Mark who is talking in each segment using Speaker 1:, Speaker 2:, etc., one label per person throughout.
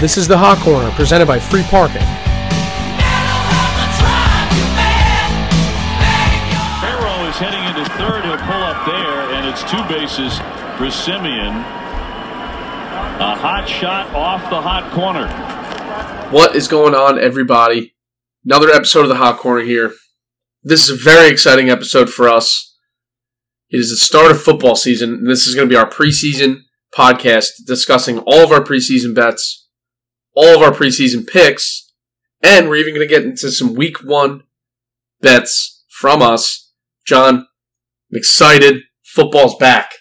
Speaker 1: This is the Hot Corner, presented by Free Parking.
Speaker 2: Harrell is heading into third. He'll pull up there, and it's two bases for Simeon. A hot shot off the hot corner.
Speaker 3: What is going on, everybody? Another episode of the Hot Corner here. This is a very exciting episode for us. It is the start of football season, and this is going to be our preseason podcast discussing all of our preseason bets, all of our preseason picks, and we're even going to get into some week one bets from us. John, I'm excited. Football's back.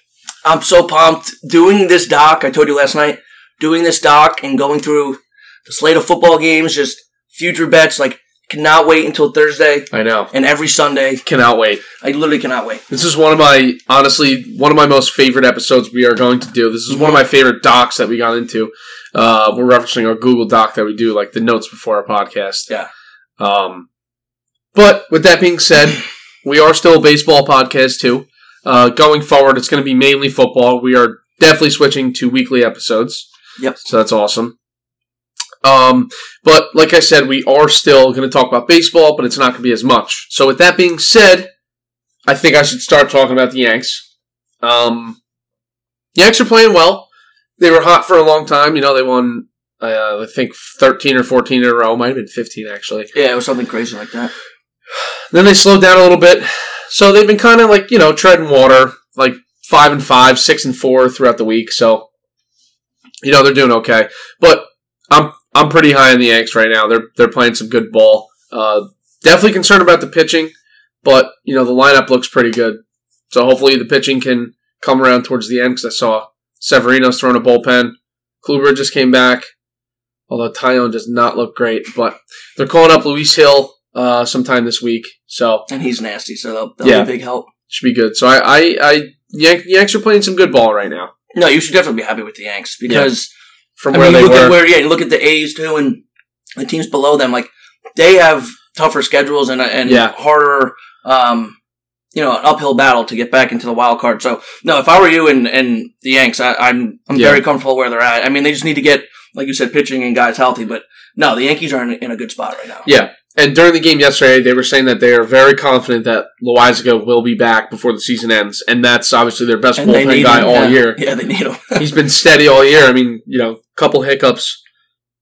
Speaker 4: I'm so pumped doing this doc. I told you last night, doing this doc and going through the slate of football games, just future bets. Like, cannot wait until Thursday
Speaker 3: I know.
Speaker 4: and every Sunday.
Speaker 3: Cannot wait.
Speaker 4: I literally cannot wait.
Speaker 3: This is one of my honestly one of my most favorite episodes we are going to do. This is one of my favorite docs that we got into. Uh, we're referencing our Google Doc that we do, like the notes before our podcast.
Speaker 4: Yeah.
Speaker 3: Um, but with that being said, we are still a baseball podcast too. Uh, going forward, it's going to be mainly football. We are definitely switching to weekly episodes.
Speaker 4: Yep.
Speaker 3: So that's awesome. Um, but like I said, we are still going to talk about baseball, but it's not going to be as much. So with that being said, I think I should start talking about the Yanks. Um, Yanks are playing well. They were hot for a long time. You know, they won, uh, I think, 13 or 14 in a row. Might have been 15, actually.
Speaker 4: Yeah, it was something crazy like that.
Speaker 3: Then they slowed down a little bit. So they've been kind of like, you know, treading water, like five and five, six and four throughout the week. So, you know, they're doing okay. But I'm I'm pretty high on the Yanks right now. They're they're playing some good ball. Uh, definitely concerned about the pitching, but you know the lineup looks pretty good. So hopefully the pitching can come around towards the end because I saw Severino's throwing a bullpen. Kluber just came back, although Tyone does not look great. But they're calling up Luis Hill uh, sometime this week, so
Speaker 4: And he's nasty, so that'll, that'll
Speaker 3: Yeah.
Speaker 4: be a big help.
Speaker 3: should be good. So I, I, I Yank, Yanks are playing some good ball right now
Speaker 4: No, you should definitely be happy with the Yanks because
Speaker 3: from
Speaker 4: I
Speaker 3: where
Speaker 4: mean, you
Speaker 3: they
Speaker 4: look
Speaker 3: were.
Speaker 4: at where yeah, you look at the A's too, and the teams below them. Like they have tougher schedules and and
Speaker 3: Yeah.
Speaker 4: harder, um, you know, an uphill battle to get back into the wild card. So no, if I were you and and the Yanks, I, I'm I'm
Speaker 3: Yeah.
Speaker 4: very comfortable where they're at. I mean, they just need to get like you said, pitching and guys healthy. But no, the Yankees are in, in a good spot right now.
Speaker 3: Yeah. And during the game yesterday, they were saying that they are very confident that Loizaga will be back before the season ends, and that's obviously their best
Speaker 4: And they
Speaker 3: bullpen
Speaker 4: need
Speaker 3: guy
Speaker 4: him.
Speaker 3: all
Speaker 4: yeah.
Speaker 3: year.
Speaker 4: Yeah, they need them.
Speaker 3: He's been steady all year. I mean, you know, couple hiccups,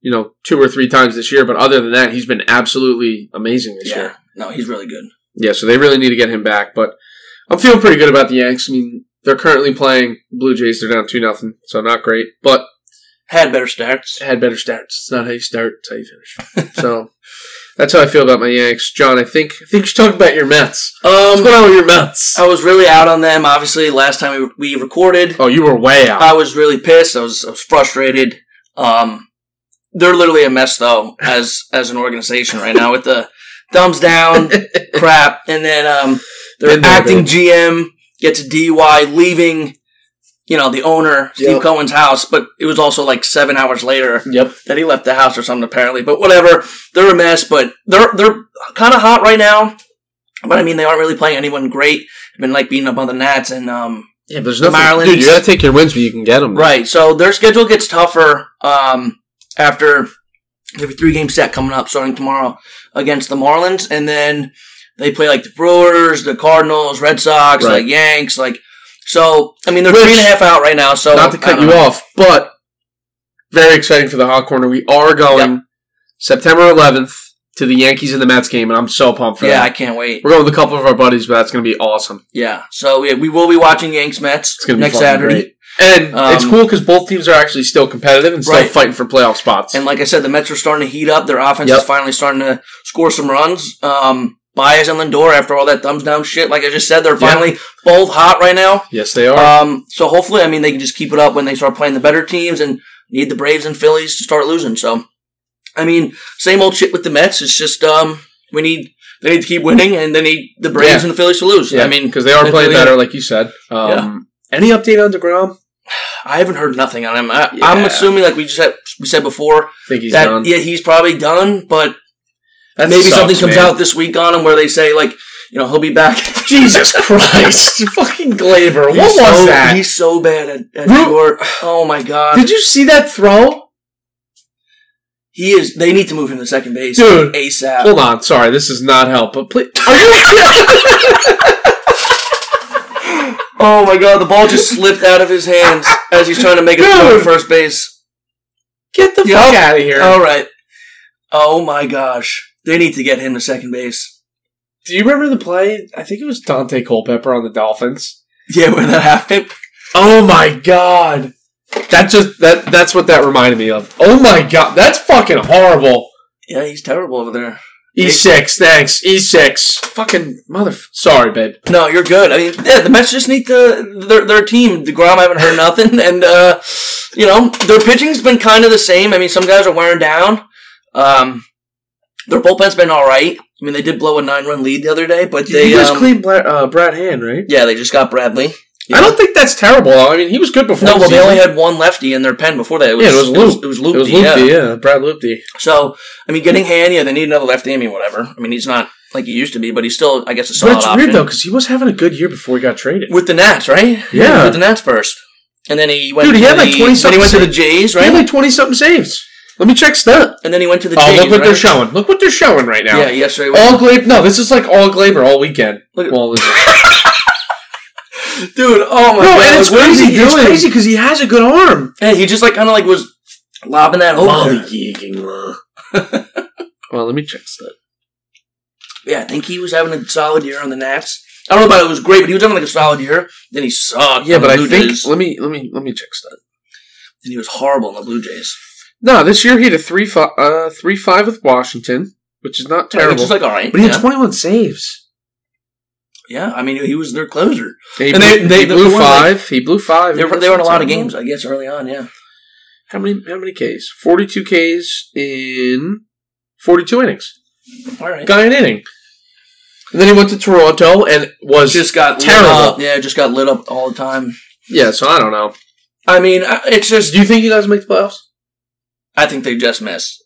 Speaker 3: you know, two or three times this year, but other than that, he's been absolutely amazing this
Speaker 4: yeah,
Speaker 3: year.
Speaker 4: no, he's really good.
Speaker 3: Yeah, so they really need to get him back. But I'm feeling pretty good about the Yanks. I mean, they're currently playing Blue Jays. They're down two nothing, so not great, but
Speaker 4: Had better stats.
Speaker 3: had better starts. It's not how you start; it's how you finish. so that's how I feel about my Yanks, John. I think I think you should talk about your Mets. Oh, What's
Speaker 4: Um,
Speaker 3: going on with your Mets?
Speaker 4: I was really out on them. Obviously, last time we, we recorded,
Speaker 3: Oh, you were way out.
Speaker 4: I was really pissed. I was, I was frustrated. Um, they're literally a mess though, as as an organization right now with the thumbs down crap, and then um, their
Speaker 3: Been there,
Speaker 4: acting
Speaker 3: babe.
Speaker 4: GM gets a DUI, leaving you know the owner Steve
Speaker 3: Yep.
Speaker 4: Cohen's house, but it was also like seven hours later
Speaker 3: Yep.
Speaker 4: that he left the house or something apparently. But whatever, they're a mess. But they're they're kind of hot right now. But I mean, they aren't really playing anyone great. I've been like beating up on the Nats and um,
Speaker 3: Yeah, but there's
Speaker 4: The
Speaker 3: nothing.
Speaker 4: Marlins-
Speaker 3: Dude, you gotta take your wins when you can get them.
Speaker 4: Right. So their schedule gets tougher um, after they have a three game set coming up starting tomorrow against the Marlins, and then they play like the Brewers, the Cardinals, Red Sox,
Speaker 3: Right.
Speaker 4: like Yanks, like. So I mean, they're
Speaker 3: Which-
Speaker 4: three and a half out right now. So
Speaker 3: Not to
Speaker 4: I
Speaker 3: cut
Speaker 4: don't
Speaker 3: you
Speaker 4: know.
Speaker 3: off, but very exciting for the Hot Corner. We are going September 11th to the Yankees and the Mets game, and I'm so pumped for
Speaker 4: Yeah, I
Speaker 3: that.
Speaker 4: can't wait.
Speaker 3: We're going with a couple of our buddies, but that's gonna be awesome.
Speaker 4: Yeah. So yeah, we will be watching Yanks Mets
Speaker 3: It's gonna be
Speaker 4: next
Speaker 3: fucking
Speaker 4: Saturday.
Speaker 3: great. And
Speaker 4: Um,
Speaker 3: it's cool because both teams are actually still competitive and still
Speaker 4: Right.
Speaker 3: fighting for playoff spots.
Speaker 4: And like I said, the Mets are starting to heat up. Their offense
Speaker 3: Yep.
Speaker 4: is finally starting to score some runs. Um, Baez and Lindor, after all that thumbs down shit, like I just said, they're finally both hot right now.
Speaker 3: yes, they are.
Speaker 4: Um, so hopefully, I mean, they can just keep it up when they start playing the better teams and need the Braves and Phillies to start losing. So, I mean, same old shit with the Mets. It's just um, we need they need to keep winning and they need the Braves
Speaker 3: Yeah.
Speaker 4: and the Phillies to lose.
Speaker 3: yeah,
Speaker 4: I mean,
Speaker 3: because they are
Speaker 4: they
Speaker 3: playing
Speaker 4: really
Speaker 3: better, like you said. Um, Any update on Degrom?
Speaker 4: I haven't heard nothing on him. I,
Speaker 3: Yeah.
Speaker 4: I'm assuming, like we just had, we said before,
Speaker 3: I think he's
Speaker 4: that
Speaker 3: done.
Speaker 4: yeah, he's probably done. But
Speaker 3: That
Speaker 4: maybe
Speaker 3: sucks,
Speaker 4: something comes
Speaker 3: man.
Speaker 4: out this week on him where they say like, you know, he'll be back.
Speaker 3: Jesus Christ! Fucking Glaber, what was
Speaker 4: He's so,
Speaker 3: that?
Speaker 4: He's so bad at, at
Speaker 3: Ru-
Speaker 4: short. Oh my god!
Speaker 3: Did you see that throw?
Speaker 4: He is. They need to move him to second base,
Speaker 3: Dude.
Speaker 4: ASAP.
Speaker 3: Hold on, sorry, this is not help. But please, are you
Speaker 4: Oh my god, the ball just slipped out of his hands as he's trying to make it throw
Speaker 3: Dude.
Speaker 4: to first base.
Speaker 3: get the
Speaker 4: Yep.
Speaker 3: fuck out of here?
Speaker 4: All right. Oh my gosh, they need to get him to second base.
Speaker 3: Do you remember the play? I think it was Dante Culpepper on the Dolphins.
Speaker 4: Yeah, when that happened,
Speaker 3: Oh my god, that just that that's what that reminded me of. Oh my god, that's fucking horrible.
Speaker 4: yeah, he's terrible over there.
Speaker 3: E six, thanks. E six, fucking mother. Sorry, babe.
Speaker 4: No, you're good. I mean, yeah, the Mets just need to their their team. Degrom, I haven't heard nothing, and uh, you know their pitching's been kind of the same. I mean, some guys are wearing down. Um, their bullpen's been all right. I mean, they did blow a nine run lead the other day, but they
Speaker 3: you just
Speaker 4: um,
Speaker 3: clean Bla- uh, Brad Hand, right?
Speaker 4: yeah, they just got Bradley.
Speaker 3: I don't think that's terrible. I mean, he was good before.
Speaker 4: No,
Speaker 3: the
Speaker 4: well, they
Speaker 3: season.
Speaker 4: only had one lefty in their pen before that. It
Speaker 3: yeah, it was Loop.
Speaker 4: It was, it was
Speaker 3: It was
Speaker 4: Loopy, yeah.
Speaker 3: Loopy. Yeah. Brad Loopy.
Speaker 4: So, I mean, getting Hand, yeah, they need another lefty. I mean, whatever. I mean, he's not like he used to be, but he's still, I guess, a solid
Speaker 3: But it's
Speaker 4: option.
Speaker 3: weird though, because he was having a good year before he got traded.
Speaker 4: with the Nats, right?
Speaker 3: Yeah.
Speaker 4: with the Nats first, and then he went.
Speaker 3: Dude, he
Speaker 4: to
Speaker 3: had, like,
Speaker 4: the-
Speaker 3: 20
Speaker 4: Then he went to the
Speaker 3: something.
Speaker 4: Jays,
Speaker 3: He
Speaker 4: right?
Speaker 3: had like twenty something saves. Let me check stat.
Speaker 4: and then he went to the
Speaker 3: Oh,
Speaker 4: Jays.
Speaker 3: look what
Speaker 4: right?
Speaker 3: they're showing. Look what they're showing right now.
Speaker 4: Yeah, yesterday.
Speaker 3: All Glaber. No, this is like all Glaber all weekend.
Speaker 4: Look at-
Speaker 3: well, this is-
Speaker 4: dude. Oh my
Speaker 3: no,
Speaker 4: god,
Speaker 3: and it's
Speaker 4: what is
Speaker 3: crazy.
Speaker 4: he
Speaker 3: It's
Speaker 4: doing?
Speaker 3: crazy because he has a good arm.
Speaker 4: And he just like kind of like was lobbing that
Speaker 3: Oh.
Speaker 4: over. there.
Speaker 3: well, let me check stat.
Speaker 4: Yeah, I think he was having a solid year on the Nats. I don't know about it was great, but he was having like a solid year. Then he sucked.
Speaker 3: Yeah,
Speaker 4: on
Speaker 3: but
Speaker 4: the
Speaker 3: I
Speaker 4: Blue
Speaker 3: think
Speaker 4: Jays.
Speaker 3: let me let me let me check stat.
Speaker 4: and he was horrible in the Blue Jays.
Speaker 3: No, this year he had a three five uh, three five with Washington, which is not terrible.
Speaker 4: Which is like all right.
Speaker 3: but he had
Speaker 4: yeah.
Speaker 3: twenty one saves.
Speaker 4: yeah, I mean he was their closer.
Speaker 3: He
Speaker 4: And
Speaker 3: blew,
Speaker 4: they- they-
Speaker 3: he
Speaker 4: the
Speaker 3: blew
Speaker 4: one that-
Speaker 3: five. he blew five.
Speaker 4: They
Speaker 3: He
Speaker 4: were,
Speaker 3: blew
Speaker 4: they were in a lot of
Speaker 3: five.
Speaker 4: games, I guess, early on. Yeah,
Speaker 3: How many how many Ks? Forty two Ks in forty two innings.
Speaker 4: all right.
Speaker 3: Got an inning. And then he went to Toronto and was
Speaker 4: just got
Speaker 3: Terrible.
Speaker 4: Lit up. Yeah, just got lit up all the time.
Speaker 3: yeah. So I don't know.
Speaker 4: I mean, I- it's just
Speaker 3: Do you think you guys make the playoffs?
Speaker 4: I think they just missed.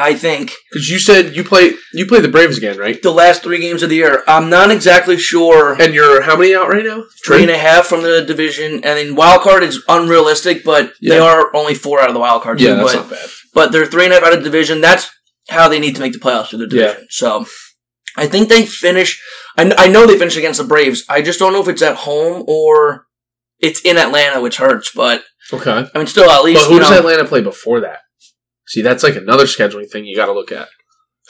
Speaker 4: I think
Speaker 3: Because you said you play you play the Braves again, right?
Speaker 4: the last three games of the year. I'm not exactly sure.
Speaker 3: And you're how many out right now?
Speaker 4: Three and a half from the division, and then wild card is unrealistic, but they
Speaker 3: Yeah.
Speaker 4: are only four out of the wild card.
Speaker 3: Yeah,
Speaker 4: too,
Speaker 3: that's
Speaker 4: but
Speaker 3: not bad.
Speaker 4: but they're three and a half out of the division. That's how they need to make the playoffs through the
Speaker 3: Yeah.
Speaker 4: division. So I think they finish. I, kn- I know they finish against the Braves. I just don't know if it's at home or it's in Atlanta, which hurts. But
Speaker 3: Okay.
Speaker 4: I mean, still at least
Speaker 3: But who
Speaker 4: you
Speaker 3: does
Speaker 4: know,
Speaker 3: Atlanta play before that? See, that's like another scheduling thing you got to look at.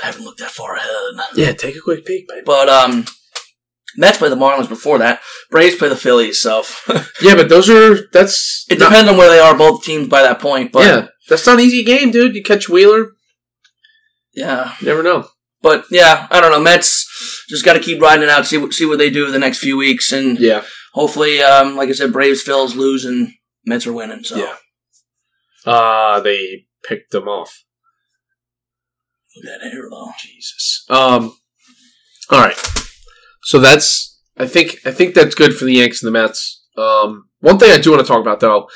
Speaker 4: I haven't looked that far ahead.
Speaker 3: Yeah, take a quick peek, baby.
Speaker 4: But um, Mets play the Marlins before that. Braves play the Phillies. So
Speaker 3: Yeah, but those are that's
Speaker 4: it
Speaker 3: not-
Speaker 4: depends on where they are, both teams by that point. But
Speaker 3: yeah, that's not an easy game, dude. You catch Wheeler,
Speaker 4: yeah.
Speaker 3: you never know.
Speaker 4: But yeah, I don't know. Mets just got to keep riding it out. See what see what they do the next few weeks, and
Speaker 3: Yeah,
Speaker 4: hopefully, um, like I said, Braves, Phils lose, and Mets are winning. So
Speaker 3: Yeah. uh, they picked them off.
Speaker 4: Look at that hair though.
Speaker 3: Jesus. Um. All right. So that's I think I think that's good for the Yanks and the Mets. Um. One thing I do want to talk about though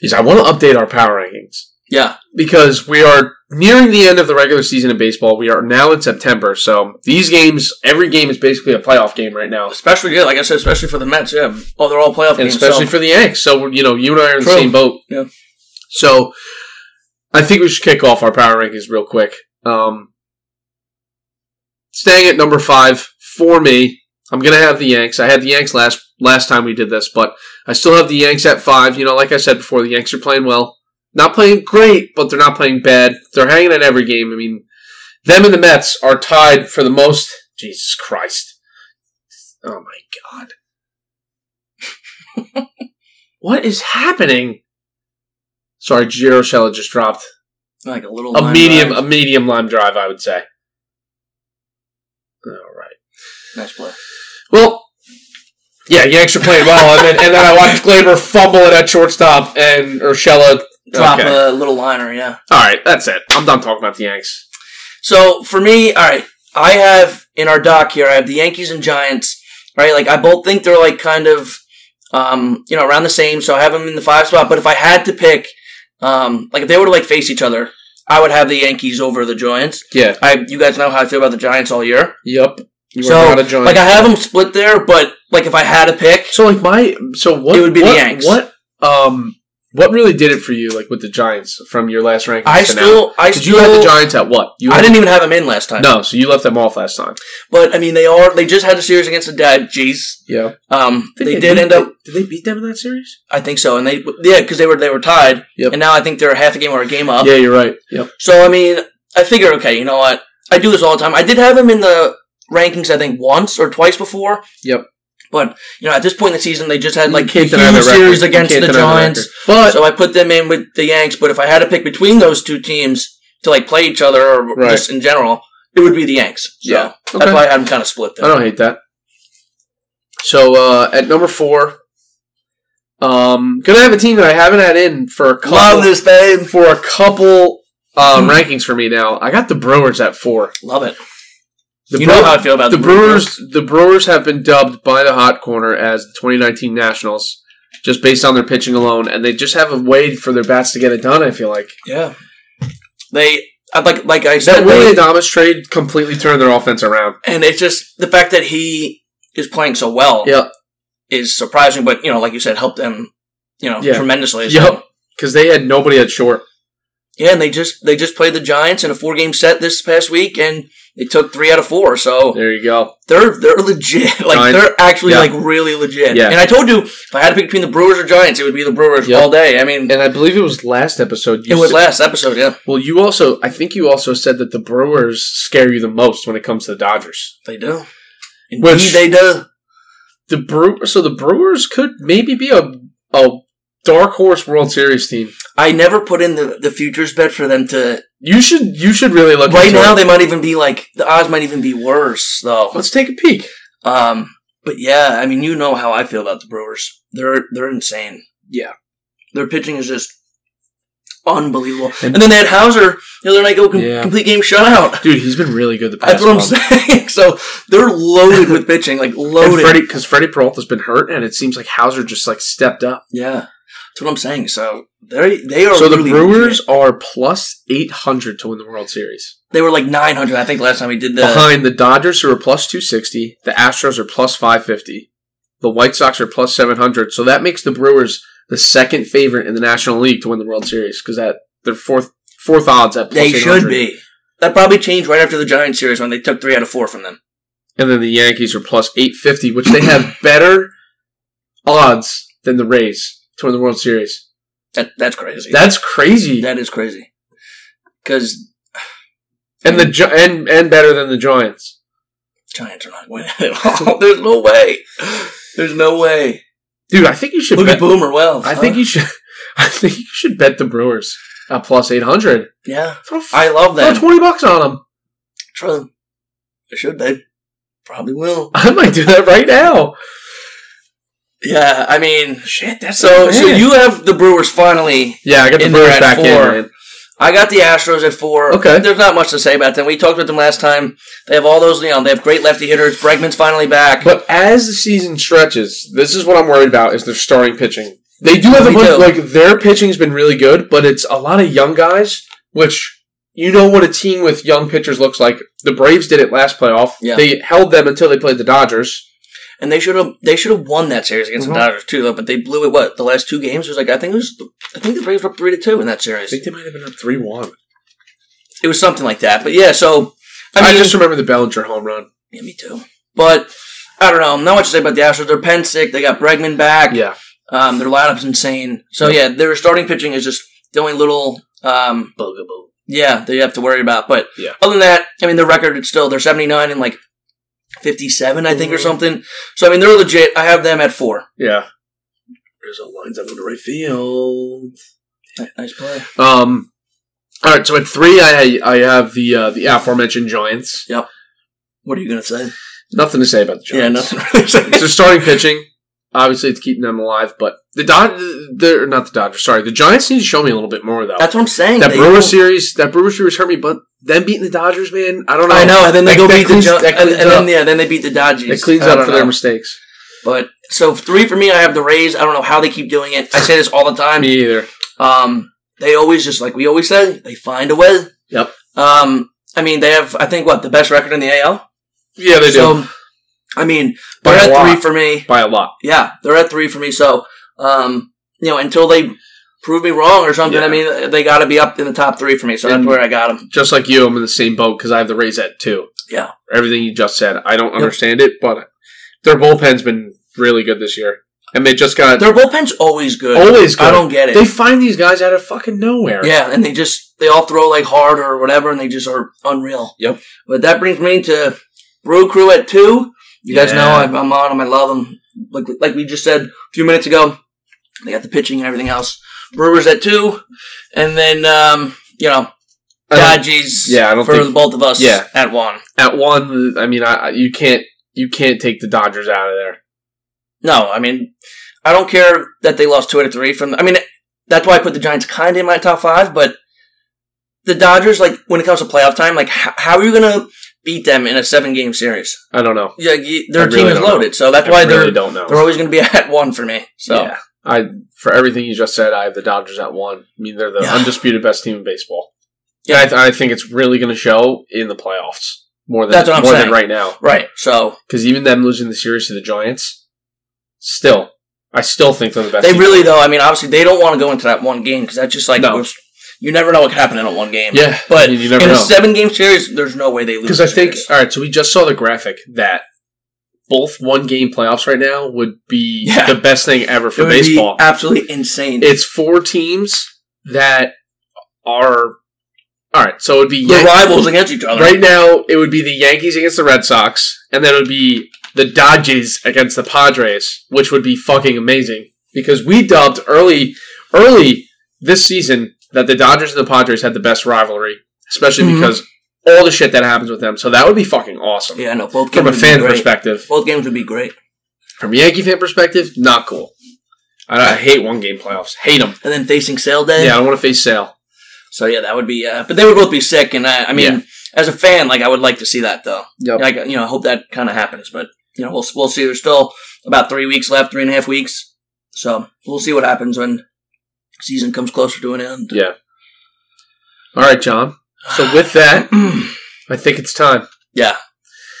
Speaker 3: is I want to update our power rankings
Speaker 4: Yeah,
Speaker 3: because we are nearing the end of the regular season of baseball. We are now in September, so these games, every game is basically a playoff game right now,
Speaker 4: especially yeah, like I said, especially for the Mets. Yeah, oh, they're all playoff
Speaker 3: and
Speaker 4: games.
Speaker 3: especially
Speaker 4: so-
Speaker 3: for the Yanks. So you know, you and I are in
Speaker 4: True.
Speaker 3: the same boat.
Speaker 4: Yeah.
Speaker 3: So I think we should kick off our power rankings real quick. Um, staying at number five for me, I'm gonna have the Yanks. I had the Yanks last last time we did this, but I still have the Yanks at five. You know, like I said before, the Yanks are playing well. Not playing great, but they're not playing bad. They're hanging in every game. I mean, them and the Mets are tied for the most. Jesus Christ! Oh my God! what is happening? Sorry, Giro Shella just dropped
Speaker 4: like a little
Speaker 3: a
Speaker 4: line
Speaker 3: medium,
Speaker 4: drive.
Speaker 3: a medium lime drive, I would say. All right.
Speaker 4: nice play.
Speaker 3: Well, yeah, Yanks are playing well, and then, and then I watched Glaber fumble it at shortstop, and Urshela
Speaker 4: Drop
Speaker 3: Okay.
Speaker 4: a little liner. Yeah.
Speaker 3: All right, that's it. I'm done talking about the Yanks.
Speaker 4: So for me, all right, I have in our doc here, I have the Yankees and Giants, right? Like I both think they're like kind of, um, you know, around the same. So I have them in the five spot. But if I had to pick, um, like if they were to like face each other, I would have the Yankees over the Giants.
Speaker 3: Yeah.
Speaker 4: I, you guys know how I feel about the Giants all year.
Speaker 3: Yep. You
Speaker 4: so
Speaker 3: are not a Giants.
Speaker 4: like I have them split there, but like if I had to pick,
Speaker 3: so like my so what
Speaker 4: It would be the
Speaker 3: what-
Speaker 4: Yanks.
Speaker 3: What um What really did it for you, like with the Giants from your last ranking?
Speaker 4: I
Speaker 3: to now?
Speaker 4: still, I
Speaker 3: Did
Speaker 4: still,
Speaker 3: you had the Giants at what? You
Speaker 4: I
Speaker 3: had-
Speaker 4: didn't even have them in last time.
Speaker 3: No, so you left them off last time.
Speaker 4: but I mean, they are. They just had a series against the Dad. Jeez,
Speaker 3: Yeah,
Speaker 4: um, they, did end up.
Speaker 3: Did they beat them in that series?
Speaker 4: I think so, and they yeah, because they were they were tied,
Speaker 3: Yep.
Speaker 4: and now I think they're a half a game or a game up.
Speaker 3: yeah, you're right. Yep.
Speaker 4: So I mean, I figure, okay, you know what? I do this all the time. I did have him in the rankings, I think, once or twice before.
Speaker 3: Yep.
Speaker 4: But you know, at this point in the season, they just had like
Speaker 3: Can't
Speaker 4: huge
Speaker 3: deny their record.
Speaker 4: series against
Speaker 3: Can't
Speaker 4: the
Speaker 3: deny their
Speaker 4: Giants,
Speaker 3: record. But
Speaker 4: so I put them in with the Yanks. But if I had to pick between those two teams to like play each other or
Speaker 3: Right.
Speaker 4: just in general, it would be the Yanks. So
Speaker 3: Yeah. Okay.
Speaker 4: that's why I had them kind of split.
Speaker 3: I
Speaker 4: There.
Speaker 3: don't hate that. So uh, at number four, um, gonna have a team that I haven't had in for a couple
Speaker 4: Love this, Hmm. babe.
Speaker 3: for a couple um, rankings for me now. I got the Brewers at four.
Speaker 4: Love it.
Speaker 3: The
Speaker 4: you
Speaker 3: Brew-
Speaker 4: know how I feel about
Speaker 3: the Brewers. The Brewers have been dubbed by the Hot Corner as the 2019 Nationals, just based on their pitching alone, and they just have a way for their bats to get it done. I feel like
Speaker 4: Yeah. They I like like I said,
Speaker 3: that
Speaker 4: they-
Speaker 3: Willie Adamas trade completely turned their offense around.
Speaker 4: and it's just the fact that he is playing so well
Speaker 3: Yep,
Speaker 4: is surprising. But you know, like you said, helped them you know
Speaker 3: Yeah.
Speaker 4: tremendously. So-
Speaker 3: yep, because they had nobody at short.
Speaker 4: Yeah, and they just they just played the Giants in a four game set this past week, and they took three out of four. So
Speaker 3: There you go.
Speaker 4: they're they're legit. Like
Speaker 3: Giants.
Speaker 4: they're actually
Speaker 3: Yeah.
Speaker 4: like really legit.
Speaker 3: Yeah.
Speaker 4: And I told you if I had to pick between the Brewers or Giants, it would be the Brewers
Speaker 3: Yep.
Speaker 4: all day. I mean,
Speaker 3: And I believe it was last episode. You
Speaker 4: it was
Speaker 3: said-
Speaker 4: last episode. Yeah,
Speaker 3: Well, you also, I think you also said that the Brewers scare you the most when it comes to the Dodgers.
Speaker 4: they do. Indeed,
Speaker 3: Which-
Speaker 4: they do.
Speaker 3: The brew, so the Brewers could maybe be a a dark horse World Series team.
Speaker 4: I never put in the, the futures bet for them to.
Speaker 3: You should you should really look
Speaker 4: Right
Speaker 3: into
Speaker 4: now,
Speaker 3: it.
Speaker 4: they might even be like the odds might even be worse though.
Speaker 3: Let's take a peek.
Speaker 4: Um, but yeah, I mean, you know how I feel about the Brewers. They're they're insane.
Speaker 3: Yeah.
Speaker 4: their pitching is just unbelievable.
Speaker 3: And-
Speaker 4: And, then they had Hauser the other night go com-
Speaker 3: Yeah.
Speaker 4: complete game shutout.
Speaker 3: Dude, he's been really good the past.
Speaker 4: That's what I'm
Speaker 3: month.
Speaker 4: saying. So they're loaded with pitching, like
Speaker 3: And
Speaker 4: loaded.
Speaker 3: Freddie, because Freddie Peralta's been hurt, and it seems like Hauser just like stepped up.
Speaker 4: yeah, that's what I'm saying. So they they are.
Speaker 3: So the
Speaker 4: Oh, really
Speaker 3: Brewers
Speaker 4: legit.
Speaker 3: are plus eight hundred to win the World Series,
Speaker 4: they were like 900, I think, last time we did that.
Speaker 3: behind the Dodgers who are plus two sixty. The Astros are plus five fifty. The White Sox are plus seven hundred. So that makes the Brewers the second favorite in the National League to win the World Series because that they're fourth fourth odds at plus
Speaker 4: they should
Speaker 3: 800.
Speaker 4: be. That probably changed right after the Giants series when they took three out of four from them.
Speaker 3: and then the Yankees are plus 850, which they have better odds than the Rays to win the World Series.
Speaker 4: That that's crazy.
Speaker 3: That's crazy.
Speaker 4: that is crazy. Because
Speaker 3: and the Gi- and and better than the Giants.
Speaker 4: Giants are not winning at all. There's no way. There's no way.
Speaker 3: Dude, I think you should
Speaker 4: Look
Speaker 3: bet
Speaker 4: at Boomer Wells.
Speaker 3: I
Speaker 4: huh?
Speaker 3: think you should I think you should bet the Brewers at plus 800.
Speaker 4: Yeah,
Speaker 3: Throw,
Speaker 4: I love
Speaker 3: throw
Speaker 4: that.
Speaker 3: 20 bucks on them.
Speaker 4: True. I should, babe. Probably will.
Speaker 3: I might do that right now.
Speaker 4: Yeah, I mean,
Speaker 3: Shit, that's
Speaker 4: so
Speaker 3: not
Speaker 4: so
Speaker 3: bad.
Speaker 4: you have the Brewers finally.
Speaker 3: Yeah, I got the
Speaker 4: in there
Speaker 3: Brewers
Speaker 4: at
Speaker 3: back in,
Speaker 4: four.
Speaker 3: man.
Speaker 4: I got the Astros at four.
Speaker 3: Okay.
Speaker 4: there's not much to say about them. We talked about them last time. They have all those. You know, they have great lefty hitters. Bregman's finally back.
Speaker 3: But as the season stretches, this is what I'm worried about: is their starting pitching. They do have a
Speaker 4: Me
Speaker 3: bunch,
Speaker 4: too.
Speaker 3: like their pitching's been really good, but it's a lot of young guys, which you know what a team with young pitchers looks like. The Braves did it last playoff.
Speaker 4: Yeah.
Speaker 3: They held them until they played the Dodgers.
Speaker 4: and they should have they should have won that series against
Speaker 3: Mhm.
Speaker 4: the Dodgers too. Though, but they blew it. What the last two games It was like? I think it was. I think the Braves were up three to two in that
Speaker 3: I
Speaker 4: series.
Speaker 3: think they might have been up three one.
Speaker 4: It was something like that. But yeah, so
Speaker 3: I,
Speaker 4: I mean,
Speaker 3: just remember the Bellinger home run.
Speaker 4: yeah, me too. But I don't know. Not much to say about the Astros. They're pen sick. They got Bregman back.
Speaker 3: Yeah,
Speaker 4: Um, their lineup's insane. So yeah, their starting pitching is just the only little um,
Speaker 3: bugaboo.
Speaker 4: yeah that you have to worry about. But
Speaker 3: Yeah.
Speaker 4: other than that, I mean, their record it's still they're seventy nine and like fifty seven, I think, or
Speaker 3: Mhm.
Speaker 4: something. So I mean, they're legit. I have them at four.
Speaker 3: Yeah.
Speaker 4: There's a lines up in the right field. Nice play.
Speaker 3: Um. All right. So at three, I I have the uh, the aforementioned Giants.
Speaker 4: What are you gonna say?
Speaker 3: Nothing to say about the Giants.
Speaker 4: Yeah, nothing. Really to
Speaker 3: so
Speaker 4: say.
Speaker 3: starting pitching, obviously, it's keeping them alive. But the Dod, they're not the Dodgers. Sorry, the Giants need to show me a little bit more though.
Speaker 4: That's what I'm saying.
Speaker 3: that
Speaker 4: They
Speaker 3: Brewer
Speaker 4: don't-
Speaker 3: series, that Brewer series hurt me, but them beating the Dodgers, man, I don't know.
Speaker 4: I know, and then they
Speaker 3: That-
Speaker 4: go
Speaker 3: that
Speaker 4: beat
Speaker 3: cleans-
Speaker 4: the Gi-
Speaker 3: that
Speaker 4: and,
Speaker 3: cleans
Speaker 4: and
Speaker 3: up.
Speaker 4: then yeah, then they beat the Dodgers.
Speaker 3: It cleans
Speaker 4: I
Speaker 3: up
Speaker 4: don't
Speaker 3: for their
Speaker 4: know.
Speaker 3: mistakes.
Speaker 4: But so three for me, I have the Rays. I don't know how they keep doing it. I say this all the time.
Speaker 3: Me either.
Speaker 4: Um, they always just like we always say, they find a way.
Speaker 3: Yep.
Speaker 4: Um, I mean, they have I think what the best record in the AL.
Speaker 3: Yeah, they do
Speaker 4: So, I mean,
Speaker 3: By
Speaker 4: they're
Speaker 3: a
Speaker 4: at
Speaker 3: lot.
Speaker 4: three for me.
Speaker 3: by a lot.
Speaker 4: Yeah, they're at three for me. So, um, you know, until they prove me wrong or something.
Speaker 3: Yeah.
Speaker 4: I mean, they got to be up in the top three for me. So that's
Speaker 3: And-
Speaker 4: where I got them.
Speaker 3: Just like you, I'm in the same boat because I have the Rays at two.
Speaker 4: Yeah.
Speaker 3: Everything you just said, I don't understand it, but their bullpen's been really good this year, and they just got
Speaker 4: Their bullpen's always good.
Speaker 3: always. Good.
Speaker 4: I don't get it.
Speaker 3: They find these guys out of fucking nowhere.
Speaker 4: yeah, and they just they all throw like hard or whatever, and they just are unreal.
Speaker 3: Yep.
Speaker 4: But that brings me to Brew Crew at two. You guys
Speaker 3: Yeah.
Speaker 4: know I, I'm on them. I love them. Like like we just said a few minutes ago, they got the pitching and everything else. Brewers at two, and then um, you know
Speaker 3: I don't-
Speaker 4: Dodgies.
Speaker 3: yeah, I don't
Speaker 4: for
Speaker 3: think-
Speaker 4: the both of us.
Speaker 3: Yeah.
Speaker 4: at one.
Speaker 3: At one, I mean, I, I- you can't you can't take the Dodgers out of there.
Speaker 4: No, I mean, I don't care that they lost two out of three from. I mean, that's why I put the Giants kind of in my top five, but the Dodgers, like when it comes to playoff time, like how, how are you gonna beat them in a seven game series?
Speaker 3: I don't know.
Speaker 4: Yeah, you, their
Speaker 3: I really
Speaker 4: team is
Speaker 3: don't
Speaker 4: loaded, so that's
Speaker 3: I
Speaker 4: why
Speaker 3: really
Speaker 4: they're
Speaker 3: don't know.
Speaker 4: they're always gonna be at one for me. So
Speaker 3: Yeah. I for everything you just said, I have the Dodgers at one. I mean, they're the
Speaker 4: Yeah.
Speaker 3: undisputed best team in baseball. Yeah, I, th- I think it's really going to show in the playoffs more than
Speaker 4: That's what I'm
Speaker 3: more than
Speaker 4: saying.
Speaker 3: right now.
Speaker 4: right, so
Speaker 3: Because even them losing the series to the Giants, still, I still think they're the best.
Speaker 4: they
Speaker 3: team.
Speaker 4: really though. I mean, obviously they don't want to go into that one game because that's just like
Speaker 3: No.
Speaker 4: was- you never know what can happen in a one game.
Speaker 3: yeah,
Speaker 4: but
Speaker 3: I mean, you
Speaker 4: in
Speaker 3: never
Speaker 4: a
Speaker 3: know.
Speaker 4: seven game series, there's no way they lose.
Speaker 3: Because
Speaker 4: the
Speaker 3: I think
Speaker 4: series.
Speaker 3: all right, so we just saw the graphic that both one game playoffs right now would be
Speaker 4: Yeah.
Speaker 3: the best thing ever
Speaker 4: it
Speaker 3: for
Speaker 4: would be
Speaker 3: baseball.
Speaker 4: absolutely insane.
Speaker 3: it's four teams that are all right. So it'd be
Speaker 4: the
Speaker 3: Yan-
Speaker 4: rivals against each other.
Speaker 3: Right now, it would be the Yankees against the Red Sox, and then it would be the Dodgers against the Padres, which would be fucking amazing because we dubbed early, early this season that the Dodgers and the Padres had the best rivalry, especially
Speaker 4: Mhm.
Speaker 3: because all the shit that happens with them. So that would be fucking awesome
Speaker 4: Yeah, no, both games
Speaker 3: from a
Speaker 4: would
Speaker 3: fan
Speaker 4: be great.
Speaker 3: perspective.
Speaker 4: Both games would be great.
Speaker 3: From a Yankee fan perspective, not cool. I, I hate one game playoffs. Hate them.
Speaker 4: And then facing Sale Day.
Speaker 3: Yeah, I don't want to face Sale.
Speaker 4: So yeah, that would be. Uh, but they would both be sick, and I, I mean,
Speaker 3: Yeah.
Speaker 4: as a fan, like I would like to see that though.
Speaker 3: Yep.
Speaker 4: Like you know, I hope that kind of happens. But you know, we'll we'll see. There's still about three weeks left, three and a half weeks. So we'll see what happens when season comes closer to an end.
Speaker 3: Yeah. All right, John. So with that, I think it's time.
Speaker 4: Yeah,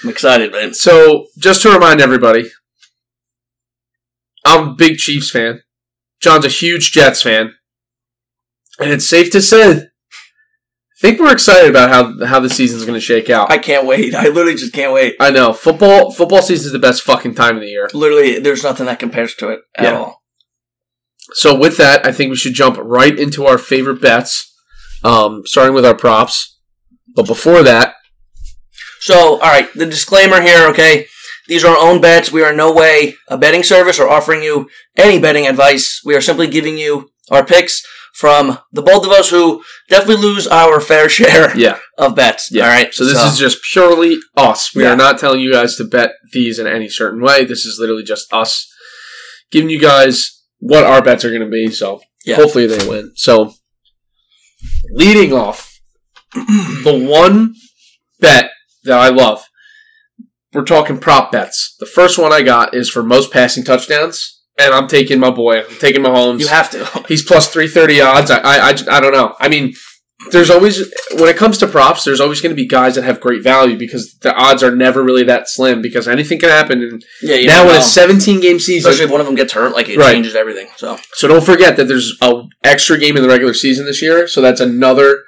Speaker 4: I'm excited, man.
Speaker 3: So, just to remind everybody, I'm a big Chiefs fan. John's a huge Jets fan. And it's safe to say, I think we're excited about how how the season's going to shake out.
Speaker 4: I can't wait. I literally just can't wait.
Speaker 3: I know football football season is the best fucking time of the year.
Speaker 4: Literally, there's nothing that compares to it at
Speaker 3: Yeah.
Speaker 4: all.
Speaker 3: So with that, I think we should jump right into our favorite bets, um, starting with our props. But before that,
Speaker 4: So, all right, the disclaimer here, okay? These are our own bets. We are in no way a betting service or offering you any betting advice. We are simply giving you our picks from the both of us who definitely lose our fair share
Speaker 3: yeah,
Speaker 4: of bets.
Speaker 3: yeah.
Speaker 4: All right.
Speaker 3: So this is just purely us. We
Speaker 4: Yeah.
Speaker 3: are not telling you guys to bet these in any certain way. This is literally just us giving you guys what our bets are going to be. So
Speaker 4: Yeah.
Speaker 3: hopefully they win. So leading off, the one bet that I love. We're talking prop bets. The first one I got is for most passing touchdowns, and I'm taking my boy. I'm taking Mahomes.
Speaker 4: you have to.
Speaker 3: He's plus 330 odds. I, I, I, j- I don't know. I mean, there's always, when it comes to props, there's always going to be guys that have great value because the odds are never really that slim because anything can happen. And
Speaker 4: yeah, you
Speaker 3: now
Speaker 4: don't
Speaker 3: in a
Speaker 4: know.
Speaker 3: 17 game season,
Speaker 4: especially if one of them gets hurt, like it
Speaker 3: Right.
Speaker 4: changes everything. So
Speaker 3: so don't forget that there's a extra game in the regular season this year. So that's another,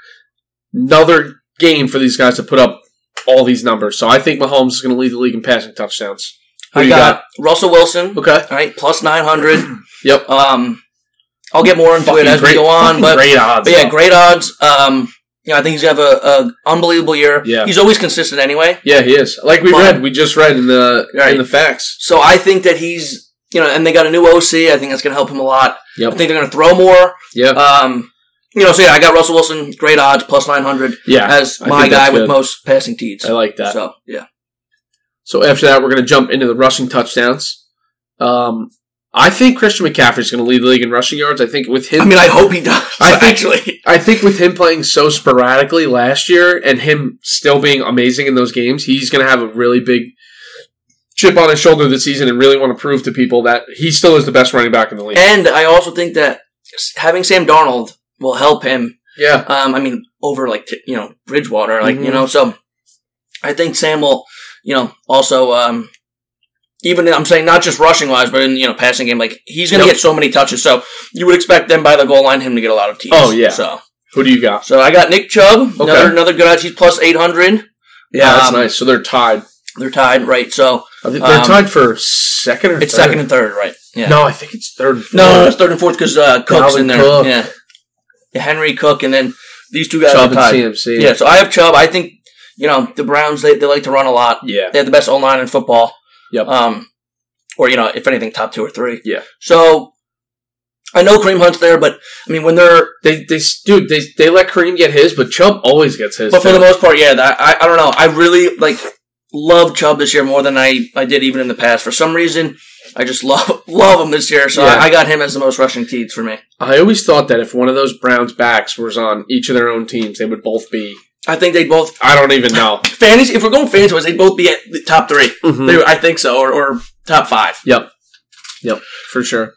Speaker 3: another game for these guys to put up all these numbers. So I think Mahomes is going to lead the league in passing touchdowns. Who
Speaker 4: I
Speaker 3: you
Speaker 4: got, Russell Wilson.
Speaker 3: got? Okay.
Speaker 4: All right, plus nine hundred.
Speaker 3: Yep.
Speaker 4: Um, I'll get more into it as we go on,
Speaker 3: fucking
Speaker 4: but
Speaker 3: great odds.
Speaker 4: But yeah,
Speaker 3: though.
Speaker 4: great odds. Um, you know, I think he's gonna have a, a unbelievable year.
Speaker 3: Yeah.
Speaker 4: he's always consistent anyway.
Speaker 3: Yeah, he is. Like we
Speaker 4: But-
Speaker 3: read, we just read in the
Speaker 4: Right.
Speaker 3: in the facts.
Speaker 4: So I think that he's you know, and they got a new OC. I think that's gonna help him a lot.
Speaker 3: Yep.
Speaker 4: I think they're gonna throw more.
Speaker 3: Yeah.
Speaker 4: Um, you know, so yeah, I got Russell Wilson, great odds, plus nine hundred
Speaker 3: Yeah,
Speaker 4: as
Speaker 3: I think
Speaker 4: my
Speaker 3: that's
Speaker 4: guy with
Speaker 3: good.
Speaker 4: most passing teeds.
Speaker 3: I like that. So,
Speaker 4: So yeah,
Speaker 3: after that, we're going to jump into the rushing touchdowns. Um, I think Christian McCaffrey is going to lead the league in rushing yards. I think with him,
Speaker 4: I mean, I hope he does.
Speaker 3: I think-
Speaker 4: actually,
Speaker 3: I think with him playing so sporadically last year and him still being amazing in those games, he's going to have a really big chip on his shoulder this season and really want to prove to people that he still is the best running back in the league.
Speaker 4: and I also think that having Sam Darnold will help him
Speaker 3: yeah,
Speaker 4: Um, I mean, over like t- you know
Speaker 3: Mm-hmm.
Speaker 4: Bridgewater, like you
Speaker 3: Mhm.
Speaker 4: know. So I think Sam will, you know, also um, even I'm saying not just rushing wise, but in you know passing game, like he's going to
Speaker 3: Yep.
Speaker 4: get so many touches. So you would expect them by the goal line him to get a lot of teams.
Speaker 3: Oh, yeah.
Speaker 4: So
Speaker 3: Who do you got?
Speaker 4: so I got Nick Chubb, another
Speaker 3: Okay.
Speaker 4: another good odds. He's plus eight hundred.
Speaker 3: Yeah, that's
Speaker 4: Um,
Speaker 3: nice. So they're tied.
Speaker 4: They're tied, right? So
Speaker 3: I think
Speaker 4: um,
Speaker 3: they're tied for second or
Speaker 4: it's
Speaker 3: third.
Speaker 4: second and third, right? Yeah.
Speaker 3: No, I think it's third. and
Speaker 4: No,
Speaker 3: fourth.
Speaker 4: it's third and fourth because uh, Cook's
Speaker 3: Dalvin
Speaker 4: in there.
Speaker 3: Cook.
Speaker 4: Yeah. yeah, Henry Cook, and then these two guys
Speaker 3: Chubb
Speaker 4: are
Speaker 3: and
Speaker 4: tied.
Speaker 3: CMC.
Speaker 4: Yeah, so I have Chubb. I think you know the Browns. They, they like to run a lot.
Speaker 3: Yeah.
Speaker 4: They have the best O line in football.
Speaker 3: Yep.
Speaker 4: Um, or you know, if anything, top two or three.
Speaker 3: Yeah.
Speaker 4: So I know Cream Hunt's there, but I mean, when they're
Speaker 3: They, they, dude, they, they let Kareem get his, but Chubb always gets his.
Speaker 4: but for
Speaker 3: too.
Speaker 4: the most part, yeah, that, I I don't know. I really like love Chubb this year more than I I did even in the past. For some reason, I just love love him this year. So
Speaker 3: Yeah.
Speaker 4: I, I got him as the most rushing teeds for me.
Speaker 3: I always thought that if one of those Browns backs was on each of their own teams, they would both be.
Speaker 4: I think they both
Speaker 3: I don't even know.
Speaker 4: fantasy. If we're going fantasy, wise, they'd both be at the top 3
Speaker 3: Mhm.
Speaker 4: They- I think so, or, or top five.
Speaker 3: yep. Yep. For sure.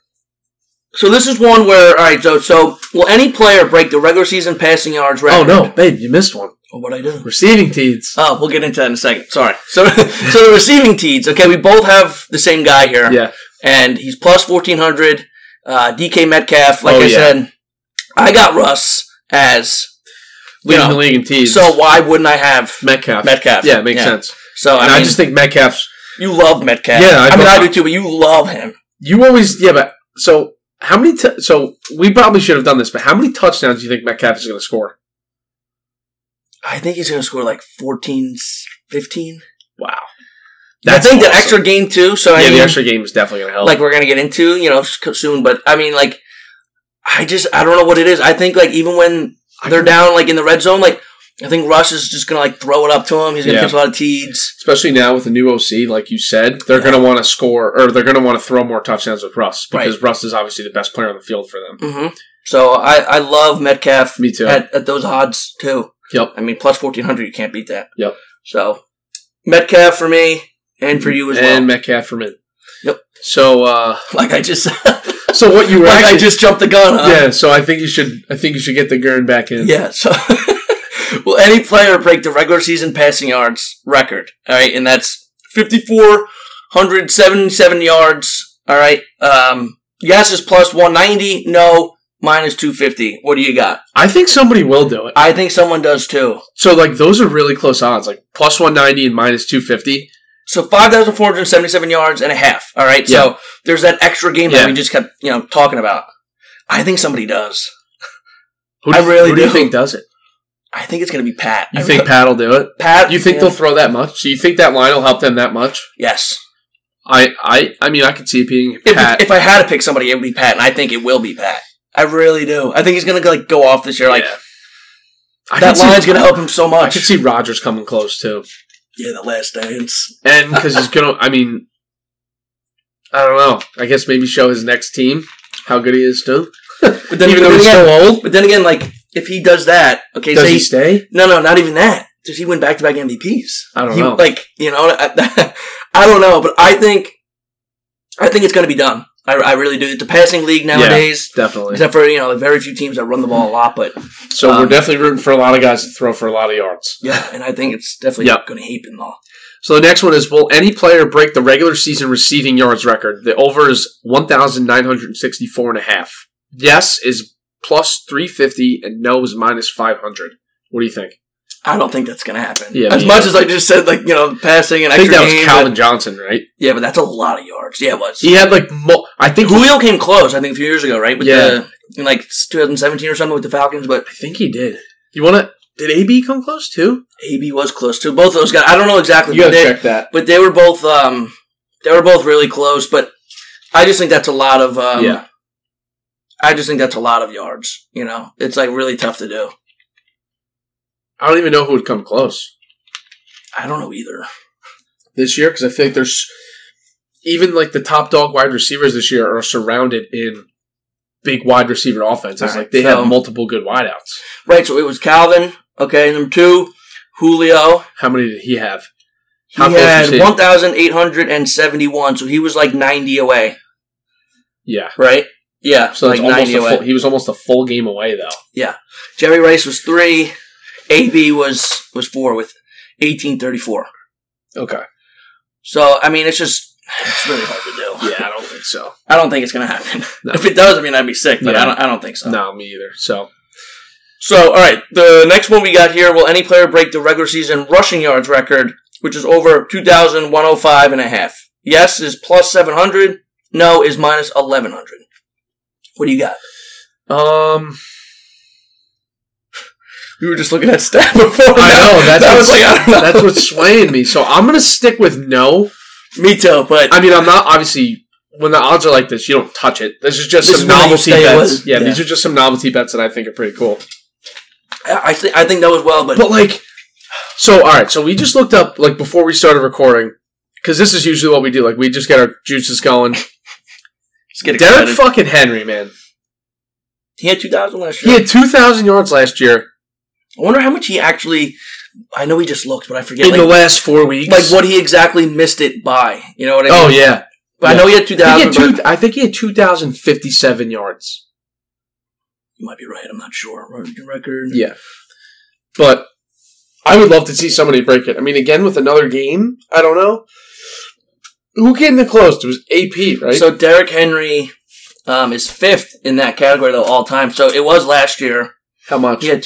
Speaker 4: So this is one where all right. So so will any player break the regular season passing yards
Speaker 3: Oh,
Speaker 4: record? Oh,
Speaker 3: no, babe, you missed one.
Speaker 4: What I do?
Speaker 3: Receiving teeds.
Speaker 4: Oh, we'll get into that in a second. Sorry. So so the receiving teeds. Okay, we both have the same guy here.
Speaker 3: Yeah.
Speaker 4: and he's plus fourteen hundred. Uh, DK Metcalf, like
Speaker 3: Oh,
Speaker 4: I
Speaker 3: yeah.
Speaker 4: said, I got Russ as you
Speaker 3: Leading
Speaker 4: know,
Speaker 3: the league in teeds.
Speaker 4: so why wouldn't I have?
Speaker 3: Metcalf.
Speaker 4: Metcalf.
Speaker 3: Yeah, it makes
Speaker 4: Yeah.
Speaker 3: sense.
Speaker 4: So I,
Speaker 3: And
Speaker 4: mean,
Speaker 3: I just think Metcalf's.
Speaker 4: you love Metcalf.
Speaker 3: Yeah, I
Speaker 4: I mean
Speaker 3: love-
Speaker 4: I do too, but you love him.
Speaker 3: You always. Yeah, but. So, how many. T- so, we probably should have done this, but how many touchdowns do you think Metcalf is going to score?
Speaker 4: I think he's going to score like 14, 15.
Speaker 3: Wow.
Speaker 4: I
Speaker 3: awesome.
Speaker 4: think the extra game too. So I
Speaker 3: Yeah,
Speaker 4: mean,
Speaker 3: the extra game is definitely going to help.
Speaker 4: like we're gonna get into, you know, s- soon. But I mean, like, I just I don't know what it is. I think like even when they're down, like in the red zone, like I think Russ is just gonna like throw it up to him. He's gonna
Speaker 3: Yeah.
Speaker 4: catch a lot of teeds.
Speaker 3: especially now with the new OC, like you said, they're going to want to score or they're going to want to throw more touchdowns with Russ because Russ is obviously the best player on the field for them.
Speaker 4: Mm-hmm. So I I love Metcalf.
Speaker 3: Me too.
Speaker 4: At, at those odds too.
Speaker 3: Yep.
Speaker 4: I mean, plus fourteen hundred, you can't beat that.
Speaker 3: Yep.
Speaker 4: So Metcalf for me and for you as
Speaker 3: Mm-hmm. and
Speaker 4: well.
Speaker 3: Metcalf for me.
Speaker 4: Yep.
Speaker 3: So, uh,
Speaker 4: Like I just like
Speaker 3: so what you were
Speaker 4: I
Speaker 3: actually, Uh,
Speaker 4: just jumped the gun. Huh?
Speaker 3: yeah. So I think you should, I think you should get the Gurn back in.
Speaker 4: Yeah. So, will any player break the regular season passing yards record? All right, and that's fifty-four hundred seventy-seven yards. All right. Um, yes is plus one ninety. No, minus two fifty. What do you got?
Speaker 3: I think somebody will do it.
Speaker 4: I think someone does too.
Speaker 3: So like those are really close odds, like plus one ninety and minus two fifty.
Speaker 4: So five thousand four hundred seventy-seven yards and a half. All right.
Speaker 3: Yeah.
Speaker 4: So there's that extra game that
Speaker 3: Yeah.
Speaker 4: we just kept you know talking about. I think somebody does.
Speaker 3: Who
Speaker 4: I
Speaker 3: you-
Speaker 4: really
Speaker 3: who do you
Speaker 4: do.
Speaker 3: think does it?
Speaker 4: I think it's going to be Pat.
Speaker 3: You
Speaker 4: I
Speaker 3: think
Speaker 4: really-
Speaker 3: Pat will do it?
Speaker 4: Pat?
Speaker 3: You think
Speaker 4: yeah.
Speaker 3: they'll throw that much? So you think that line will help them that much?
Speaker 4: Yes.
Speaker 3: I, I, I mean, I could see it being
Speaker 4: If,
Speaker 3: Pat.
Speaker 4: if I had to pick somebody, it would be Pat, and I think it will be Pat. I really do. I think he's gonna like go off this year. Like
Speaker 3: Yeah. I
Speaker 4: that
Speaker 3: could see-
Speaker 4: line's gonna help him so
Speaker 3: I
Speaker 4: much.
Speaker 3: could see Rogers coming close too,
Speaker 4: yeah, the last dance.
Speaker 3: and because he's gonna. I mean, I don't know. I guess maybe show his next team how good he is too.
Speaker 4: But then,
Speaker 3: Even
Speaker 4: but
Speaker 3: though
Speaker 4: then
Speaker 3: he's
Speaker 4: again,
Speaker 3: so old,
Speaker 4: but then again, like if he does that, okay,
Speaker 3: does
Speaker 4: say
Speaker 3: he stay?
Speaker 4: no, no, not even that. Does he win back to back MVPs?
Speaker 3: I don't
Speaker 4: He-
Speaker 3: know.
Speaker 4: Like you know, I, I don't know, but I think I think it's gonna be done. I, I really do. It's a passing league nowadays,
Speaker 3: Definitely.
Speaker 4: except for you know the very few teams that run the ball a lot. But
Speaker 3: So
Speaker 4: um,
Speaker 3: we're definitely rooting for a lot of guys to throw for a lot of yards.
Speaker 4: yeah, and I think it's definitely
Speaker 3: Yeah.
Speaker 4: gonna happen though.
Speaker 3: So the next one is: Will any player break the regular season receiving yards record? The over is one thousand nine hundred sixty-four and a half. Yes is plus three fifty, and no is minus five hundred. What do you think?
Speaker 4: I don't think that's gonna happen.
Speaker 3: Yeah,
Speaker 4: as
Speaker 3: me
Speaker 4: much
Speaker 3: either.
Speaker 4: as I just said, like you know, passing and
Speaker 3: I think that
Speaker 4: extra
Speaker 3: was
Speaker 4: game,
Speaker 3: Calvin
Speaker 4: but-
Speaker 3: Johnson, right?
Speaker 4: yeah, but that's a lot of yards. Yeah, it was.
Speaker 3: He had like, mo- I think
Speaker 4: Julio came close. I think a few years ago, right? With
Speaker 3: Yeah.
Speaker 4: the in like 2017 or something with the Falcons, but
Speaker 3: I think he did. You want to? Did AB come close too?
Speaker 4: AB was close too. Both of those guys. I don't know exactly,
Speaker 3: You
Speaker 4: but
Speaker 3: gotta
Speaker 4: they,
Speaker 3: check that.
Speaker 4: but they were both um they were both really close. But I just think that's a lot of um,
Speaker 3: Yeah.
Speaker 4: I just think that's a lot of yards. You know, it's like really tough to do.
Speaker 3: I don't even know who would come close
Speaker 4: I don't know either.
Speaker 3: this year because I feel like there's even like the top dog wide receivers this year are surrounded in big wide receiver offenses.
Speaker 4: Alright,
Speaker 3: like they
Speaker 4: so-
Speaker 3: have multiple good wideouts.
Speaker 4: Right. So it was Calvin. Okay, number two, Julio.
Speaker 3: How many did he have?
Speaker 4: He
Speaker 3: How close was
Speaker 4: had
Speaker 3: he?
Speaker 4: 1,871, so he was like 90 away,
Speaker 3: Yeah.
Speaker 4: right? Yeah,
Speaker 3: So that's
Speaker 4: like
Speaker 3: almost
Speaker 4: 90
Speaker 3: a
Speaker 4: away.
Speaker 3: full, he was almost a full game away though.
Speaker 4: Jerry Rice was three. AB was was four with 1,834.
Speaker 3: Okay.
Speaker 4: So I mean, it's just It's really hard to do.
Speaker 3: Yeah, I don't think so.
Speaker 4: I don't think it's going to happen.
Speaker 3: No.
Speaker 4: If it does, I mean, I'd be sick, but
Speaker 3: Yeah.
Speaker 4: I, don't, I don't think so.
Speaker 3: No, me either. So
Speaker 4: So, all right, the next one we got here will any player break the regular season rushing yards record, which is over 2,105 and a half? Yes is plus 700. No is minus 1,100. What do you got?
Speaker 3: um
Speaker 4: We were just looking at stat before.
Speaker 3: I know that's
Speaker 4: that was
Speaker 3: what's,
Speaker 4: like, I don't know.
Speaker 3: that's what's swaying me. So I'm gonna stick with no.
Speaker 4: Me too, but
Speaker 3: I mean, I'm not obviously when the odds are like this, you don't touch it. This is just
Speaker 4: This
Speaker 3: some
Speaker 4: is what you
Speaker 3: novelty
Speaker 4: stay
Speaker 3: bets.
Speaker 4: with.
Speaker 3: Yeah,
Speaker 4: Yeah.
Speaker 3: these are just some novelty bets that I think are pretty cool.
Speaker 4: I, I think I think that was well. But,
Speaker 3: But like, so all right, so we just looked up like before we started recording because this is usually what we do. Like we just get our juices going.
Speaker 4: let's get
Speaker 3: Derek
Speaker 4: excited.
Speaker 3: fucking Henry, man,
Speaker 4: he had 2,000 last
Speaker 3: he
Speaker 4: year.
Speaker 3: had two thousand yards last year
Speaker 4: I wonder how much he actually. I know he just looked, but I forget.
Speaker 3: in
Speaker 4: like,
Speaker 3: the last four weeks.
Speaker 4: like what he exactly missed it by. You know what I mean?
Speaker 3: Oh yeah,
Speaker 4: But I know he had
Speaker 3: I
Speaker 4: 2,000.
Speaker 3: think he had uh,
Speaker 4: but-
Speaker 3: two. I think he had two thousand fifty-seven yards.
Speaker 4: you might be right. I'm not sure. American record.
Speaker 3: Yeah. But I would love to see somebody break it. I mean, again, with another game, I don't know. Who came the closest? It was AP, right?
Speaker 4: So Derrick Henry um, is fifth in that category though all time. So it was last year.
Speaker 3: How much?
Speaker 4: He had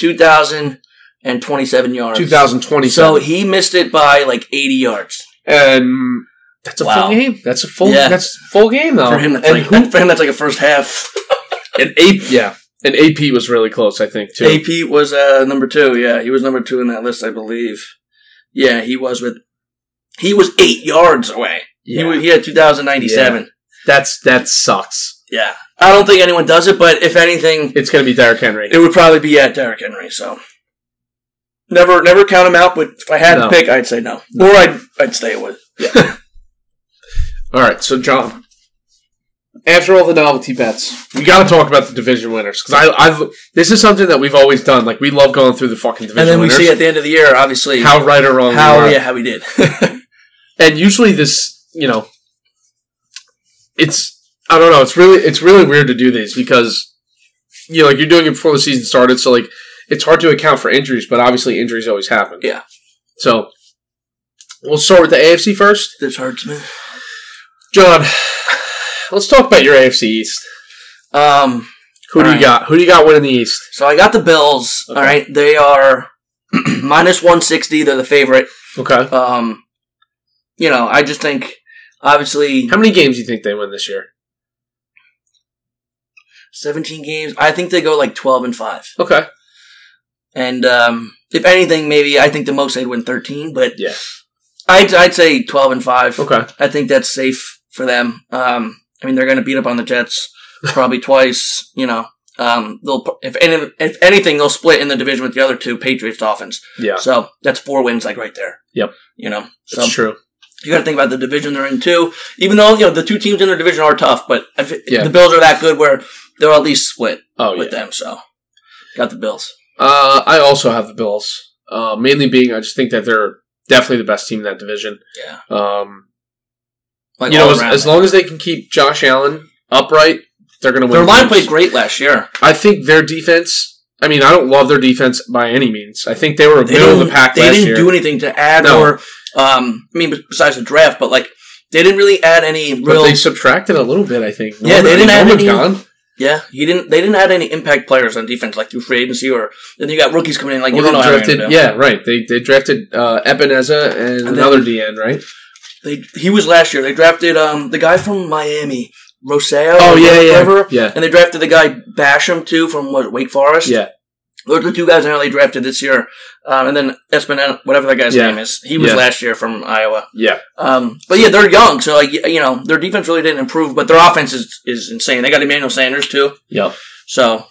Speaker 4: 2,027 yards.
Speaker 3: 2020.
Speaker 4: So he missed it by like 80 yards.
Speaker 3: and that's a
Speaker 4: Wow.
Speaker 3: full game. That's a full.
Speaker 4: Yeah.
Speaker 3: That's a full game though.
Speaker 4: For him, that's
Speaker 3: and
Speaker 4: like
Speaker 3: who-
Speaker 4: for him that's like a first half.
Speaker 3: and AP, yeah, and AP was really close, I think too.
Speaker 4: AP was uh, number two. Yeah, he was number two in that list, I believe. Yeah, he was with. He was eight yards away. He,
Speaker 3: Yeah.
Speaker 4: wa- he had 2,097.
Speaker 3: That's that sucks.
Speaker 4: Yeah. I don't think anyone does it, but if anything,
Speaker 3: It's gonna be Derrick Henry.
Speaker 4: it would probably be at Derrick Henry. So never, never count him out. But if I had
Speaker 3: No.
Speaker 4: to pick, I'd say no, or I'd I'd stay with.
Speaker 3: All right, so John, after all the novelty bets, we got to talk about the division winners because I, I've this is something that we've always done. Like we love going through the fucking division
Speaker 4: And then we
Speaker 3: winners.
Speaker 4: see at the end of the year, obviously, how,
Speaker 3: how right or wrong. we are.
Speaker 4: yeah, how he did.
Speaker 3: And usually this, you know, it's I don't know. It's really it's really weird to do these because you know like you're doing it before the season started, so like it's hard to account for injuries, but obviously injuries always happen.
Speaker 4: Yeah.
Speaker 3: So we'll start with the AFC first.
Speaker 4: this hurts me.
Speaker 3: John, let's talk about your AFC East.
Speaker 4: Um,
Speaker 3: Who do you
Speaker 4: Alright.
Speaker 3: got? Who do you got winning the East?
Speaker 4: so I got the Bills.
Speaker 3: Okay.
Speaker 4: All right, they are minus 160. They're the favorite.
Speaker 3: Okay.
Speaker 4: Um, you know, I just think obviously
Speaker 3: How many games do you think they win this year?
Speaker 4: 17 games. I think they go like 12 and five.
Speaker 3: Okay.
Speaker 4: And um, if anything, maybe I think the most they'd win 13, but
Speaker 3: Yeah.
Speaker 4: I'd, I'd say 12 and five.
Speaker 3: Okay.
Speaker 4: I think that's safe for them. Um, I mean, they're going to beat up on the Jets probably twice. You know, um, they'll if any, if anything, they'll split in the division with the other two Patriots, Dolphins.
Speaker 3: Yeah.
Speaker 4: So that's four wins, like right there.
Speaker 3: Yep.
Speaker 4: You know, so
Speaker 3: That's true.
Speaker 4: you got to think about the division they're in too. Even though you know the two teams in their division are tough, but if it-
Speaker 3: Yeah.
Speaker 4: the Bills are that good, where they'll at least split
Speaker 3: Oh
Speaker 4: with
Speaker 3: yeah.
Speaker 4: them. So got the Bills.
Speaker 3: Uh, I also have the Bills. Uh, mainly being I just think that they're definitely the best team in that division.
Speaker 4: Yeah.
Speaker 3: Um,
Speaker 4: Like
Speaker 3: you know, as,
Speaker 4: around.
Speaker 3: as long as they can keep Josh Allen upright, they're going to win.
Speaker 4: their line
Speaker 3: games.
Speaker 4: played great last year.
Speaker 3: I think their defense. I mean, I don't love their defense by any means. I think they were
Speaker 4: They
Speaker 3: middle of
Speaker 4: didn't-
Speaker 3: the pack
Speaker 4: They
Speaker 3: last
Speaker 4: didn't
Speaker 3: year.
Speaker 4: do anything to add
Speaker 3: No.
Speaker 4: or, um, I mean, be- besides the draft, but like they didn't really add any
Speaker 3: but
Speaker 4: real.
Speaker 3: they subtracted a little bit. I think.
Speaker 4: Yeah, they didn't add
Speaker 3: Norman's
Speaker 4: any-
Speaker 3: gone.
Speaker 4: yeah, he didn't. They didn't add any impact players on defense, like through free agency or. Then you got rookies coming in, like you
Speaker 3: Well,
Speaker 4: don't know
Speaker 3: they
Speaker 4: how they're
Speaker 3: drafted,
Speaker 4: gonna do.
Speaker 3: yeah, right. They they drafted uh, Ebenezer and,
Speaker 4: then-
Speaker 3: another DN, right?
Speaker 4: They, he was last year. They drafted um the guy from Miami, Roseo.
Speaker 3: Oh,
Speaker 4: or
Speaker 3: yeah, yeah,
Speaker 4: whatever,
Speaker 3: yeah.
Speaker 4: And they drafted the guy Basham too from what Wake Forest.
Speaker 3: Yeah,
Speaker 4: those are the two guys I know they drafted this year. Um, and then Espinel, whatever that guy's
Speaker 3: Yeah.
Speaker 4: name is, he was
Speaker 3: Yeah.
Speaker 4: last year from Iowa.
Speaker 3: yeah,
Speaker 4: Um, but yeah, they're young, so like y- you know, their defense really didn't improve, but their offense is, is insane. They got Emmanuel Sanders too,
Speaker 3: yep,
Speaker 4: so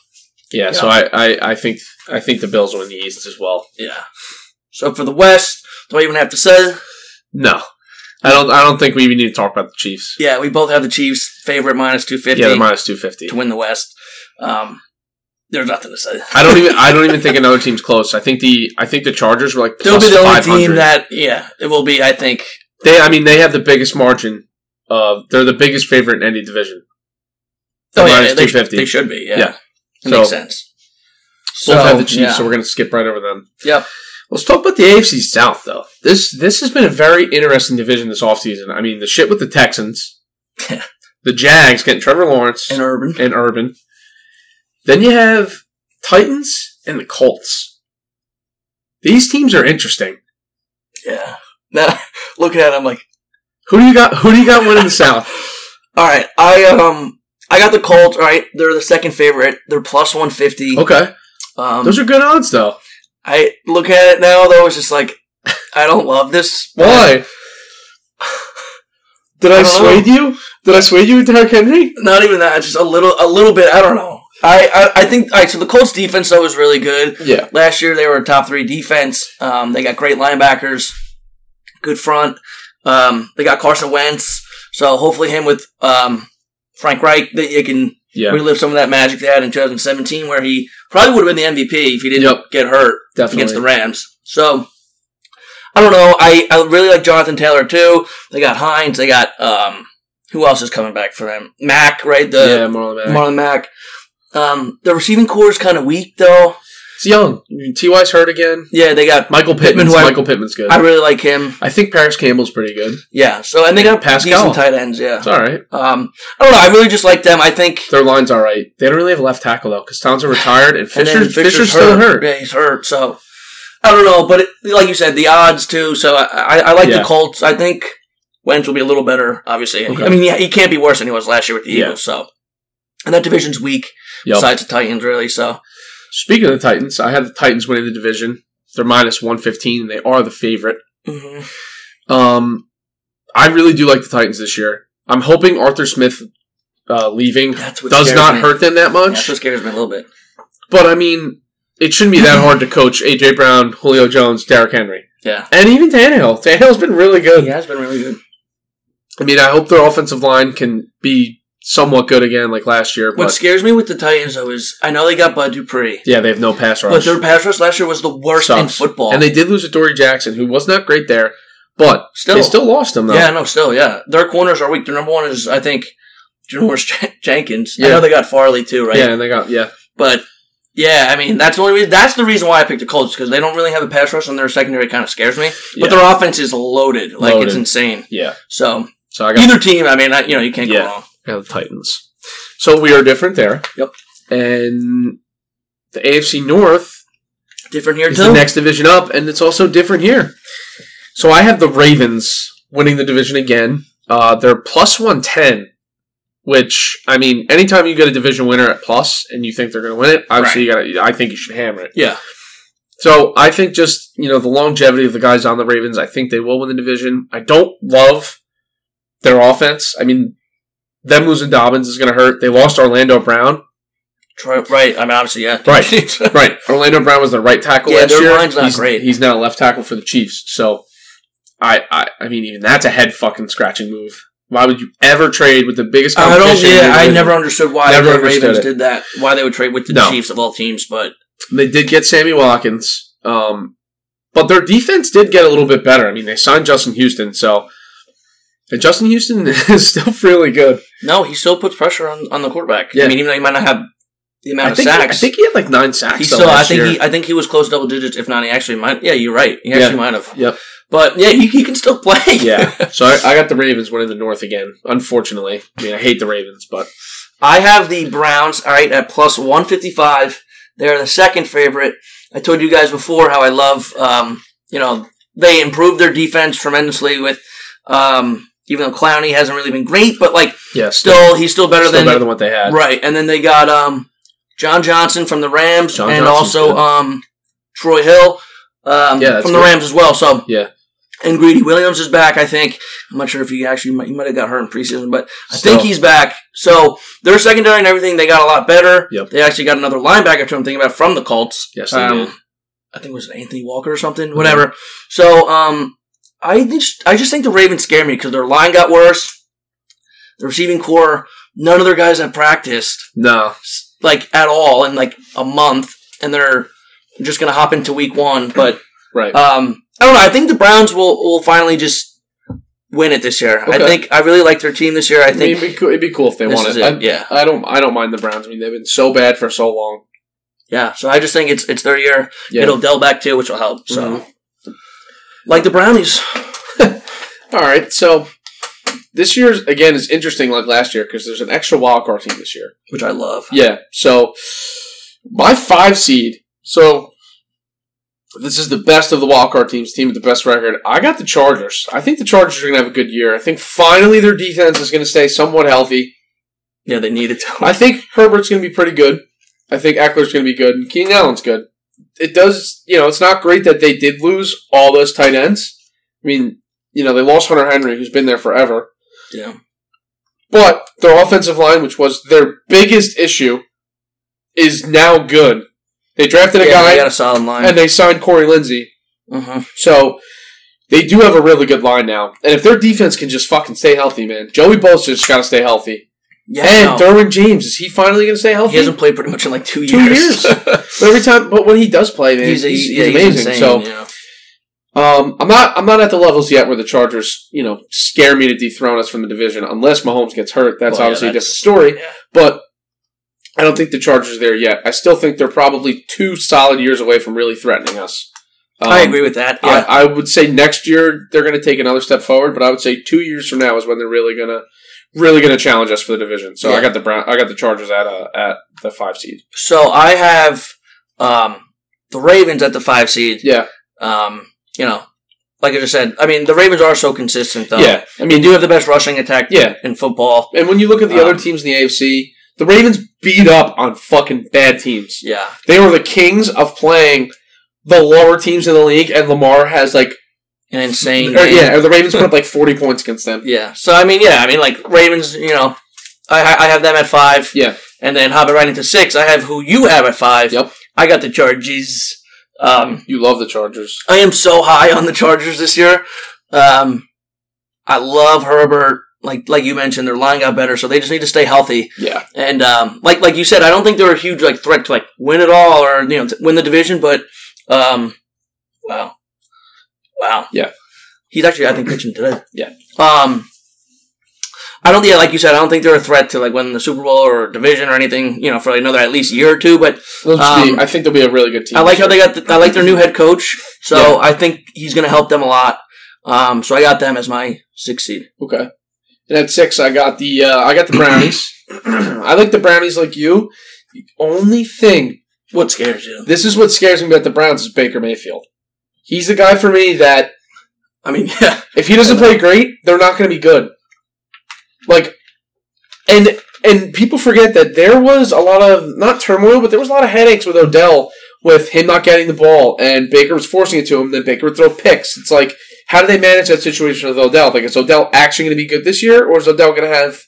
Speaker 3: yeah. So I, I I think I think the Bills win the East as well.
Speaker 4: yeah. So for the West, do I even have to say?
Speaker 3: No, I don't. I don't think we even need to talk about the Chiefs.
Speaker 4: Yeah, we both have the Chiefs favorite minus two fifty
Speaker 3: Yeah, they're minus two fifty.
Speaker 4: to win the West. Um, there's nothing to say.
Speaker 3: I don't even. I don't even think another team's close. I think the. I think the Chargers were like
Speaker 4: They'll
Speaker 3: plus
Speaker 4: be the only
Speaker 3: 500.
Speaker 4: team that yeah, it will be. I think
Speaker 3: they. I mean, they have the biggest margin. Uh, they're the biggest favorite in any division.
Speaker 4: oh, yeah,
Speaker 3: minus
Speaker 4: they,
Speaker 3: 250.
Speaker 4: They should be. Yeah,
Speaker 3: Yeah.
Speaker 4: It makes
Speaker 3: So-
Speaker 4: sense.
Speaker 3: Both have the Chiefs,
Speaker 4: yeah.
Speaker 3: so we're going to skip right over them.
Speaker 4: Yep.
Speaker 3: Let's talk about the AFC South, though. This this has been a very interesting division this offseason. I mean, the shit with the Texans, the Jags getting Trevor Lawrence
Speaker 4: And Urban.
Speaker 3: and Urban. Then you have Titans and the Colts. These teams are interesting.
Speaker 4: Yeah. Now, looking at it, I'm like,
Speaker 3: Who do you got? Who do you got winning the South?
Speaker 4: all right, I um, I got the Colts. All right, they're the second favorite. They're plus one fifty.
Speaker 3: Okay,
Speaker 4: Um,
Speaker 3: those are good odds, though.
Speaker 4: I look at it now though. It's just like I don't love this.
Speaker 3: Why? Did I,
Speaker 4: uh, I don't
Speaker 3: sway you? Did I sway you into Derrick Henry?
Speaker 4: Not even that. Just a little, a little bit. I don't know. I, I, I think. All right. So the Colts defense though is really good.
Speaker 3: Yeah.
Speaker 4: Last year they were a top three defense. Um, they got great linebackers, good front. Um, they got Carson Wentz. So hopefully him with um, Frank Reich that you can
Speaker 3: Yeah.
Speaker 4: relive some of that magic they had in 2017, where he probably would have been the MVP if he didn't
Speaker 3: Yep.
Speaker 4: get hurt
Speaker 3: Definitely.
Speaker 4: against the Rams. So I don't know. I, I really like Jonathan Taylor too. They got Hines. They got um, who else is coming back for them? Mack, right?
Speaker 3: yeah,
Speaker 4: The
Speaker 3: Marlon Mack.
Speaker 4: Marlon Mack. Um, the receiving core is kind of weak though.
Speaker 3: It's young. Ty's hurt again.
Speaker 4: Yeah, they got.
Speaker 3: Michael
Speaker 4: Pittman,
Speaker 3: Pittman's
Speaker 4: who I-
Speaker 3: Michael Pittman's good.
Speaker 4: I
Speaker 3: I,
Speaker 4: really like him.
Speaker 3: think Paris Campbell's pretty good.
Speaker 4: Yeah. So and they got
Speaker 3: Pascal.
Speaker 4: decent tight ends. Yeah.
Speaker 3: It's all right.
Speaker 4: Um, I don't know. I really just like them. I think.
Speaker 3: Their line's all right. They don't really have a left tackle though, because Towns are retired and
Speaker 4: And
Speaker 3: Fisher,
Speaker 4: then
Speaker 3: Fisher's, still hurt.
Speaker 4: Yeah, he's hurt. So I don't know, but it, like you said, the odds too. So I, I, I like
Speaker 3: Yeah.
Speaker 4: the Colts. I think Wentz will be a little better. Obviously,
Speaker 3: Okay.
Speaker 4: I mean, yeah, he can't be worse than he was last year with the
Speaker 3: Yeah.
Speaker 4: Eagles. So and that division's weak
Speaker 3: Yep.
Speaker 4: besides the Titans, really. So
Speaker 3: Speaking of the Titans, I had the Titans winning the division. They're minus one fifteen. and They are the favorite.
Speaker 4: mhm.
Speaker 3: Um, I really do like the Titans this year. I'm hoping Arthur Smith uh, leaving
Speaker 4: that's what
Speaker 3: does
Speaker 4: scares
Speaker 3: not
Speaker 4: me.
Speaker 3: hurt them that
Speaker 4: Yeah,
Speaker 3: much.
Speaker 4: That's what scares me a little bit.
Speaker 3: But I mean, it shouldn't be that hard to coach AJ Brown, Julio Jones, Derrick Henry,
Speaker 4: Yeah,
Speaker 3: and even Tannehill. Tannehill's been really good.
Speaker 4: he has been really good.
Speaker 3: I mean, I hope their offensive line can be somewhat good again, like last year.
Speaker 4: What
Speaker 3: But
Speaker 4: scares me with the Titans though is I know they got Bud Dupree,
Speaker 3: yeah, they have no pass rush.
Speaker 4: but their pass rush last year was the worst in
Speaker 3: Sucks.
Speaker 4: football.
Speaker 3: and they did lose to Dory Jackson, who was not great there, but
Speaker 4: still,
Speaker 3: they still lost him though.
Speaker 4: Yeah, no, still, yeah. Their corners are weak. Their number one is, I think, Janoris Jen- Jenkins. I
Speaker 3: Yeah.
Speaker 4: know they got Farley too, right?
Speaker 3: Yeah, and they got yeah.
Speaker 4: But yeah, I mean, that's the only reason. That's the reason why I picked the Colts because they don't really have a pass rush, and their secondary kind of scares me. But
Speaker 3: Yeah.
Speaker 4: their offense is loaded, like it's
Speaker 3: Loaded.
Speaker 4: insane.
Speaker 3: Yeah.
Speaker 4: So
Speaker 3: So I got
Speaker 4: either team, I mean, I, you know, you can't
Speaker 3: Yeah.
Speaker 4: go wrong.
Speaker 3: I got the Titans. So we are different there.
Speaker 4: Yep.
Speaker 3: And the AFC North
Speaker 4: Different here
Speaker 3: is
Speaker 4: too.
Speaker 3: the next division up, and it's also different here. So I have the Ravens winning the division again. Uh, they're plus 110, which, I mean, anytime you get a division winner at plus and you think they're going to win it, obviously you got to, I think you should hammer it.
Speaker 4: yeah,
Speaker 3: So I think just, you know, the longevity of the guys on the Ravens, I think they will win the division. I don't love their offense. I mean, them losing Dobbins is going to hurt. They lost Orlando Brown.
Speaker 4: Troy, right. I mean, obviously, yeah.
Speaker 3: Right. Right. Orlando Brown was their right tackle
Speaker 4: Yeah,
Speaker 3: last
Speaker 4: their
Speaker 3: year.
Speaker 4: line's not
Speaker 3: he's,
Speaker 4: great.
Speaker 3: He's now left tackle for the Chiefs. So, I, I, I mean, even that's a head fucking scratching move. Why would you ever trade with the biggest
Speaker 4: I
Speaker 3: competition? in
Speaker 4: don't. Yeah,
Speaker 3: the
Speaker 4: I
Speaker 3: division?
Speaker 4: never understood why
Speaker 3: Never
Speaker 4: the
Speaker 3: understood
Speaker 4: Ravens
Speaker 3: it.
Speaker 4: did that. Why they would trade with the
Speaker 3: No.
Speaker 4: Chiefs of all teams, but
Speaker 3: They did get Sammy Watkins, um, but their defense did get a little bit better. I mean, they signed Justin Houston, so and Justin Houston is still really good.
Speaker 4: No, he still puts pressure on, on the quarterback.
Speaker 3: Yeah.
Speaker 4: I mean, even though he might not have the amount
Speaker 3: I
Speaker 4: of
Speaker 3: think,
Speaker 4: sacks,
Speaker 3: I think he had like nine sacks.
Speaker 4: he
Speaker 3: though
Speaker 4: still. I
Speaker 3: last
Speaker 4: think
Speaker 3: year.
Speaker 4: he. I think he was close double digits. If not, he actually might. Yeah, you're right. He
Speaker 3: Yeah.
Speaker 4: actually might have.
Speaker 3: Yep.
Speaker 4: But yeah, he, he can still play.
Speaker 3: yeah. So I, I got the Ravens winning the North again. Unfortunately, I mean, I hate the Ravens, but
Speaker 4: I have the Browns. All right, at plus one fifty five. They're the second favorite. I told you guys before how I love. Um, you know, they improved their defense tremendously with. Um, even though Clowney hasn't really been great, but like
Speaker 3: yeah,
Speaker 4: still, he's still better
Speaker 3: still
Speaker 4: than
Speaker 3: better than what they had.
Speaker 4: Right, and then they got um, John Johnson from the Rams,
Speaker 3: John
Speaker 4: and
Speaker 3: Johnson's
Speaker 4: also
Speaker 3: good.
Speaker 4: um, Troy Hill um,
Speaker 3: Yeah, that's
Speaker 4: from the
Speaker 3: good.
Speaker 4: Rams as well. So
Speaker 3: Yeah.
Speaker 4: and Greedy Williams is back. I think I'm not sure if he actually might, he might have got hurt in preseason, but I
Speaker 3: Still.
Speaker 4: think he's back. So their secondary and everything they got a lot better.
Speaker 3: Yep.
Speaker 4: They actually got another linebacker to I'm thinking about from the Colts.
Speaker 3: Yes, they did.
Speaker 4: Um,
Speaker 3: Mm-hmm.
Speaker 4: I think it was Anthony Walker or something. Whatever. So um, I just I just think the Ravens scare me because their line got worse. The receiving core, none of their guys have practiced
Speaker 3: No,
Speaker 4: like at all in like a month, and they're just gonna hop into week one. But
Speaker 3: right.
Speaker 4: um, I don't know. I think the Browns will will finally just win it this year. I
Speaker 3: Okay.
Speaker 4: think I really like their team this year. I
Speaker 3: I mean,
Speaker 4: think
Speaker 3: it'd be, cool, it'd be cool if they
Speaker 4: this
Speaker 3: won
Speaker 4: is
Speaker 3: it.
Speaker 4: it.
Speaker 3: I,
Speaker 4: yeah,
Speaker 3: I don't. I don't mind the Browns. I mean, they've been so bad for so long.
Speaker 4: Yeah, so I just think it's it's their year.
Speaker 3: Yeah. Mm-hmm.
Speaker 4: Get Odell back too, which will help. So, like the Brownies,
Speaker 3: All right, so this year's again is interesting, like last year, because there's an extra wild card team this year.
Speaker 4: which I love.
Speaker 3: Yeah, so my five seed. So this is the best of the wild card teams, team with the best record. I got the Chargers. I think the Chargers are going to have a good year. I think finally their defense is going to stay somewhat healthy.
Speaker 4: Yeah, they needed to.
Speaker 3: I think Herbert's going to be pretty good. I think Eckler's going to be good, and Keenan Allen's good. It does, you know, it's not great that they did lose all those tight ends. I mean, you know, they lost Hunter Henry, who's been there forever.
Speaker 4: Yeah,
Speaker 3: But their offensive line, which was their biggest issue, is now good. They drafted a
Speaker 4: yeah, they
Speaker 3: guy
Speaker 4: got a solid line.
Speaker 3: and they signed Corey Lindsey.
Speaker 4: Mhm.
Speaker 3: So they do have a really good line now. And if their defense can just fucking stay healthy, man, Joey Bolster's just got to stay healthy.
Speaker 4: Yeah,
Speaker 3: And
Speaker 4: no,
Speaker 3: Derwin James, is he finally going to stay healthy?
Speaker 4: he hasn't played pretty much in like two years.
Speaker 3: Two years. but every time, but when he does play, man, he's,
Speaker 4: he's,
Speaker 3: he's,
Speaker 4: yeah, he's
Speaker 3: amazing.
Speaker 4: insane,
Speaker 3: so
Speaker 4: yeah.
Speaker 3: um, I'm not I'm not at the levels yet where the Chargers, you know, scare me to dethrone us from the division unless Mahomes gets hurt. That's
Speaker 4: Well, yeah,
Speaker 3: obviously a different
Speaker 4: that's-
Speaker 3: story.
Speaker 4: yeah.
Speaker 3: But I don't think the Chargers are there yet. I still think they're probably two solid years away from really threatening us.
Speaker 4: I
Speaker 3: Um,
Speaker 4: agree with that. Yeah.
Speaker 3: I, I would say next year they're going to take another step forward, but I would say two years from now is when they're really going to really going to challenge us for the division. So I
Speaker 4: Yeah.
Speaker 3: got the Brown, I got the Chargers at uh, at the five seed.
Speaker 4: so I have um, the Ravens at the five seed.
Speaker 3: Yeah,
Speaker 4: Um, you know, like I just said, I mean the Ravens are so consistent though.
Speaker 3: yeah. I
Speaker 4: They
Speaker 3: mean,
Speaker 4: do have the best rushing attack
Speaker 3: Yeah.
Speaker 4: in football.
Speaker 3: And when you look at the other
Speaker 4: Um,
Speaker 3: teams in the AFC, the Ravens beat up on fucking bad teams.
Speaker 4: Yeah.
Speaker 3: They were the kings of playing the lower teams in the league, and Lamar has like,
Speaker 4: An insane
Speaker 3: or,
Speaker 4: game.
Speaker 3: yeah, or the Ravens put up like forty points against them.
Speaker 4: Yeah. So I mean, yeah, I mean, like Ravens, you know, I I have them at five.
Speaker 3: Yeah.
Speaker 4: And then hopping right into six, I have who you have at five.
Speaker 3: Yep.
Speaker 4: I got the Chargers. Um,
Speaker 3: You love the Chargers.
Speaker 4: I am so high on the Chargers this year. Um, I love Herbert. Like like you mentioned, their line got better, so they just need to stay healthy.
Speaker 3: Yeah,
Speaker 4: And um, like like you said, I don't think they're a huge like threat to like win it all or you know to win the division, but um, wow, wow,
Speaker 3: Yeah.
Speaker 4: he's actually I think pitching today.
Speaker 3: Yeah.
Speaker 4: Um, I don't yeah like you said, I don't think they're a threat to like win the Super Bowl or division or anything you know for another at least year or two. But
Speaker 3: They'll just be-
Speaker 4: Um,
Speaker 3: I think they'll be a really good team.
Speaker 4: I like
Speaker 3: this
Speaker 4: how they
Speaker 3: year.
Speaker 4: got the, I like their new head coach, so I think he's going to help them a lot. Um, so I got them as my sixth seed.
Speaker 3: Okay. And at six, I got the uh, I got the brownies. I like the brownies like you. The only thing
Speaker 4: What scares you?
Speaker 3: this is what scares me about the Browns is Baker Mayfield. He's the guy for me that
Speaker 4: I mean, yeah,
Speaker 3: If he doesn't play great, they're not going to be good. Like, and and people forget that there was a lot of not turmoil, but there was a lot of headaches with Odell with him not getting the ball and Baker was forcing it to him. Then Baker would throw picks. It's like, how do they manage that situation with Odell? Like, is Odell actually going to be good this year, or is Odell going to have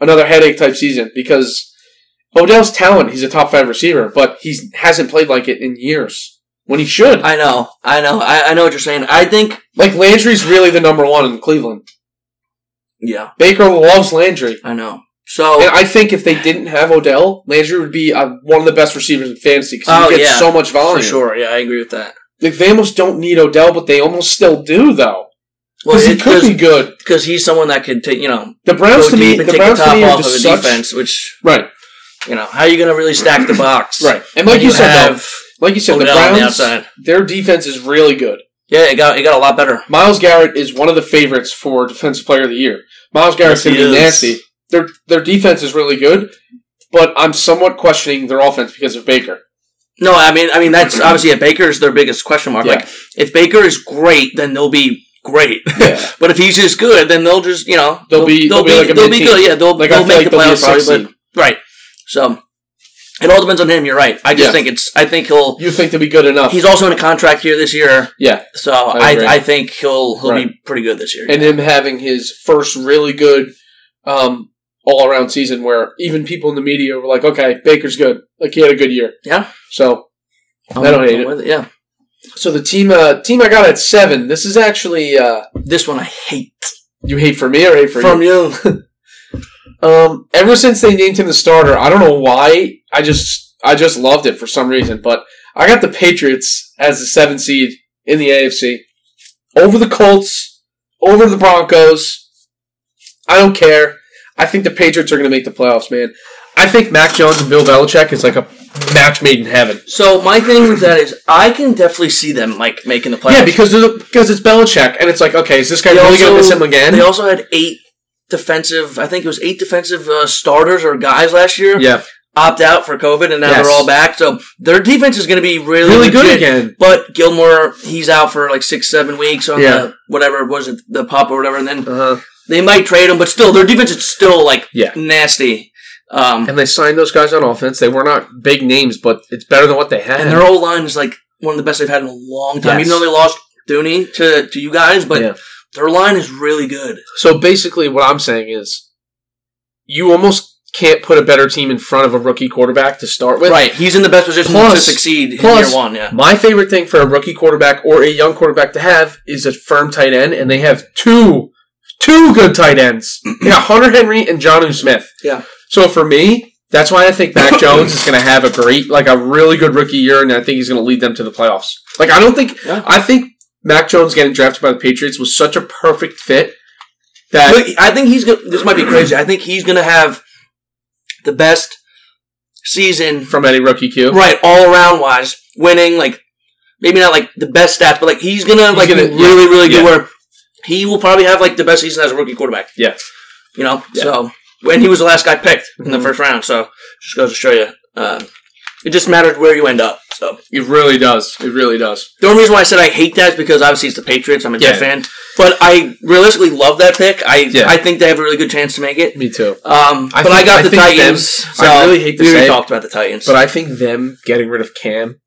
Speaker 3: another headache type season? Because Odell's talent, he's a top five receiver, but he hasn't played like it in years when he should.
Speaker 4: I know, I know, I, I know what you're saying. I think
Speaker 3: Like Landry's really the number one in Cleveland.
Speaker 4: yeah.
Speaker 3: Baker loves Landry.
Speaker 4: I know. So
Speaker 3: And I think if they didn't have Odell, Landry would be uh, one of the best receivers in fantasy because
Speaker 4: Oh,
Speaker 3: he gets
Speaker 4: yeah.
Speaker 3: so much volume.
Speaker 4: for sure, yeah, I agree with that.
Speaker 3: Like, they almost don't need Odell, but they almost still do though
Speaker 4: Well,
Speaker 3: because he could be good.
Speaker 4: because he's someone that could take you know
Speaker 3: The Browns
Speaker 4: go
Speaker 3: to me,
Speaker 4: deep
Speaker 3: the
Speaker 4: and take the
Speaker 3: Browns to
Speaker 4: top
Speaker 3: me are
Speaker 4: off of the
Speaker 3: just such
Speaker 4: defense. Which
Speaker 3: right,
Speaker 4: you know, how are you going to really stack the box?
Speaker 3: right. And like
Speaker 4: When
Speaker 3: you, said, though, like you said,
Speaker 4: Odell on
Speaker 3: the
Speaker 4: the
Speaker 3: Browns,
Speaker 4: outside.
Speaker 3: their defense is really good.
Speaker 4: yeah, it got it got a lot better.
Speaker 3: Miles Garrett is one of the favorites for Defensive Player of the Year. Miles Garrett's going
Speaker 4: Yes, he
Speaker 3: to be
Speaker 4: is.
Speaker 3: nasty. Their their defense is really good, but I'm somewhat questioning their offense because of Baker.
Speaker 4: No, I mean, I mean that's obviously yeah, Baker's their biggest question mark.
Speaker 3: Yeah.
Speaker 4: Like, if Baker is great, then they'll be great.
Speaker 3: Yeah.
Speaker 4: but if he's just good, then they'll just you know
Speaker 3: They'll be- they'll be like a
Speaker 4: they'll be
Speaker 3: mid-team.
Speaker 4: good. Yeah, they'll
Speaker 3: Like, I
Speaker 4: they'll
Speaker 3: feel
Speaker 4: make
Speaker 3: like
Speaker 4: the
Speaker 3: they'll be a
Speaker 4: playoffs
Speaker 3: six
Speaker 4: probably. But, right. So it all depends on him. You're right. I just
Speaker 3: Yeah.
Speaker 4: think it's. I think he'll.
Speaker 3: You think they'll be good enough?
Speaker 4: He's also in a contract here this year.
Speaker 3: yeah.
Speaker 4: So
Speaker 3: I
Speaker 4: I,
Speaker 3: agree.
Speaker 4: I, think he'll he'll be
Speaker 3: Right.
Speaker 4: pretty good this year.
Speaker 3: and him having his first really good um, all around season where even people in the media were like, okay, Baker's good. Like he had a good year.
Speaker 4: yeah,
Speaker 3: So
Speaker 4: I'm-
Speaker 3: I don't hate
Speaker 4: I'm
Speaker 3: it.
Speaker 4: with Yeah,
Speaker 3: so the team uh, team I got at seven. This is actually uh,
Speaker 4: this one I hate
Speaker 3: you hate for me or hate for
Speaker 4: from
Speaker 3: you.
Speaker 4: you.
Speaker 3: Um, ever since they named him the starter, I don't know why. I just I just loved it for some reason. But I got the Patriots as the seven seed in the AFC over the Colts, over the Broncos. I don't care. I think the Patriots are going to make the playoffs, man. I think Mac Jones and Bill Belichick is like a match made in heaven.
Speaker 4: So my thing with that is, I can definitely see them like making the playoffs.
Speaker 3: Yeah, because there's a- because it's Belichick, and it's like, okay, is this guy really going to miss him again?
Speaker 4: They also had eight defensive. I think it was eight defensive uh, starters or guys last year
Speaker 3: yeah,
Speaker 4: opt out for COVID, and now
Speaker 3: Yes.
Speaker 4: they're all back. So their defense is going to be really
Speaker 3: really good
Speaker 4: legit.
Speaker 3: again.
Speaker 4: But Gilmore, he's out for like six, seven weeks on
Speaker 3: Yeah.
Speaker 4: the whatever it was it the pup or whatever, and then
Speaker 3: Uh-huh.
Speaker 4: they might trade him. But still, their defense is still like
Speaker 3: Yeah.
Speaker 4: nasty. Um,
Speaker 3: And they signed those guys on offense. They were not big names, but it's better than what they had.
Speaker 4: And their O line is like one of the best they've had in a long time.
Speaker 3: Yes.
Speaker 4: Even though they lost Dooney to, to you guys, but
Speaker 3: Yeah.
Speaker 4: their line is really good.
Speaker 3: So basically, what I'm saying is, you almost can't put a better team in front of a rookie quarterback to start with.
Speaker 4: right. He's in the best position to
Speaker 3: Plus-
Speaker 4: succeed in
Speaker 3: plus-
Speaker 4: year one, yeah.
Speaker 3: My favorite thing for a rookie quarterback or a young quarterback to have is a firm tight end, and they have two, two good tight ends. yeah, Hunter Henry and Johnu Smith.
Speaker 4: Yeah.
Speaker 3: So for me, that's why I think Mac Jones is going to have a great, like a really good rookie year, and I think he's going to lead them to the playoffs. Like I don't think
Speaker 4: Yeah.
Speaker 3: I think Mac Jones getting drafted by the Patriots was such a perfect fit that
Speaker 4: But I think he's gonna this might be crazy. I think he's gonna have the best season
Speaker 3: from any rookie Q.
Speaker 4: right all around wise, winning, like maybe not like the best stats, but like he's gonna like
Speaker 3: gonna-
Speaker 4: be really, really
Speaker 3: yeah.
Speaker 4: good where he will probably have like the best season as a rookie quarterback.
Speaker 3: Yeah.
Speaker 4: You know,
Speaker 3: Yeah. Mm-hmm.
Speaker 4: so when he was the last guy picked in the first round, so just goes to show you, uh, it just matters where you end up. So
Speaker 3: It really does. It really does.
Speaker 4: the only reason why I said I hate that is because obviously it's the Patriots. I'm a Jet
Speaker 3: Yeah.
Speaker 4: fan, but I realistically love that pick. I
Speaker 3: Yeah.
Speaker 4: I think they have a really good chance to make it.
Speaker 3: Me too.
Speaker 4: Um,
Speaker 3: I
Speaker 4: but
Speaker 3: think-
Speaker 4: I got
Speaker 3: I
Speaker 4: the
Speaker 3: think
Speaker 4: Titans.
Speaker 3: them-
Speaker 4: so
Speaker 3: I really hate to
Speaker 4: we already
Speaker 3: say it,
Speaker 4: talked about the Titans,
Speaker 3: But I think them getting rid of Cam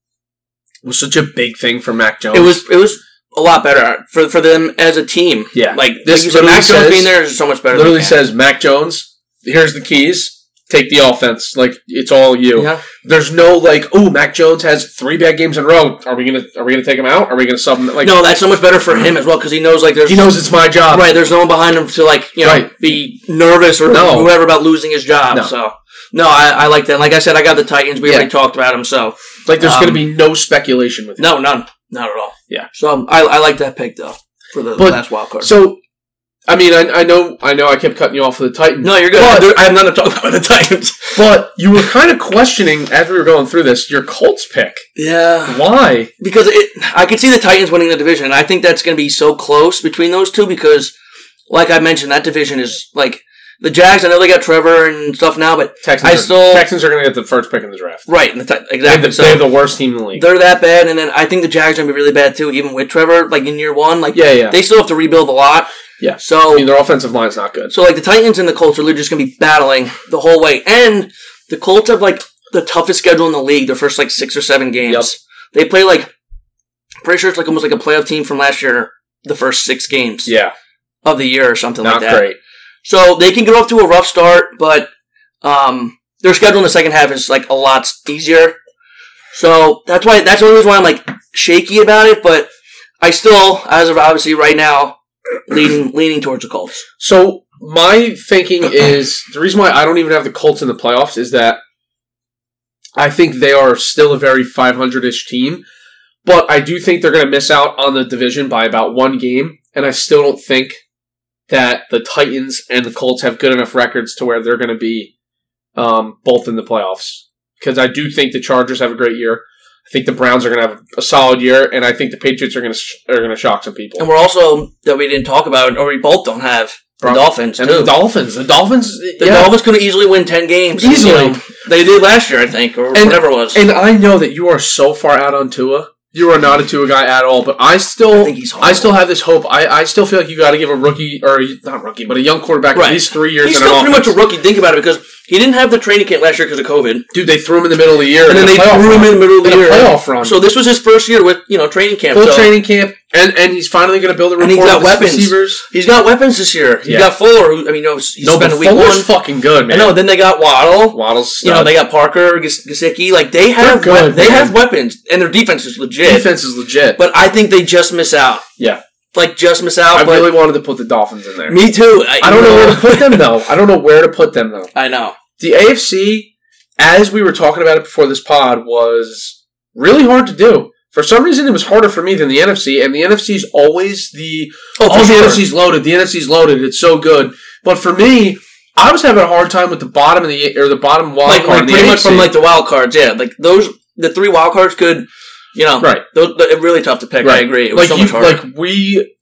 Speaker 3: was such a big thing for Mac Jones.
Speaker 4: it was it was a lot better for for them as a team.
Speaker 3: Yeah.
Speaker 4: like
Speaker 3: This
Speaker 4: this. Like you said,
Speaker 3: literally
Speaker 4: Mac Jones
Speaker 3: says-
Speaker 4: being there is so much better.
Speaker 3: literally
Speaker 4: than
Speaker 3: says Mac Jones. Here's the keys. Take the offense. Like it's all you.
Speaker 4: Yeah.
Speaker 3: There's no like, oh, Mac Jones has three bad games in a row. Are we gonna Are we gonna take him out? Are we gonna sub him? Like
Speaker 4: no, that's so much better for him as well because he knows like there's
Speaker 3: he knows it's my job.
Speaker 4: right. There's no one behind him to like you know
Speaker 3: Right.
Speaker 4: be nervous or
Speaker 3: No.
Speaker 4: whatever about losing his job.
Speaker 3: No.
Speaker 4: So no, I, I like that. Like I said, I got the Titans. We
Speaker 3: Yeah.
Speaker 4: already talked about them. So
Speaker 3: Like there's
Speaker 4: Um,
Speaker 3: gonna be no speculation with him.
Speaker 4: no, none, not at all.
Speaker 3: Yeah.
Speaker 4: So um, I I like that pick though for the
Speaker 3: But-
Speaker 4: last wild card.
Speaker 3: So, I mean, I, I know, I know, I kept cutting you off with the Titans.
Speaker 4: no, you're good.
Speaker 3: But-
Speaker 4: There- I have none to talk about the Titans.
Speaker 3: But you were kind of questioning as we were going through this your Colts pick.
Speaker 4: Yeah.
Speaker 3: Why?
Speaker 4: because it, I could see the Titans winning the division. and I think that's going to be so close between those two because, like I mentioned, that division is like the Jags. I know they got Trevor and stuff now, but
Speaker 3: Texans.
Speaker 4: I
Speaker 3: are,
Speaker 4: still
Speaker 3: Texans are going to get the first pick in the draft.
Speaker 4: right. And the ti-
Speaker 3: They have, the,
Speaker 4: exactly.
Speaker 3: they have
Speaker 4: So
Speaker 3: the worst team in the league.
Speaker 4: they're that bad, and then I think the Jags are going to be really bad too, even with Trevor. Like in year one, like
Speaker 3: Yeah, yeah.
Speaker 4: they still have to rebuild a lot.
Speaker 3: Yeah. I mean,
Speaker 4: So
Speaker 3: their offensive line's not good.
Speaker 4: so like the Titans and the Colts are literally just going to be battling the whole way, and the Colts have like the toughest schedule in the league. Their first like six or seven games.
Speaker 3: Yep.
Speaker 4: They play like pretty sure it's like almost like a playoff team from last year. The first six games
Speaker 3: Yeah,
Speaker 4: of the year or something
Speaker 3: not
Speaker 4: like that.
Speaker 3: great.
Speaker 4: So they can get off to a rough start, but um, their schedule in the second half is like a lot easier. So that's why that's the only reason why I'm like shaky about it. But I still, as of obviously right now, leaning leaning towards the Colts.
Speaker 3: So my thinking is the reason why I don't even have the Colts in the playoffs is that I think they are still a very 500-ish team, but I do think they're going to miss out on the division by about one game, and I still don't think that the Titans and the Colts have good enough records to where they're going to be um, both in the playoffs. Because I do think the Chargers have a great year. I think the Browns are going to have a solid year, and I think the Patriots are going to sh- are going to shock some people.
Speaker 4: And we're also that we didn't talk about, or we both don't have the
Speaker 3: Bron-
Speaker 4: Dolphins
Speaker 3: And
Speaker 4: too.
Speaker 3: the Dolphins, the Dolphins,
Speaker 4: the
Speaker 3: yeah.
Speaker 4: Dolphins could easily win ten games. and, you
Speaker 3: Easily.
Speaker 4: know, they did last year, I think, or
Speaker 3: And-
Speaker 4: whatever it was.
Speaker 3: And I know that you are so far out on Tua. You are not a Tua guy at all, but I still,
Speaker 4: I
Speaker 3: I,
Speaker 4: think he's horrible.
Speaker 3: still have this hope. I, I still feel like you got to give a rookie or not rookie, but a young quarterback
Speaker 4: Right.
Speaker 3: at least three years.
Speaker 4: He's
Speaker 3: in an
Speaker 4: still pretty much
Speaker 3: offense.
Speaker 4: a rookie. Think about it, because he didn't have the training camp last year because of COVID.
Speaker 3: dude. They threw him in the middle of the year,
Speaker 4: and then they threw him in the middle of the year.
Speaker 3: playoff run.
Speaker 4: So this was his first year with you know training camp.
Speaker 3: full
Speaker 4: so
Speaker 3: training camp, and and he's finally going to build a
Speaker 4: And
Speaker 3: rapport
Speaker 4: he's got
Speaker 3: with his
Speaker 4: weapons.
Speaker 3: receivers.
Speaker 4: He's got weapons this year. He
Speaker 3: Yeah.
Speaker 4: got Fuller. Who, I mean, no, he's
Speaker 3: No,
Speaker 4: spent
Speaker 3: but
Speaker 4: a week
Speaker 3: Fuller's
Speaker 4: one.
Speaker 3: fucking good,
Speaker 4: I
Speaker 3: man.
Speaker 4: know. Then they got Waddle.
Speaker 3: Waddle's
Speaker 4: You know,
Speaker 3: stud.
Speaker 4: they got Parker, Gis- Gesicki. Like they have
Speaker 3: They're good,
Speaker 4: wep- they
Speaker 3: man.
Speaker 4: have weapons, and their defense is legit.
Speaker 3: defense is legit.
Speaker 4: But I think they just miss out.
Speaker 3: yeah,
Speaker 4: Like just miss out.
Speaker 3: I
Speaker 4: but
Speaker 3: really wanted to put the Dolphins in there.
Speaker 4: me too.
Speaker 3: I don't know where to put them though. I don't know where to put them though.
Speaker 4: I know.
Speaker 3: the AFC, as we were talking about it before this pod, was really hard to do. For some reason, it was harder for me than the NFC, and the NFC is always the
Speaker 4: Oh,
Speaker 3: oh,
Speaker 4: for
Speaker 3: the
Speaker 4: sure.
Speaker 3: NFC's loaded. The NFC's loaded. It's so good. But for me, I was having a hard time with the bottom of the or the bottom wild
Speaker 4: like,
Speaker 3: card
Speaker 4: like
Speaker 3: of the
Speaker 4: pretty much
Speaker 3: AFC.
Speaker 4: from like the wild cards. Yeah, like those the three wild cards could, you know,
Speaker 3: Right.
Speaker 4: Those, they're really tough to pick. I
Speaker 3: Right.
Speaker 4: agree. It
Speaker 3: like
Speaker 4: was so
Speaker 3: you,
Speaker 4: much harder.
Speaker 3: like we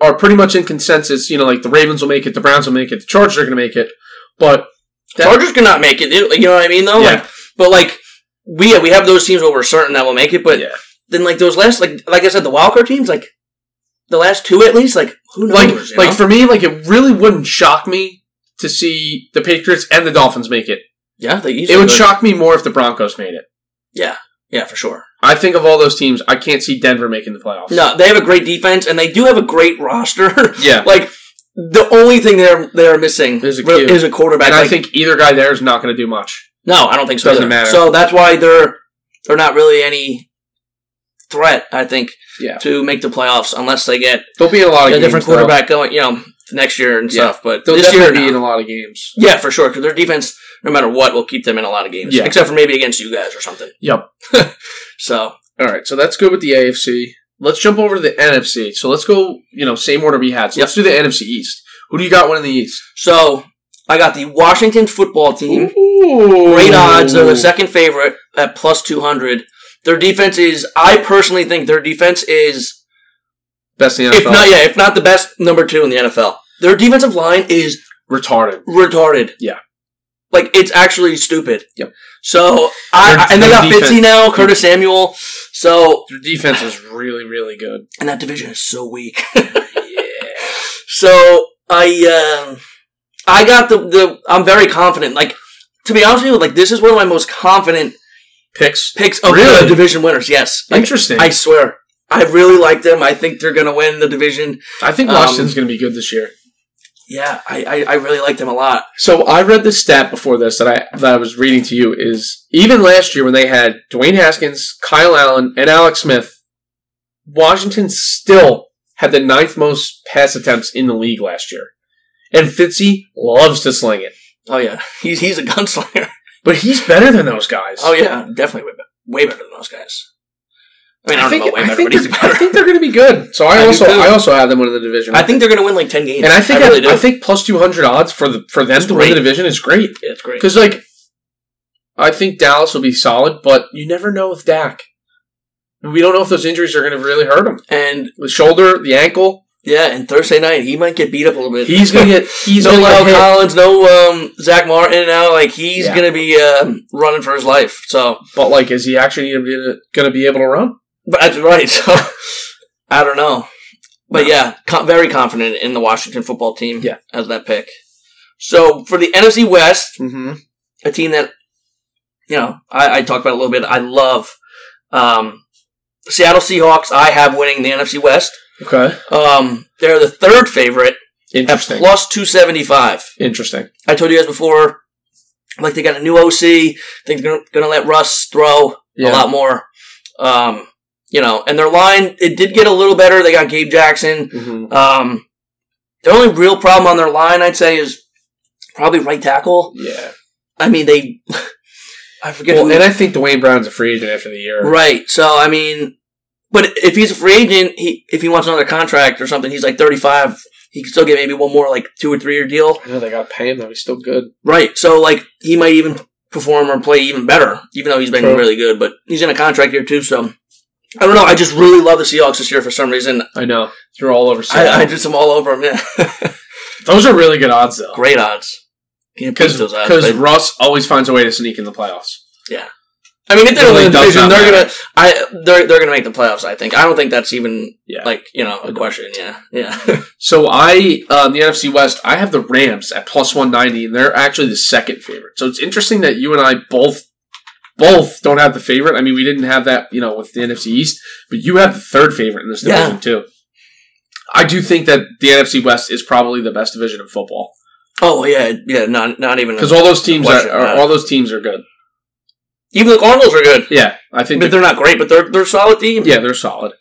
Speaker 3: are pretty much in consensus. You know, like the Ravens will make it, the Browns will make it, the Chargers are going to make it, but that-
Speaker 4: Chargers could not make it. dude. Like, You know what I mean? Though,
Speaker 3: Yeah.
Speaker 4: like, but like we yeah, we have those teams where we're certain that will make it. But
Speaker 3: Yeah.
Speaker 4: then like those last like like I said, the wild card teams like the last two at least like who knows?
Speaker 3: like
Speaker 4: you
Speaker 3: like
Speaker 4: know?
Speaker 3: for me, like it really wouldn't shock me to see the Patriots and the Dolphins make it.
Speaker 4: yeah, they easily
Speaker 3: It would
Speaker 4: could.
Speaker 3: shock me more if the Broncos made it.
Speaker 4: Yeah, yeah, for sure.
Speaker 3: I think of all those teams, I can't see Denver making the playoffs.
Speaker 4: No, they have a great defense and they do have a great roster.
Speaker 3: Yeah.
Speaker 4: like the only thing they're they're missing
Speaker 3: Is a
Speaker 4: re-
Speaker 3: Q.
Speaker 4: is a quarterback.
Speaker 3: and I
Speaker 4: Like,
Speaker 3: think either guy there is not going to do much.
Speaker 4: no, I don't think so.
Speaker 3: Doesn't
Speaker 4: either.
Speaker 3: matter.
Speaker 4: So that's why they're they're not really any threat. I think
Speaker 3: Yeah,
Speaker 4: to make the playoffs unless they get
Speaker 3: there'll be a lot of
Speaker 4: a
Speaker 3: games,
Speaker 4: different
Speaker 3: though.
Speaker 4: quarterback going, you know, next year and
Speaker 3: Yeah.
Speaker 4: stuff. But
Speaker 3: They'll
Speaker 4: this year,
Speaker 3: definitely be
Speaker 4: no.
Speaker 3: in a lot of games.
Speaker 4: yeah, for sure. Because their defense, no matter what, will keep them in a lot of games,
Speaker 3: Yeah.
Speaker 4: except for maybe against you guys or something.
Speaker 3: Yep.
Speaker 4: So
Speaker 3: All right, so that's good with the AFC. Let's jump over to the NFC. So let's go, you know, same order we had. So let's do the NFC East. Who do you got winning the East?
Speaker 4: so I got the Washington football team.
Speaker 3: Ooh.
Speaker 4: Great odds. They're the second favorite at plus two hundred. Their defense is. I personally think their defense is,
Speaker 3: Best in the
Speaker 4: if
Speaker 3: NFL.
Speaker 4: not, yeah, if not the best, number two in the NFL. Their defensive line is
Speaker 3: Retarded.
Speaker 4: retarded.
Speaker 3: Yeah.
Speaker 4: Like it's actually stupid.
Speaker 3: Yep.
Speaker 4: So I,
Speaker 3: Their-
Speaker 4: I- and they
Speaker 3: their
Speaker 4: got
Speaker 3: defense-
Speaker 4: Fitzy now, Curtis Samuel. So
Speaker 3: Their defense is really, really good.
Speaker 4: and that division is so weak. yeah. So I um I got the the I'm very confident. Like to be honest with you, like this is one of my most confident
Speaker 3: Picks.
Speaker 4: picks of
Speaker 3: Really?
Speaker 4: the division winners. Yes. Like,
Speaker 3: Interesting.
Speaker 4: I swear. I really like them. I think they're gonna win the division.
Speaker 3: I think
Speaker 4: Um,
Speaker 3: Washington's going to be good this year.
Speaker 4: Yeah, I, I, I really like them a lot.
Speaker 3: So I read this stat before this that I that I was reading to you is even last year when they had Dwayne Haskins, Kyle Allen, and Alex Smith, Washington still had the ninth most pass attempts in the league last year. And Fitzy loves to sling it.
Speaker 4: Oh yeah. He's he's a gunslinger.
Speaker 3: But he's better than those guys.
Speaker 4: Oh yeah, definitely way better, way better than those guys. I mean,
Speaker 3: I
Speaker 4: I, don't
Speaker 3: think,
Speaker 4: know about way
Speaker 3: I
Speaker 4: better,
Speaker 3: think
Speaker 4: but he's
Speaker 3: they're, I
Speaker 4: better.
Speaker 3: think they're going to be good. So I,
Speaker 4: I do
Speaker 3: also
Speaker 4: too.
Speaker 3: I also have them winning the division.
Speaker 4: I think they're going to win like ten games,
Speaker 3: and I think I,
Speaker 4: really do.
Speaker 3: I think plus two hundred odds for the for them
Speaker 4: That's
Speaker 3: to win the
Speaker 4: great.
Speaker 3: division is great
Speaker 4: yeah, it's great.
Speaker 3: because like I think Dallas will be solid, but you never know with Dak. We don't know if those injuries are going to really hurt him.
Speaker 4: And
Speaker 3: The shoulder, the ankle,
Speaker 4: yeah, and Thursday night he might get beat up a little bit.
Speaker 3: he's going to get he's
Speaker 4: no
Speaker 3: going
Speaker 4: Lyle
Speaker 3: to get hit.
Speaker 4: Collins, no um, Zach Martin now. Like he's
Speaker 3: Yeah.
Speaker 4: going to be um, running for his life. So,
Speaker 3: But like, is he actually going to be able to run?
Speaker 4: but that's right. So I don't know, but yeah, con- very confident in the Washington football team
Speaker 3: Yeah.
Speaker 4: as that pick. So for the NFC West,
Speaker 3: Mm-hmm.
Speaker 4: a team that you know I, I talked about a little bit. I love um, Seattle Seahawks. I have winning the NFC West.
Speaker 3: Okay,
Speaker 4: Um, they're the third favorite at
Speaker 3: interesting,
Speaker 4: plus two seventy five.
Speaker 3: interesting.
Speaker 4: I told you guys before, like they got a new OC. I think they're going to let Russ throw
Speaker 3: Yeah.
Speaker 4: a lot more. Um, you know, and their line it did get a little better. They got Gabe Jackson.
Speaker 3: Mm-hmm.
Speaker 4: Um, the only real problem on their line, I'd say, is probably right tackle.
Speaker 3: Yeah,
Speaker 4: I mean, they. I forget.
Speaker 3: well,
Speaker 4: who-
Speaker 3: and I think Dwayne Brown's a free agent after the year.
Speaker 4: Right. So I mean, but if he's a free agent, he if he wants another contract or something, he's like thirty five. He can still get maybe one more like two or three year deal.
Speaker 3: I know they got to pay him though. He's still good.
Speaker 4: Right. So like he might even perform or play even better, even though he's been
Speaker 3: True.
Speaker 4: really good. But he's in a contract year too, so. I don't know. I just really love the Seahawks this year for some reason.
Speaker 3: I know you're all over.
Speaker 4: I,
Speaker 3: Seattle.
Speaker 4: I just am all over them. Yeah.
Speaker 3: Those are really good odds though.
Speaker 4: Great odds. Can't beat those odds.
Speaker 3: Because
Speaker 4: but-
Speaker 3: Russ always finds a way to sneak in the playoffs.
Speaker 4: I mean, if they
Speaker 3: It
Speaker 4: don't
Speaker 3: really
Speaker 4: win the
Speaker 3: does not
Speaker 4: division, they're
Speaker 3: matter.
Speaker 4: gonna. I they're they're gonna make the playoffs. I think. I don't think that's even
Speaker 3: Yeah.
Speaker 4: like you know a question. Yeah, yeah.
Speaker 3: So I uh, in the NFC West, I have the Rams at plus one ninety, and they're actually the second favorite. So it's interesting that you and I both both don't have the favorite. I mean, we didn't have that, you know, with the NFC East, but you have the third favorite in this division
Speaker 4: Yeah.
Speaker 3: too. I do think that the NFC West is probably the best division in football
Speaker 4: oh yeah, yeah. Not not even
Speaker 3: because all those teams are,
Speaker 4: Question,
Speaker 3: are
Speaker 4: yeah.
Speaker 3: all those teams are good.
Speaker 4: even the Cardinals are good.
Speaker 3: Yeah, I think
Speaker 4: But they're not great, but they're they're a solid team.
Speaker 3: Yeah, they're solid.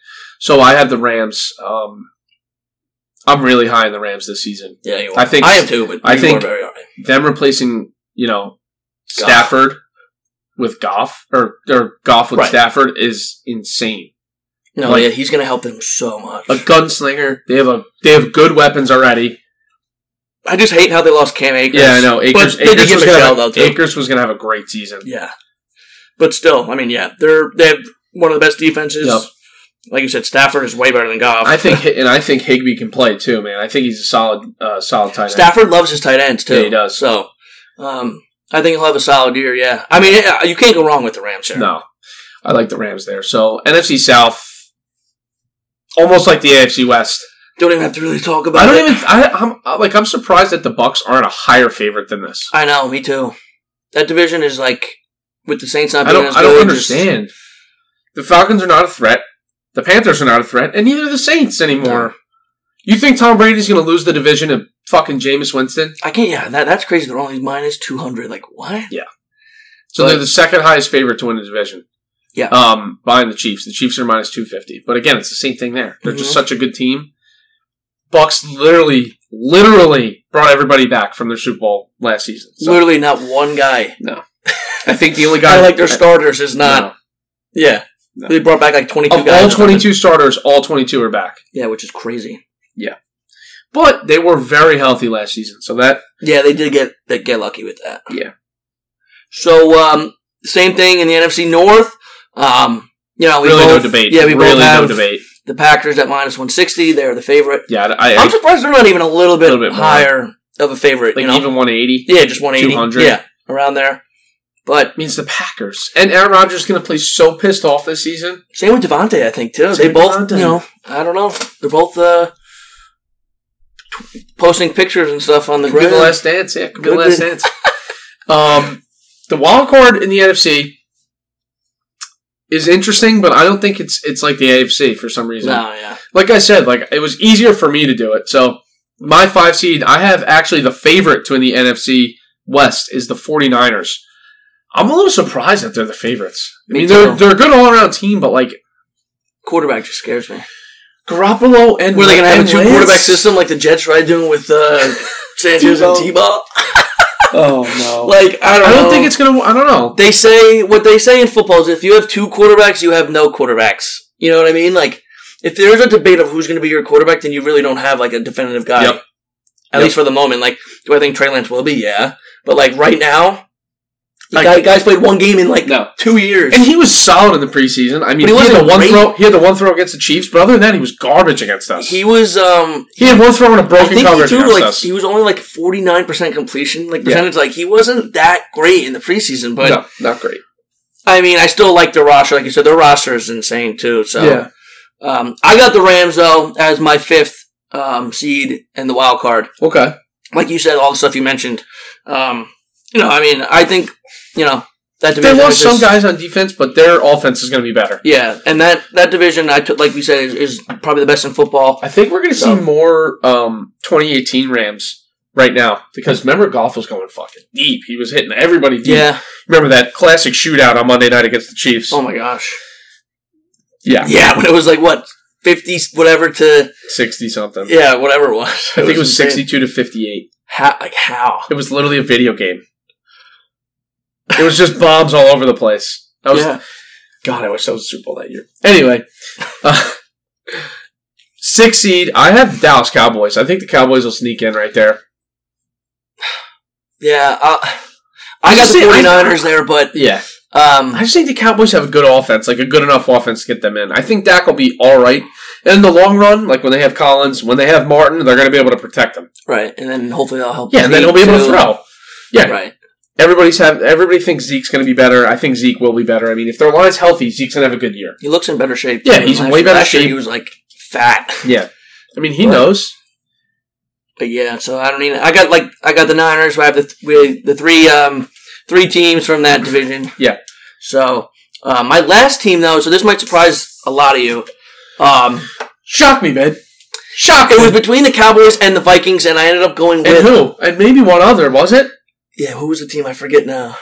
Speaker 3: So I have the Rams. Um, I'm really high in the Rams this season.
Speaker 4: yeah. You
Speaker 3: I
Speaker 4: I
Speaker 3: think-
Speaker 4: think I am too, but
Speaker 3: I
Speaker 4: you
Speaker 3: think-
Speaker 4: are very all right.
Speaker 3: Them replacing, you know,
Speaker 4: Goff.
Speaker 3: Stafford with Goff or or Goff with
Speaker 4: Right.
Speaker 3: Stafford is insane.
Speaker 4: no,
Speaker 3: like-
Speaker 4: yeah, he's gonna help them so much.
Speaker 3: A gunslinger. They have a they have good weapons already.
Speaker 4: I just hate how they lost Cam Akers.
Speaker 3: Yeah, I know. Akers,
Speaker 4: but they did
Speaker 3: Akers,
Speaker 4: get
Speaker 3: was gonna
Speaker 4: Michelle
Speaker 3: have,
Speaker 4: though too.
Speaker 3: Akers was going to have a great season.
Speaker 4: Yeah, but still, I mean, yeah, they're they have one of the best defenses.
Speaker 3: Yep.
Speaker 4: Like you said, Stafford is way better than Goff.
Speaker 3: I think, and I think Higby can play too, man. I think he's a solid, uh, solid tight end.
Speaker 4: Stafford loves his tight ends too.
Speaker 3: Yeah, he does.
Speaker 4: So, um, I think he'll have a solid year. Yeah, I mean, yeah, you can't go wrong with the Rams here.
Speaker 3: No, I like the Rams there. So NFC South, almost like the AFC West.
Speaker 4: Don't even have to really talk about.
Speaker 3: I
Speaker 4: it.
Speaker 3: don't even. I, I'm I- like I'm surprised that the Bucks aren't a higher favorite than this.
Speaker 4: I know, me too. That division is like with the Saints not
Speaker 3: I
Speaker 4: being
Speaker 3: don't.
Speaker 4: as
Speaker 3: I don't
Speaker 4: good, just-
Speaker 3: understand. The Falcons are not a threat. The Panthers are not a threat, and neither are the Saints anymore. You think Tom Brady's going to lose the division to fucking Jameis Winston?
Speaker 4: I can't. Yeah, that, that's crazy. They're only minus two hundred. Like what?
Speaker 3: So they're the second highest favorite to win the division.
Speaker 4: Yeah.
Speaker 3: Um, behind the Chiefs. The Chiefs are minus two fifty. But again, it's the same thing there. They're just
Speaker 4: Mhm.
Speaker 3: such a good team. Bucks literally, literally brought everybody back from their Super Bowl last season. So
Speaker 4: Literally, not one guy.
Speaker 3: I think the only guy
Speaker 4: I like their starters is not. Yeah,
Speaker 3: Uh, No.
Speaker 4: they brought back like twenty two
Speaker 3: of
Speaker 4: guys.
Speaker 3: all
Speaker 4: or something.
Speaker 3: twenty two starters, all twenty two are back.
Speaker 4: Yeah, which is crazy.
Speaker 3: But they were very healthy last season. So that
Speaker 4: Yeah, they did get they get lucky with that.
Speaker 3: Yeah.
Speaker 4: So um, same thing in the NFC North. Um, you know, we
Speaker 3: really no
Speaker 4: both,
Speaker 3: debate.
Speaker 4: Yeah, we
Speaker 3: really
Speaker 4: both have
Speaker 3: no debate.
Speaker 4: the Packers at minus one sixty. They're the favorite.
Speaker 3: Yeah, I, I
Speaker 4: I'm surprised they're not even a little bit,
Speaker 3: Little bit more.
Speaker 4: higher of a favorite.
Speaker 3: like
Speaker 4: you know?
Speaker 3: even one eighty.
Speaker 4: Yeah, just 180.
Speaker 3: 200.
Speaker 4: Yeah, around there. But
Speaker 3: Means the Packers. And Aaron Rodgers is gonna play so pissed off this season.
Speaker 4: same with Devontae, I think, too.
Speaker 3: Same
Speaker 4: they
Speaker 3: with
Speaker 4: both,
Speaker 3: Devontae.
Speaker 4: you know, I don't know. They're both uh, t- posting pictures and stuff on the
Speaker 3: Could be
Speaker 4: grid.
Speaker 3: the last dance. Yeah, could be the
Speaker 4: Could
Speaker 3: last
Speaker 4: be.
Speaker 3: dance. Um, the wild card in the NFC is interesting, but I don't think it's it's like the AFC for some reason.
Speaker 4: No, Oh, yeah.
Speaker 3: Like I said, like it was easier for me to do it. So my five seed, I have actually the favorite to win the NFC West is the 49ers. I'm a little surprised that they're the favorites. I
Speaker 4: Me
Speaker 3: mean, they're
Speaker 4: too.
Speaker 3: they're a good all around team, but like
Speaker 4: Quarterback just scares me.
Speaker 3: Garoppolo and
Speaker 4: Were they going to have a
Speaker 3: and
Speaker 4: two
Speaker 3: Wentz?
Speaker 4: quarterback system like the Jets tried doing with uh, Sanchez and
Speaker 3: Tebow.
Speaker 4: T-Ball?
Speaker 3: Oh no!
Speaker 4: Like, I don't
Speaker 3: I
Speaker 4: know.
Speaker 3: don't think it's gonna. I don't know.
Speaker 4: They say what they say in football is if you have two quarterbacks, you have no quarterbacks. You know what I mean? Like if there's a debate of who's going to be your quarterback, then you really don't have like a definitive guy.
Speaker 3: Yep.
Speaker 4: At
Speaker 3: Yep.
Speaker 4: least for the moment. Like, do I think Trey Lance will be? Yeah, but like right now, the
Speaker 3: Like-
Speaker 4: guy, guys played one game in like
Speaker 3: No.
Speaker 4: two years.
Speaker 3: And he was solid in the preseason. I mean,
Speaker 4: But he
Speaker 3: he, had the
Speaker 4: wasn't
Speaker 3: one
Speaker 4: great.
Speaker 3: throw. He had the one throw against the Chiefs, but other than that, he was garbage against us.
Speaker 4: he was um.
Speaker 3: he had one throw and a
Speaker 4: I
Speaker 3: broken
Speaker 4: think he
Speaker 3: coverage
Speaker 4: threw
Speaker 3: against
Speaker 4: like
Speaker 3: us.
Speaker 4: he was only like forty nine percent completion, like
Speaker 3: Yeah.
Speaker 4: percentage. Like he wasn't that great in the preseason, but
Speaker 3: no, not great.
Speaker 4: I mean, I still like their roster. Like you said, their roster is insane too. So Um, I got the Rams though as my fifth um, seed and the wild card.
Speaker 3: Okay.
Speaker 4: Like you said, all the stuff you mentioned. Um, you know, I mean, I think you know that
Speaker 3: They
Speaker 4: division.
Speaker 3: lost
Speaker 4: is
Speaker 3: some
Speaker 4: just-
Speaker 3: guys on defense, but their offense is going to be better.
Speaker 4: Yeah, and that that division, I took like we said, is, is probably the best in football.
Speaker 3: I think we're going to
Speaker 4: So-
Speaker 3: see more um, 2018 Rams right now because remember, golf was going fucking deep. He was hitting everybody deep.
Speaker 4: Yeah.
Speaker 3: Remember that classic shootout on Monday night against the Chiefs?
Speaker 4: Oh my gosh.
Speaker 3: yeah,
Speaker 4: Yeah, when it was like what fifty whatever to
Speaker 3: 60 something.
Speaker 4: yeah whatever it was.
Speaker 3: I think it was
Speaker 4: insane.
Speaker 3: 62 to 58.
Speaker 4: How, like how?
Speaker 3: It was literally a video game. It was just bombs all over the place. That was,
Speaker 4: yeah.
Speaker 3: God, I wish that was the Super Bowl that year. Anyway, uh, six seed. I have the Dallas Cowboys. I think the Cowboys will sneak in right there.
Speaker 4: Yeah. I, I got
Speaker 3: just
Speaker 4: the
Speaker 3: say- I-
Speaker 4: 49ers there, but
Speaker 3: Yeah,
Speaker 4: um,
Speaker 3: I just think the Cowboys have a good offense, like a good enough offense to get them in. I think Dak will be all right. And in the long run, like when they have Collins, when they have Martin, they're going to be able to protect them.
Speaker 4: right, and then hopefully I'll help.
Speaker 3: Yeah, and then he'll be able to
Speaker 4: too.
Speaker 3: throw. Yeah,
Speaker 4: Right.
Speaker 3: everybody's have everybody thinks Zeke's going to be better. I think Zeke will be better. I mean, if their line's healthy, Zeke's going to have a good year.
Speaker 4: He looks in better shape.
Speaker 3: Yeah,
Speaker 4: than
Speaker 3: he's in
Speaker 4: last
Speaker 3: way
Speaker 4: year.
Speaker 3: better
Speaker 4: last Year
Speaker 3: shape.
Speaker 4: he was like fat,
Speaker 3: Yeah. I mean, he
Speaker 4: Right.
Speaker 3: knows.
Speaker 4: but yeah. So I don't even. I got like I got the Niners. We have the th- we, the three um three teams from that division.
Speaker 3: Yeah.
Speaker 4: So uh, my last team though. So this might surprise a lot of you. Um,
Speaker 3: Shock me, man. Shock
Speaker 4: it was between the Cowboys and the Vikings, and I ended up going
Speaker 3: And
Speaker 4: with
Speaker 3: who? And maybe one other, was it?
Speaker 4: yeah. Who was the team? I forget now.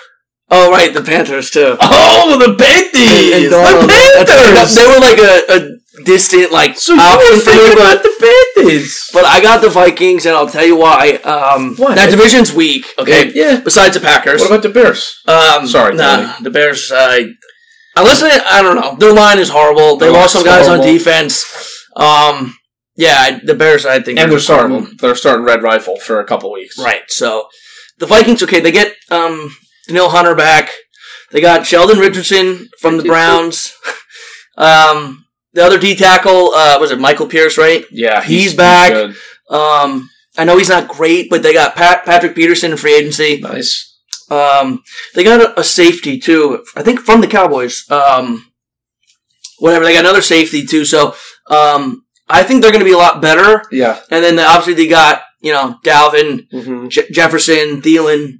Speaker 4: Oh right, the Panthers too.
Speaker 3: Oh, the Panthers!
Speaker 4: And Darnold- that's- They were like a, a distant like
Speaker 3: So you
Speaker 4: option
Speaker 3: were
Speaker 4: for me,
Speaker 3: thinking
Speaker 4: but
Speaker 3: about the Panthers.
Speaker 4: But I got the Vikings, and I'll tell you why. Um,
Speaker 3: Why?
Speaker 4: That division's weak. Okay.
Speaker 3: Yeah.
Speaker 4: Besides the Packers.
Speaker 3: What about the Bears?
Speaker 4: um,
Speaker 3: Sorry,
Speaker 4: Nah,
Speaker 3: Danny.
Speaker 4: the Bears. I unless they, I don't know. Their line is horrible. They
Speaker 3: Their
Speaker 4: lost some
Speaker 3: line's
Speaker 4: guys on
Speaker 3: horrible.
Speaker 4: defense. Um, Yeah, I, the Bears, I think,
Speaker 3: And
Speaker 4: are
Speaker 3: they're
Speaker 4: horrible.
Speaker 3: starting they're starting Red Rifle for a couple weeks.
Speaker 4: Right. So the Vikings, okay, they get um, Daniil Hunter back. They got Sheldon Richardson from the Browns. um, the other D tackle uh, was it Michael Pierce, right?
Speaker 3: Yeah,
Speaker 4: He's back.
Speaker 3: good.
Speaker 4: Um, I know he's not great, but they got Pat, Patrick Peterson in free agency.
Speaker 3: Nice.
Speaker 4: Um, they got a, a safety too. I think from the Cowboys. Um, whatever. They got another safety too. So um, I think they're going to be a lot better.
Speaker 3: Yeah.
Speaker 4: And then they, obviously they got you know Dalvin,
Speaker 3: Mm-hmm.
Speaker 4: Je- Jefferson, Thielen,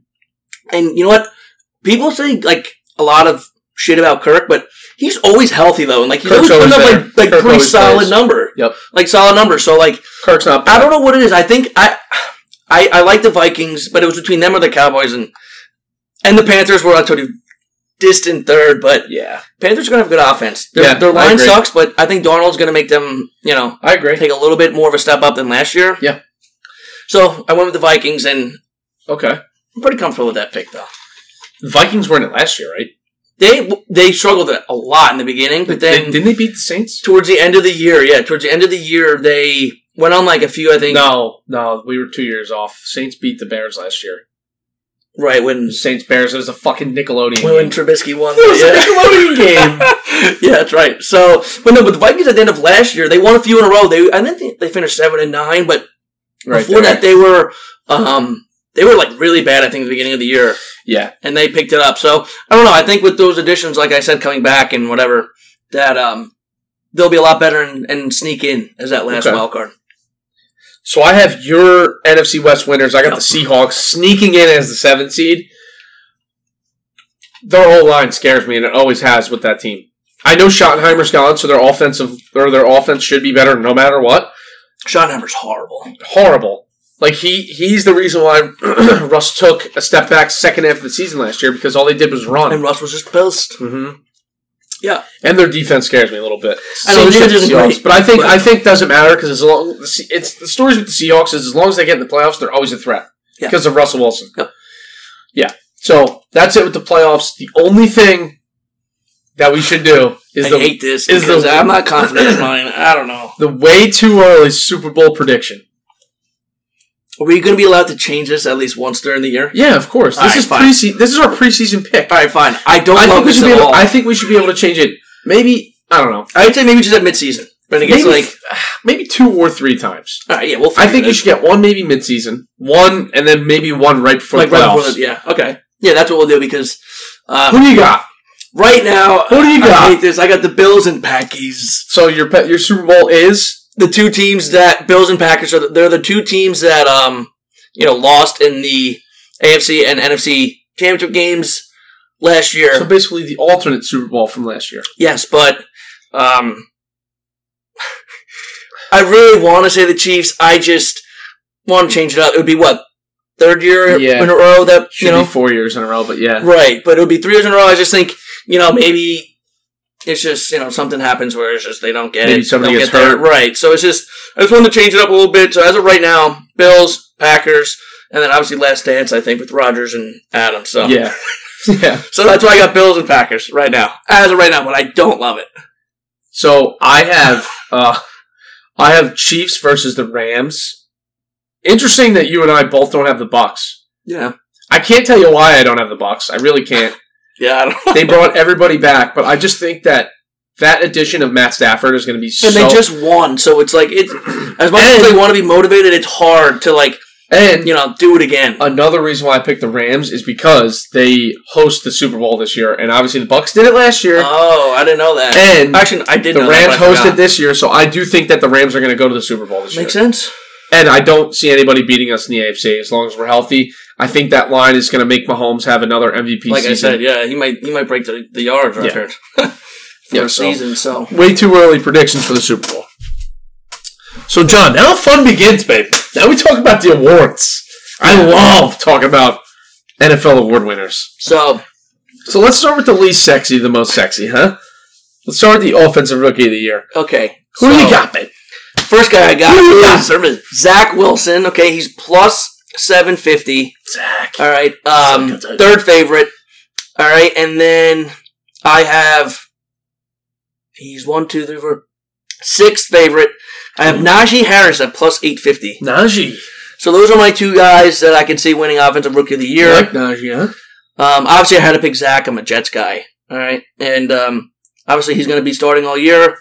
Speaker 4: and you know what? People say like a lot of shit about Kirk, but he's always healthy though, and like he's
Speaker 3: Kirk's
Speaker 4: always putting up
Speaker 3: always
Speaker 4: like
Speaker 3: there.
Speaker 4: like
Speaker 3: Kirk
Speaker 4: pretty
Speaker 3: always
Speaker 4: solid
Speaker 3: plays.
Speaker 4: number,
Speaker 3: Yep.
Speaker 4: like solid number. So like
Speaker 3: Kirk's not
Speaker 4: I
Speaker 3: bad.
Speaker 4: don't know what it is. I think I I I like the Vikings, but it was between them or the Cowboys, and and the Panthers were I told you distant third, but
Speaker 3: Yeah.
Speaker 4: Panthers are gonna have good offense. Their,
Speaker 3: Yeah,
Speaker 4: their
Speaker 3: I
Speaker 4: line
Speaker 3: agree.
Speaker 4: sucks, but I think Darnold's gonna make them you know
Speaker 3: I agree.
Speaker 4: take a little bit more of a step up than last year.
Speaker 3: Yeah.
Speaker 4: So I went with the Vikings, and
Speaker 3: Okay.
Speaker 4: I'm pretty comfortable with that pick, though.
Speaker 3: The Vikings were in it last year, right?
Speaker 4: They they struggled a lot in the beginning, but
Speaker 3: They-
Speaker 4: then
Speaker 3: didn't they beat the Saints?
Speaker 4: towards the end of the year, yeah, towards the end of the year, they went on like a few. I think
Speaker 3: No, no, we were two years off. Saints beat the Bears last year.
Speaker 4: right when
Speaker 3: Saints Bears it was a fucking Nickelodeon. game.
Speaker 4: when, Trubisky won.
Speaker 3: It was
Speaker 4: Yeah.
Speaker 3: a Nickelodeon game.
Speaker 4: yeah, that's right. So, but no, but the Vikings at the end of last year, they won a few in a row. They I think they finished seven and nine, but
Speaker 3: Right
Speaker 4: before
Speaker 3: there.
Speaker 4: that, they were um they were like really bad. I think at the beginning of the year.
Speaker 3: yeah,
Speaker 4: and they picked it up. So I don't know. I think with those additions, like I said, coming back and whatever, that um, they'll be a lot better and, and sneak in as that last
Speaker 3: Okay.
Speaker 4: wild card.
Speaker 3: So I have your NFC West winners. I got
Speaker 4: Yep.
Speaker 3: the Seahawks sneaking in as the seventh seed. Their whole line scares me, and it always has with that team. I know Schottenheimer's gone, so their offensive or their offense should be better no matter what.
Speaker 4: Sean Hammer's horrible.
Speaker 3: Horrible. Like he he's the reason why Russ took a step back second half of the season last year because all they did was
Speaker 4: And
Speaker 3: run.
Speaker 4: Russ was just pissed.
Speaker 3: Mm-hmm.
Speaker 4: Yeah.
Speaker 3: And their defense scares me a little bit.
Speaker 4: I
Speaker 3: I
Speaker 4: mean,
Speaker 3: mean,
Speaker 4: neither
Speaker 3: the
Speaker 4: does
Speaker 3: Seahawks,
Speaker 4: great,
Speaker 3: but I think
Speaker 4: but-
Speaker 3: I think doesn't matter because as long the Se- it's the stories with the Seahawks is as long as they get in the playoffs, they're always a threat
Speaker 4: Yeah.
Speaker 3: because of Russell Wilson.
Speaker 4: Yep.
Speaker 3: Yeah. So that's it with the playoffs. The only thing that we should do is
Speaker 4: I
Speaker 3: the
Speaker 4: hate this
Speaker 3: is the-
Speaker 4: because I'm not confident in mine. I don't know.
Speaker 3: the way too early Super Bowl prediction.
Speaker 4: Are we going to be allowed to change this at least once during the year?
Speaker 3: Yeah, of course. This
Speaker 4: All right,
Speaker 3: is
Speaker 4: fine.
Speaker 3: preseason. This is our preseason pick.
Speaker 4: All right, fine. I don't
Speaker 3: I
Speaker 4: love
Speaker 3: think we
Speaker 4: this
Speaker 3: should
Speaker 4: at
Speaker 3: be able.
Speaker 4: all.
Speaker 3: I
Speaker 4: I,
Speaker 3: think we should be able to change it. Maybe I don't know.
Speaker 4: would say maybe just at midseason. But it gets
Speaker 3: Maybe
Speaker 4: like,
Speaker 3: maybe two or three times.
Speaker 4: all right, yeah, we'll.
Speaker 3: I
Speaker 4: figure
Speaker 3: think
Speaker 4: it
Speaker 3: you
Speaker 4: out.
Speaker 3: should get one maybe midseason, one and then maybe one right before
Speaker 4: like
Speaker 3: the
Speaker 4: right
Speaker 3: playoffs.
Speaker 4: before the, yeah, okay, yeah, that's what we'll do because uh,
Speaker 3: Who do you got?
Speaker 4: right now,
Speaker 3: Who do you
Speaker 4: I
Speaker 3: got?
Speaker 4: hate this. I got the Bills and Packies.
Speaker 3: So your pet, your Super Bowl is
Speaker 4: the two teams that Bills and Packers are the, they're the two teams that um you know lost in the AFC and NFC championship games last year.
Speaker 3: so basically the alternate Super Bowl from last year.
Speaker 4: yes, but um I really want to say the Chiefs. I just want to change it up. It would be what third year
Speaker 3: Yeah.
Speaker 4: in a row that
Speaker 3: Should
Speaker 4: you know
Speaker 3: be four years in a row, but yeah,
Speaker 4: right, but it would be three years in a row. I just think you know maybe. It's just you know something happens where it's just they don't get
Speaker 3: Maybe
Speaker 4: it.
Speaker 3: somebody
Speaker 4: don't
Speaker 3: gets
Speaker 4: get there.
Speaker 3: hurt.
Speaker 4: right? So it's just I just wanted to change it up a little bit. So as of right now, Bills, Packers, and then obviously Last Dance, I think with Rogers and Adams. So
Speaker 3: yeah, yeah.
Speaker 4: so that's why I got Bills and Packers right now. As of right now, but I don't love it.
Speaker 3: So I have uh, I have Chiefs versus the Rams. Interesting that you and I both don't have the Bucks.
Speaker 4: Yeah,
Speaker 3: I can't tell you why I don't have the Bucks. I really can't.
Speaker 4: yeah. I don't.
Speaker 3: They brought everybody back, but I just think that that addition of Matt Stafford is going to be so.
Speaker 4: and they just won, so it's like it's as much as
Speaker 3: And-
Speaker 4: they want to be motivated, it's hard to like
Speaker 3: and
Speaker 4: you know do it again.
Speaker 3: another reason why I picked the Rams is because they host the Super Bowl this year, and obviously the Bucks did it last year.
Speaker 4: oh, I didn't know that.
Speaker 3: And
Speaker 4: Actually, I did.
Speaker 3: the
Speaker 4: know that,
Speaker 3: Rams
Speaker 4: but I
Speaker 3: hosted
Speaker 4: forgot.
Speaker 3: this year, so I do think that the Rams are going to go to the Super Bowl this
Speaker 4: Makes
Speaker 3: year.
Speaker 4: sense.
Speaker 3: And I don't see anybody beating us in the AFC as long as we're healthy. I think that line is going to make Mahomes have another MVP
Speaker 4: like I
Speaker 3: season.
Speaker 4: said, yeah, he might he might break the, the yards
Speaker 3: Yeah.
Speaker 4: record for
Speaker 3: Yeah,
Speaker 4: a
Speaker 3: so-
Speaker 4: season. So
Speaker 3: Way too early predictions for the Super Bowl. So, John, now fun begins, babe. Now we talk about the awards. I love talking about NFL award winners.
Speaker 4: so
Speaker 3: So let's start with the least sexy, the most sexy, huh? Let's start with the offensive rookie of the year.
Speaker 4: okay,
Speaker 3: Who do
Speaker 4: So,
Speaker 3: you got, babe?
Speaker 4: First guy I got,
Speaker 3: Who is-
Speaker 4: Zach- Zach Wilson. Okay, he's plus seven fifty.
Speaker 3: Zach.
Speaker 4: All right, um, third favorite. All right, and then I have he's one, two, three, four. Sixth favorite, I have Najee Harris at plus 850.
Speaker 3: Najee.
Speaker 4: So those are my two guys that I can see winning Offensive Rookie of the
Speaker 3: You
Speaker 4: Year.
Speaker 3: like Najee, huh?
Speaker 4: Um, obviously, I had to pick Zach. I'm a Jets guy. All right. And um, obviously, he's going to be starting all year.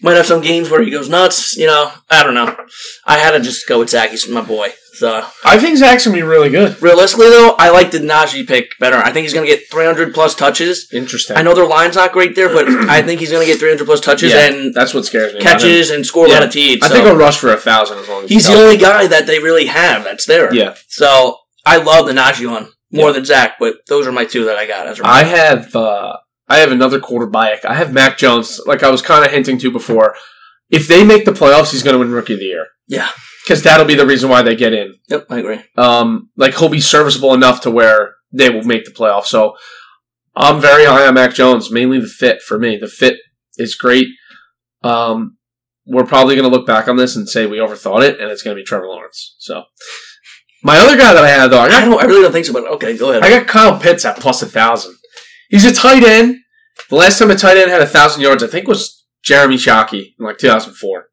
Speaker 4: Might have some games where he goes nuts. You know, I don't know. I had to just go with Zach. He's my boy. So
Speaker 3: I think Zach's gonna be really good.
Speaker 4: realistically, though, I like the Najee pick better. I think he's going to get 300 plus touches.
Speaker 3: Interesting.
Speaker 4: I know their line's not great there, but I think he's going to get 300 plus touches
Speaker 3: Yeah,
Speaker 4: and
Speaker 3: that's what scares me. about him.
Speaker 4: catches and score a lot of TDs.
Speaker 3: I
Speaker 4: so.
Speaker 3: think I'll rush for a thousand as long as
Speaker 4: He's the
Speaker 3: healthy.
Speaker 4: only guy that they really have that's there.
Speaker 3: Yeah.
Speaker 4: So I love the Najee one more than Zach, but those are my two that I got as a
Speaker 3: I have uh, I have another quarterback. I have Mac Jones. Like I was kind of hinting to before, if they make the playoffs, he's going to win Rookie of the Year
Speaker 4: Yeah.
Speaker 3: because that'll be the reason why they get in.
Speaker 4: Yep, I agree.
Speaker 3: Um, like he'll be serviceable enough to where they will make the playoffs. So I'm very high on Mac Jones. Mainly the fit for me. The fit is great. Um, we're probably going to look back on this and say we overthought it, and it's going to be Trevor Lawrence. So my other guy that I had though, I got
Speaker 4: I don't. I really don't think so. But okay, go ahead.
Speaker 3: I got Kyle Pitts at plus a thousand. He's a tight end. The last time a tight end had a thousand yards, I think was Jeremy Shockey in like 2004.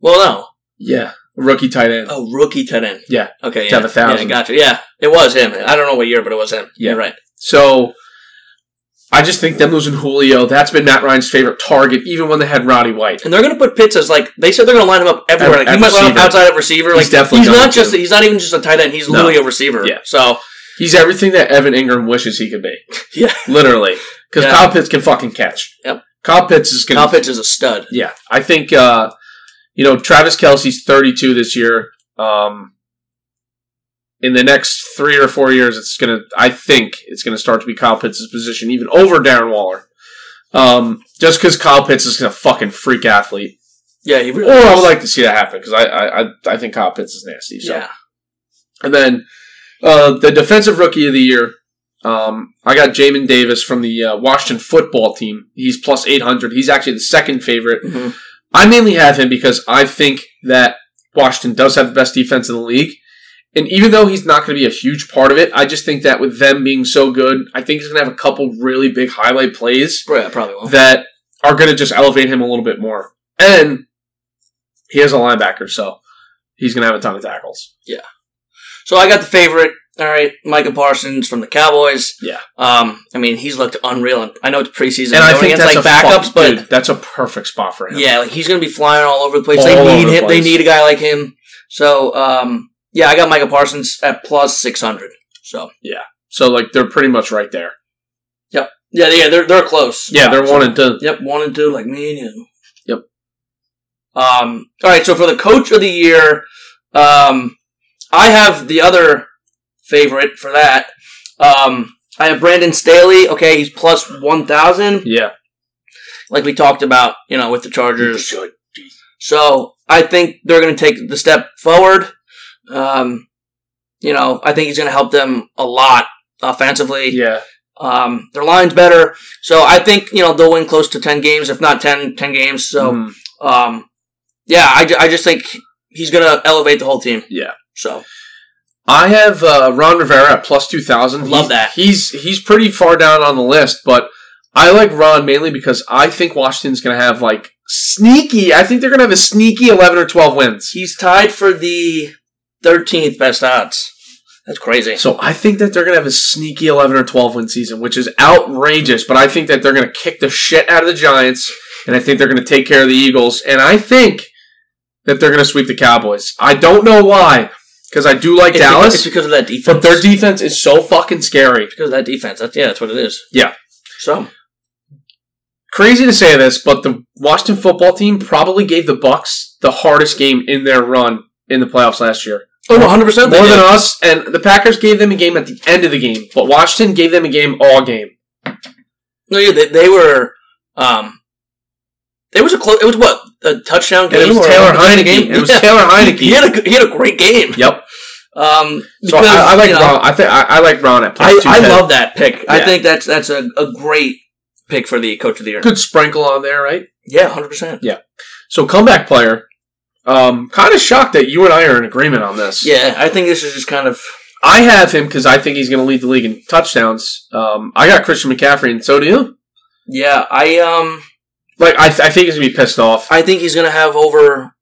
Speaker 4: well,
Speaker 3: Yeah, rookie tight end.
Speaker 4: no, a rookie tight end.
Speaker 3: Yeah,
Speaker 4: Okay,
Speaker 3: To
Speaker 4: yeah,
Speaker 3: have a thousand.
Speaker 4: Yeah, gotcha. Yeah, it was him. I don't know what year, but it was him.
Speaker 3: Yeah.
Speaker 4: You're right.
Speaker 3: So I just think them losing Julio, that's been Matt Ryan's favorite target, even when they had Roddy White.
Speaker 4: And they're gonna put Pitts as like they said they're gonna line him up everywhere.
Speaker 3: At-
Speaker 4: Like, he
Speaker 3: at
Speaker 4: might line up
Speaker 3: receiver.
Speaker 4: outside of receiver. Like
Speaker 3: He's definitely
Speaker 4: he's
Speaker 3: going
Speaker 4: not just
Speaker 3: to.
Speaker 4: he's not even just a tight end. He's
Speaker 3: No.
Speaker 4: literally a receiver.
Speaker 3: Yeah.
Speaker 4: So
Speaker 3: He's everything that Evan Ingram wishes he could be.
Speaker 4: yeah,
Speaker 3: Literally. Because
Speaker 4: Yeah.
Speaker 3: Kyle Pitts can fucking catch.
Speaker 4: Yep.
Speaker 3: Kyle Pitts is going
Speaker 4: Kyle
Speaker 3: to.
Speaker 4: Pitts is a stud.
Speaker 3: Yeah. I think, uh, you know, Travis Kelsey's 32 this year. Um, in the next three or four years, it's going to, I think, it's going to start to be Kyle Pitts' position, even over Darren Waller. Um, just because Kyle Pitts is going to fucking freak athlete.
Speaker 4: Yeah, he really.
Speaker 3: Or I would
Speaker 4: is.
Speaker 3: like to see that happen because I, I I I think Kyle Pitts is nasty. So.
Speaker 4: yeah,
Speaker 3: And then uh, the defensive rookie of the year, um, I got Jamin Davis from the uh, Washington football team. He's plus eight hundred. He's actually the second favorite.
Speaker 4: Mhm.
Speaker 3: I mainly have him because I think that Washington does have the best defense in the league. And even though he's not going to be a huge part of it, I just think that with them being so good, I think he's going to have a couple really big highlight plays
Speaker 4: Yeah, probably will.
Speaker 3: that are going to just elevate him a little bit more. And he has a linebacker, so he's going to have a ton of tackles.
Speaker 4: So I got the favorite. All right, Micah Parsons from the Cowboys.
Speaker 3: Yeah.
Speaker 4: Um, I mean, he's looked unreal. And I know it's preseason.
Speaker 3: And
Speaker 4: I
Speaker 3: I
Speaker 4: know
Speaker 3: think
Speaker 4: against,
Speaker 3: that's
Speaker 4: like
Speaker 3: a
Speaker 4: backups,
Speaker 3: fuck-
Speaker 4: but
Speaker 3: dude, that's a perfect spot for him.
Speaker 4: yeah, like he's gonna be flying all over the place.
Speaker 3: All
Speaker 4: they need
Speaker 3: over the
Speaker 4: him. They
Speaker 3: place.
Speaker 4: need a guy like him. So, um, yeah, I got Micah Parsons at plus six hundred. So,
Speaker 3: So like they're pretty much right there.
Speaker 4: yeah, yeah, they're they're close.
Speaker 3: Yeah, they're one and two.
Speaker 4: Yep, one and two, like me and you.
Speaker 3: Yep.
Speaker 4: Um. All right. So for the coach of the year, um, I have the other favorite for that. Um, I have Brandon Staley. Okay, he's plus one thousand,
Speaker 3: Yeah,
Speaker 4: like we talked about, you know, with the Chargers. So I think they're going to take the step forward. Um, you know, I think he's going to help them a lot offensively.
Speaker 3: yeah.
Speaker 4: Um, their line's better. So I think, you know, they'll win close to 10 games, if not 10, 10 games. So,
Speaker 3: Mm,
Speaker 4: um, yeah, I, ju- I just think he's going to elevate the whole team.
Speaker 3: yeah.
Speaker 4: So,
Speaker 3: I have uh, Ron Rivera at plus two thousand.
Speaker 4: Love that.
Speaker 3: He's he's pretty far down on the list, but I like Ron mainly because I think Washington's going to have like sneaky. I think they're going to have a sneaky eleven or twelve wins.
Speaker 4: he's tied for the 13th best odds. That's crazy.
Speaker 3: So I think that they're going to have a sneaky 11 or 12 win season, which is outrageous, but I think that they're going to kick the shit out of the Giants, and I think they're going to take care of the Eagles, and I think that they're going to sweep the Cowboys. I don't know why, because I do like
Speaker 4: It's because- It's
Speaker 3: Dallas,
Speaker 4: because of that defense.
Speaker 3: but their defense is so fucking scary.
Speaker 4: because of that defense. That's, yeah, that's what it is.
Speaker 3: Yeah.
Speaker 4: So,
Speaker 3: Crazy to say this, but the Washington football team probably gave the Bucks the hardest game in their run in the playoffs last year.
Speaker 4: oh, 100%.
Speaker 3: More than us, and the Packers gave them a game at the end of the game, but Washington gave them a game all game.
Speaker 4: No, yeah, they, they were. Um, it was a close. It was what a touchdown
Speaker 3: And
Speaker 4: game.
Speaker 3: it was
Speaker 4: or
Speaker 3: Taylor
Speaker 4: a game?
Speaker 3: Heineke. It was
Speaker 4: Yeah.
Speaker 3: Taylor Heineke.
Speaker 4: He had a g- he had a great game.
Speaker 3: Yep.
Speaker 4: Um,
Speaker 3: So
Speaker 4: because,
Speaker 3: I, I like
Speaker 4: you know,
Speaker 3: Ron. I think I, I like Ron at
Speaker 4: I,
Speaker 3: plus
Speaker 4: I
Speaker 3: 210.
Speaker 4: love that pick. I
Speaker 3: Yeah.
Speaker 4: think that's that's a, a great pick for the coach of the year.
Speaker 3: good sprinkle on there, right?
Speaker 4: Yeah, hundred percent.
Speaker 3: So comeback player. Um, kind of shocked that you and I are in agreement on this.
Speaker 4: Yeah, I think this is just kind of
Speaker 3: I have him because I think he's going to lead the league in touchdowns. Um, I got Christian McCaffrey, and so do you.
Speaker 4: yeah. I um
Speaker 3: Like I, I think he's gonna be pissed off.
Speaker 4: I think he's going to have over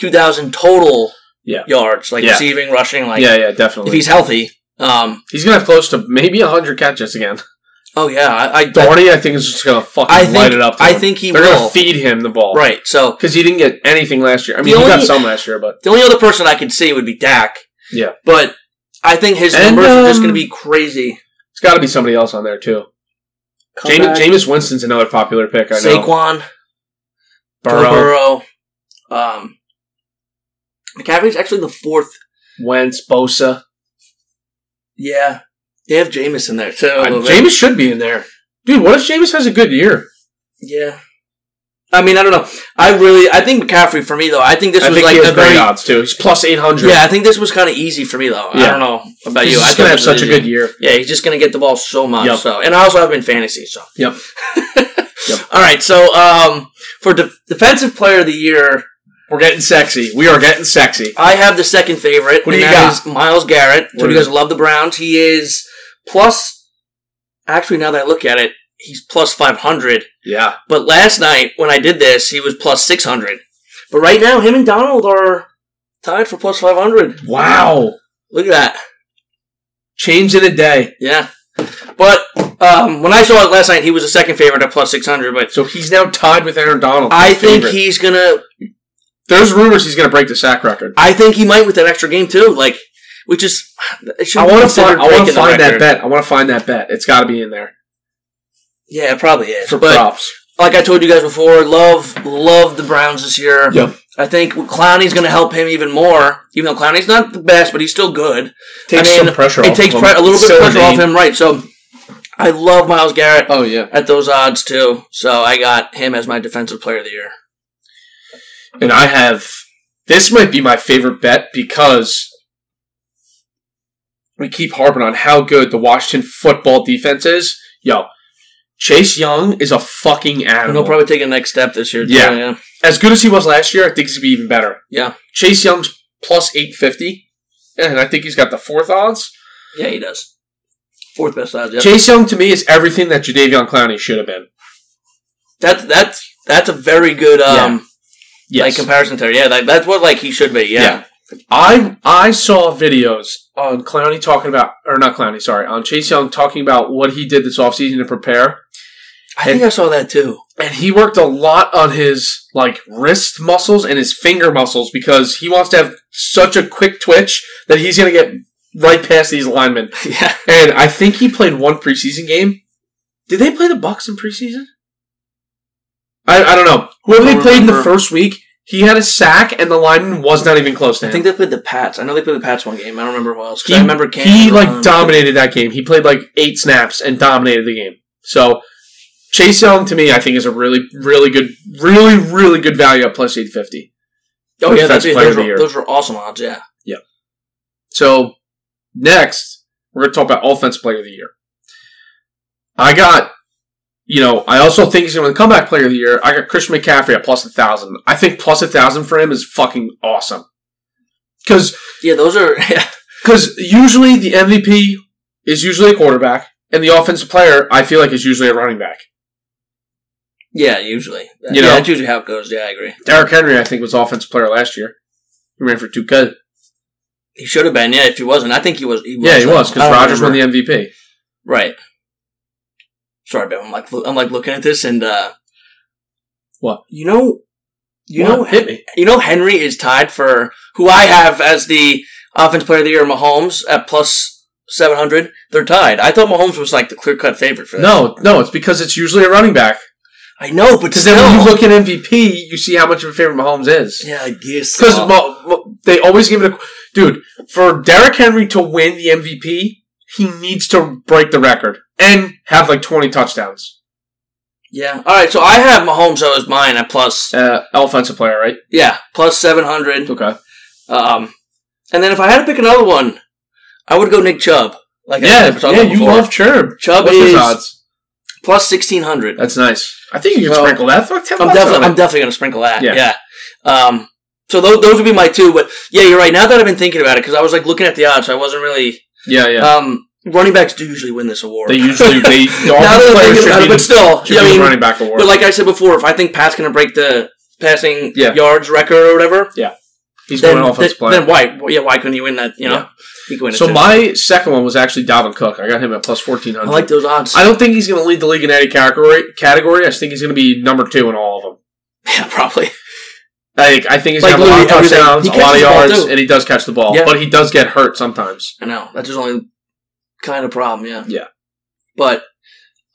Speaker 4: 2,000 total
Speaker 3: Yeah.
Speaker 4: yards, like
Speaker 3: Yeah.
Speaker 4: receiving, rushing. Like
Speaker 3: yeah, yeah, definitely.
Speaker 4: if he's healthy. Um,
Speaker 3: He's gonna have close to maybe hundred catches again.
Speaker 4: oh yeah, I, I
Speaker 3: Darty, I think is just gonna fucking
Speaker 4: I think-
Speaker 3: light it up. to
Speaker 4: I
Speaker 3: him.
Speaker 4: think he
Speaker 3: They're
Speaker 4: will.
Speaker 3: gonna feed him the ball,
Speaker 4: right. So
Speaker 3: Because he didn't get anything last year. I mean,
Speaker 4: The
Speaker 3: he got
Speaker 4: only-
Speaker 3: some last year, but
Speaker 4: the only other person I could see would be Dak,
Speaker 3: yeah,
Speaker 4: but I think his
Speaker 3: And,
Speaker 4: numbers are just
Speaker 3: um,
Speaker 4: going to be crazy.
Speaker 3: it's got to be somebody else on there too. Jame-
Speaker 4: Comeback.
Speaker 3: Jameis Winston's another popular pick. I know.
Speaker 4: Saquon, Burrow.
Speaker 3: Burrow,
Speaker 4: Burrow. Um, McCaffrey's actually the fourth.
Speaker 3: Wentz, Bosa.
Speaker 4: Yeah, they have Jameis in there too. a
Speaker 3: Uh,
Speaker 4: little bit.
Speaker 3: Jameis should be in there, dude. What if Jameis has a good year?
Speaker 4: Yeah. I mean, I don't know. I really, I think McCaffrey for me though. I think this
Speaker 3: I
Speaker 4: was
Speaker 3: think
Speaker 4: like
Speaker 3: he has
Speaker 4: a
Speaker 3: great
Speaker 4: very.
Speaker 3: odds too. He's plus eight hundred.
Speaker 4: Yeah, I think this was kind of easy for me though. I
Speaker 3: Yeah.
Speaker 4: don't know about
Speaker 3: he's
Speaker 4: you. I
Speaker 3: just
Speaker 4: thought
Speaker 3: gonna have
Speaker 4: this
Speaker 3: such
Speaker 4: was
Speaker 3: a
Speaker 4: easy.
Speaker 3: good year.
Speaker 4: Yeah, he's just gonna get the ball so much.
Speaker 3: Yep.
Speaker 4: So, and I also have him in fantasy. So,
Speaker 3: Yep.
Speaker 4: all right. So, um, for de- defensive player of the year,
Speaker 3: We're getting sexy. We are getting sexy.
Speaker 4: I have the second favorite.
Speaker 3: What do
Speaker 4: and
Speaker 3: you
Speaker 4: that
Speaker 3: got?
Speaker 4: is Miles Garrett. So
Speaker 3: What
Speaker 4: you
Speaker 3: is
Speaker 4: guys love the Browns. He is plus. Actually, now that I look at it, he's plus five hundred.
Speaker 3: Yeah.
Speaker 4: But last night when I did this, he was plus six hundred. But right now, him and Donald are tied for plus five hundred.
Speaker 3: Wow.
Speaker 4: Look at that.
Speaker 3: Change in a day.
Speaker 4: Yeah. But um, when I saw it last night, he was a second favorite at plus six hundred. But
Speaker 3: So he's now tied with Aaron Donald.
Speaker 4: I
Speaker 3: His
Speaker 4: think
Speaker 3: favorite.
Speaker 4: he's gonna.
Speaker 3: There's rumors he's going to break the sack record.
Speaker 4: I think he might with that extra game too. Like, which is. It
Speaker 3: I
Speaker 4: shouldn't be
Speaker 3: want to
Speaker 4: considered
Speaker 3: find. I want to
Speaker 4: breaking the
Speaker 3: find that
Speaker 4: record.
Speaker 3: bet. I want to find that bet. It's got to be in there
Speaker 4: Yeah, it probably is.
Speaker 3: for
Speaker 4: but
Speaker 3: props.
Speaker 4: like I told you guys before, love love the Browns this year.
Speaker 3: Yep.
Speaker 4: I think Clowney's going to help him even more. Even though Clowney's not the best, but he's still good.
Speaker 3: Takes
Speaker 4: I mean,
Speaker 3: some pressure
Speaker 4: It
Speaker 3: off
Speaker 4: takes
Speaker 3: him.
Speaker 4: pre- a little bit
Speaker 3: Still
Speaker 4: of pressure off
Speaker 3: need-
Speaker 4: him, right? So I love Miles Garrett
Speaker 3: Oh yeah.
Speaker 4: at those odds too. So I got him as my defensive player of the year.
Speaker 3: And I have this might be my favorite bet because we keep harping on how good the Washington football defense is. Yo, Chase Young is a fucking
Speaker 4: And
Speaker 3: animal.
Speaker 4: he'll probably take a next step this year. too,
Speaker 3: Yeah.
Speaker 4: yeah,
Speaker 3: as good as he was last year, I think he's gonna be even better.
Speaker 4: yeah,
Speaker 3: Chase Young's plus eight fifty, and I think he's got the fourth odds.
Speaker 4: yeah. He does fourth best odds. Yeah,
Speaker 3: Chase Young to me is everything that Jadavion Clowney should have been.
Speaker 4: that's that's that's a very good um
Speaker 3: Yes.
Speaker 4: like comparison there. Yeah, that, that's what like he should be. Yeah,
Speaker 3: Yeah. I I saw videos on Clowney talking about or not Clowney, sorry, on Chase Young talking about what he did this offseason to prepare.
Speaker 4: I think I saw that too.
Speaker 3: And he worked a lot on his like wrist muscles and his finger muscles because he wants to have such a quick twitch that he's gonna get right past these linemen.
Speaker 4: yeah,
Speaker 3: And I think he played one preseason game. Did they play the Bucks in preseason? I, I don't know. Whoever
Speaker 4: I
Speaker 3: they
Speaker 4: don't
Speaker 3: played in the
Speaker 4: remember.
Speaker 3: first week, he had a sack and the lineman was not even close to him.
Speaker 4: I think they played the Pats. I know they played the Pats one game. I don't remember who else. 'cause
Speaker 3: He,
Speaker 4: I remember Cam um,
Speaker 3: he
Speaker 4: was
Speaker 3: like
Speaker 4: on.
Speaker 3: dominated that game. He played like eight snaps and dominated the game. So Chase Young to me, I think is a really, really good, really, really good value at plus eight fifty.
Speaker 4: Oh yeah, that's
Speaker 3: Defensive
Speaker 4: it.
Speaker 3: player
Speaker 4: Those
Speaker 3: of the
Speaker 4: were,
Speaker 3: year.
Speaker 4: those were awesome odds. Yeah.
Speaker 3: So next, we're gonna talk about offense player of the year. I got, you know, I also think he's gonna win the comeback player of the year. I got Christian McCaffrey at plus a thousand. I think plus a thousand for him is fucking awesome. Because
Speaker 4: Yeah, those are. Yeah,
Speaker 3: Because usually the MVP is usually a quarterback, and the offensive player I feel like is usually a running back.
Speaker 4: yeah usually.
Speaker 3: You
Speaker 4: yeah,
Speaker 3: know?
Speaker 4: that's usually how it goes. Yeah, I agree.
Speaker 3: Derrick Henry, I think, was offensive player last year. He ran for two K.
Speaker 4: He should have been. Yeah, if he wasn't, I think he was. was
Speaker 3: Yeah, he was because Rodgers won the
Speaker 4: end.
Speaker 3: MVP.
Speaker 4: right. Sorry, Ben. I'm like I'm like looking at this and uh
Speaker 3: What?
Speaker 4: you know, you
Speaker 3: What?
Speaker 4: know,
Speaker 3: hit me.
Speaker 4: you know, Henry is tied for who I have as the offense player of the year, Mahomes at plus seven hundred. They're tied. I thought Mahomes was like the clear cut favorite for that.
Speaker 3: No, no, it's because it's usually a running back.
Speaker 4: I know, but
Speaker 3: Because
Speaker 4: still,
Speaker 3: then when you look at MVP, you see how much of a favorite Mahomes is.
Speaker 4: yeah, I guess
Speaker 3: Because
Speaker 4: so.
Speaker 3: they always give it a dude for Derrick Henry to win the MVP. He needs to break the record and have like twenty touchdowns.
Speaker 4: yeah. All right, so I have Mahomes though as mine at plus
Speaker 3: Uh, offensive player, right?
Speaker 4: yeah plus seven hundred.
Speaker 3: Okay.
Speaker 4: Um, and then if I had to pick another one, I would go Nick Chubb. Like
Speaker 3: Yeah,
Speaker 4: I talked
Speaker 3: yeah,
Speaker 4: about
Speaker 3: you
Speaker 4: before.
Speaker 3: love Chubb.
Speaker 4: Chubb
Speaker 3: What's his
Speaker 4: is-
Speaker 3: odds?
Speaker 4: plus sixteen hundred.
Speaker 3: That's nice. I think you can
Speaker 4: So-
Speaker 3: sprinkle that. Fuck, ten
Speaker 4: I'm
Speaker 3: bucks
Speaker 4: definitely,
Speaker 3: on
Speaker 4: I'm
Speaker 3: it.
Speaker 4: definitely gonna sprinkle that. Yeah.
Speaker 3: Yeah.
Speaker 4: Um, so those, those would be my two. But yeah, you're right. Now that I've been thinking about it, because I was like looking at the odds, so I wasn't really.
Speaker 3: yeah, yeah.
Speaker 4: Um, running backs do usually win this award.
Speaker 3: They usually they all
Speaker 4: now that
Speaker 3: the
Speaker 4: I'm
Speaker 3: players
Speaker 4: thinking
Speaker 3: should
Speaker 4: about
Speaker 3: be
Speaker 4: it, but
Speaker 3: the-
Speaker 4: still,
Speaker 3: should
Speaker 4: yeah, I
Speaker 3: be the
Speaker 4: mean,
Speaker 3: running back award.
Speaker 4: But like I said before, if I think Pat's gonna break the passing
Speaker 3: Yeah.
Speaker 4: yards record or whatever,
Speaker 3: He's
Speaker 4: then,
Speaker 3: going offense
Speaker 4: then,
Speaker 3: play.
Speaker 4: then why? well, Yeah, why couldn't he win that? You know,
Speaker 3: Yeah.
Speaker 4: he could win it
Speaker 3: so
Speaker 4: too.
Speaker 3: my second one was actually Dalvin Cook. I got him at plus fourteen
Speaker 4: I
Speaker 3: hundred.
Speaker 4: like those odds.
Speaker 3: I don't think he's going to lead the league in any category. Category. I just think he's going to be number two in all of them.
Speaker 4: yeah, probably.
Speaker 3: I think, I think he's
Speaker 4: Like
Speaker 3: going to have a lot of
Speaker 4: literally everything.
Speaker 3: touchdowns,
Speaker 4: He
Speaker 3: a lot of
Speaker 4: catches the ball,
Speaker 3: yards,
Speaker 4: too.
Speaker 3: and he does catch the ball.
Speaker 4: Yeah.
Speaker 3: But he does get hurt sometimes.
Speaker 4: I know that's his only kind of problem. Yeah,
Speaker 3: Yeah.
Speaker 4: But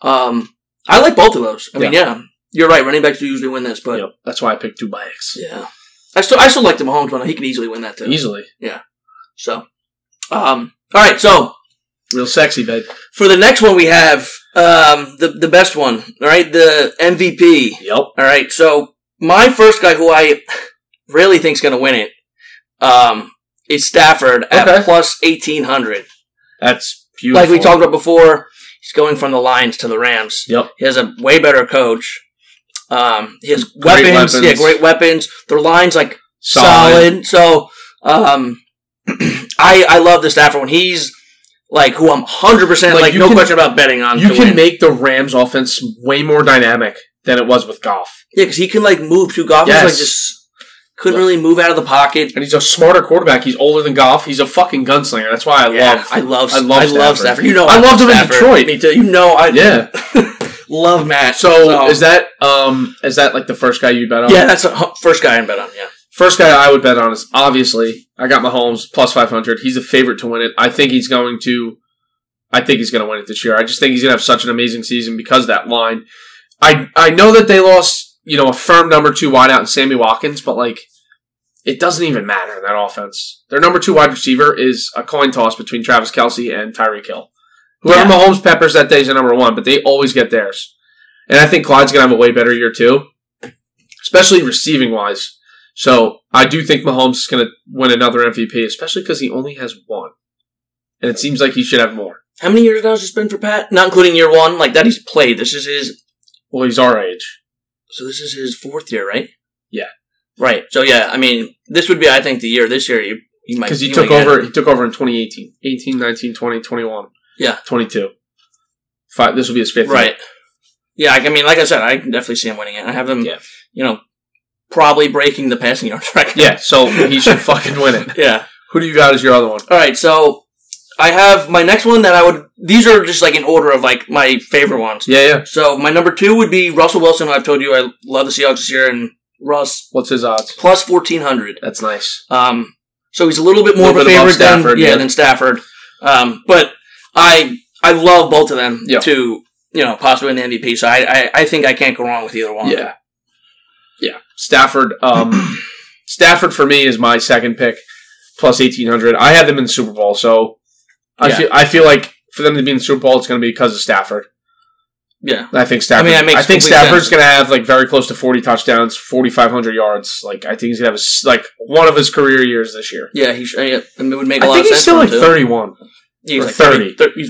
Speaker 4: um, I like both of those. I mean, yeah, you're right. Running backs do usually win this, but
Speaker 3: Yep. That's why I picked two bikes
Speaker 4: yeah, I still I still like the Mahomes one. He could easily win that too.
Speaker 3: easily.
Speaker 4: So, um, all right. So
Speaker 3: Real sexy, babe.
Speaker 4: for the next one, we have um the the best one. All right, the MVP.
Speaker 3: Yep.
Speaker 4: All right. So my first guy who I really think's going to win it um, is Stafford at
Speaker 3: Okay.
Speaker 4: plus 1,800.
Speaker 3: That's beautiful.
Speaker 4: Like we talked about before, he's going from the Lions to the Rams.
Speaker 3: Yep.
Speaker 4: He has a way better coach. Um, he has
Speaker 3: Great
Speaker 4: weapons,
Speaker 3: weapons.
Speaker 4: Yeah, great weapons. Their line's like
Speaker 3: Solid.
Speaker 4: solid. So um, I I love the Stafford when he's like who I'm 100% like,
Speaker 3: Like, you
Speaker 4: no
Speaker 3: can-
Speaker 4: question about betting on.
Speaker 3: You
Speaker 4: to
Speaker 3: can
Speaker 4: win.
Speaker 3: make the Rams offense way more dynamic than it was with golf.
Speaker 4: Yeah, because he can like move to golf.
Speaker 3: Yes.
Speaker 4: like just couldn't really move out of the pocket.
Speaker 3: And he's a smarter quarterback. He's older than golf. He's a fucking gunslinger. That's why I
Speaker 4: Yeah,
Speaker 3: love
Speaker 4: I love
Speaker 3: I love Stafford.
Speaker 4: You know
Speaker 3: I loved him in
Speaker 4: Stafford.
Speaker 3: Detroit.
Speaker 4: Me too. You know I
Speaker 3: Yeah.
Speaker 4: love Matt.
Speaker 3: So is that um is that like the first guy you bet on?
Speaker 4: yeah, that's the hu- first guy I bet on. Yeah,
Speaker 3: First guy I would bet on is obviously I got Mahomes plus five hundred. He's a favorite to win it. I think he's going to. I think he's going to win it this year. I just think he's going to have such an amazing season because of that line. I I know that they lost you know a firm number two wideout in Sammy Watkins, but like it doesn't even matter in that offense. Their number two wide receiver is a coin toss between Travis Kelsey and Tyreek Hill. Whoever
Speaker 4: Yeah.
Speaker 3: Mahomes peppers that day is the number one, but they always get theirs. And I think Clyde's going to have a way better year too, especially receiving wise. So I do think Mahomes is going to win another MVP, especially because he only has one, and it seems like he should have more.
Speaker 4: how many years now has this been for Pat? Not including year one, like that he's played. This is his.
Speaker 3: Well, he's our age.
Speaker 4: So this is his fourth year, right?
Speaker 3: Yeah.
Speaker 4: Right. So yeah, I mean, this would be, I think, the year this year he, he might
Speaker 3: because he
Speaker 4: might
Speaker 3: took
Speaker 4: get
Speaker 3: over.
Speaker 4: it.
Speaker 3: He took over in 2018, 18, 19, 20, 21.
Speaker 4: Yeah.
Speaker 3: 22. Five. This will be his fifth. year.
Speaker 4: Right. Yeah, I I mean, like I said, I can definitely see him winning it. I have him,
Speaker 3: Yeah.
Speaker 4: you know, probably breaking the passing yards record.
Speaker 3: Yeah. So he should fucking win it.
Speaker 4: Yeah.
Speaker 3: Who do you got as your other one?
Speaker 4: All right, so I have my next one that I would. These are just like in order of like my favorite ones.
Speaker 3: Yeah. Yeah.
Speaker 4: So my number two would be Russell Wilson. who I've told you I love the Seahawks this year, and Russ
Speaker 3: What's his odds?
Speaker 4: plus fourteen hundred.
Speaker 3: That's nice.
Speaker 4: Um, so he's a little bit more
Speaker 3: Little
Speaker 4: of a
Speaker 3: bit above
Speaker 4: favorite than
Speaker 3: Stafford,
Speaker 4: yeah,
Speaker 3: yeah.
Speaker 4: than Stafford. Um, but I I love both of them
Speaker 3: Yeah.
Speaker 4: to you know possibly win the MVP. So I, I I think I can't go wrong with either one.
Speaker 3: Yeah. Yeah. Stafford. Um, Stafford for me is my second pick, plus eighteen hundred. I had them in the Super Bowl, so I
Speaker 4: Yeah.
Speaker 3: feel I feel like for them to be in the Super Bowl, it's going to be because of Stafford.
Speaker 4: yeah.
Speaker 3: I think Stafford. I
Speaker 4: I mean,
Speaker 3: mean,
Speaker 4: that makes
Speaker 3: I think
Speaker 4: complete
Speaker 3: Stafford's
Speaker 4: sense.
Speaker 3: going to have like very close to forty touchdowns, forty five hundred yards. Like I think he's going to have a s like one of his career years this year.
Speaker 4: Yeah, he sh- yeah, I mean, it would make a
Speaker 3: I
Speaker 4: lot
Speaker 3: think
Speaker 4: of
Speaker 3: he's
Speaker 4: sense.
Speaker 3: still
Speaker 4: for
Speaker 3: like
Speaker 4: him to-
Speaker 3: thirty one.
Speaker 4: Yeah, he's
Speaker 3: Or
Speaker 4: like
Speaker 3: 30.
Speaker 4: 30. thir- he's,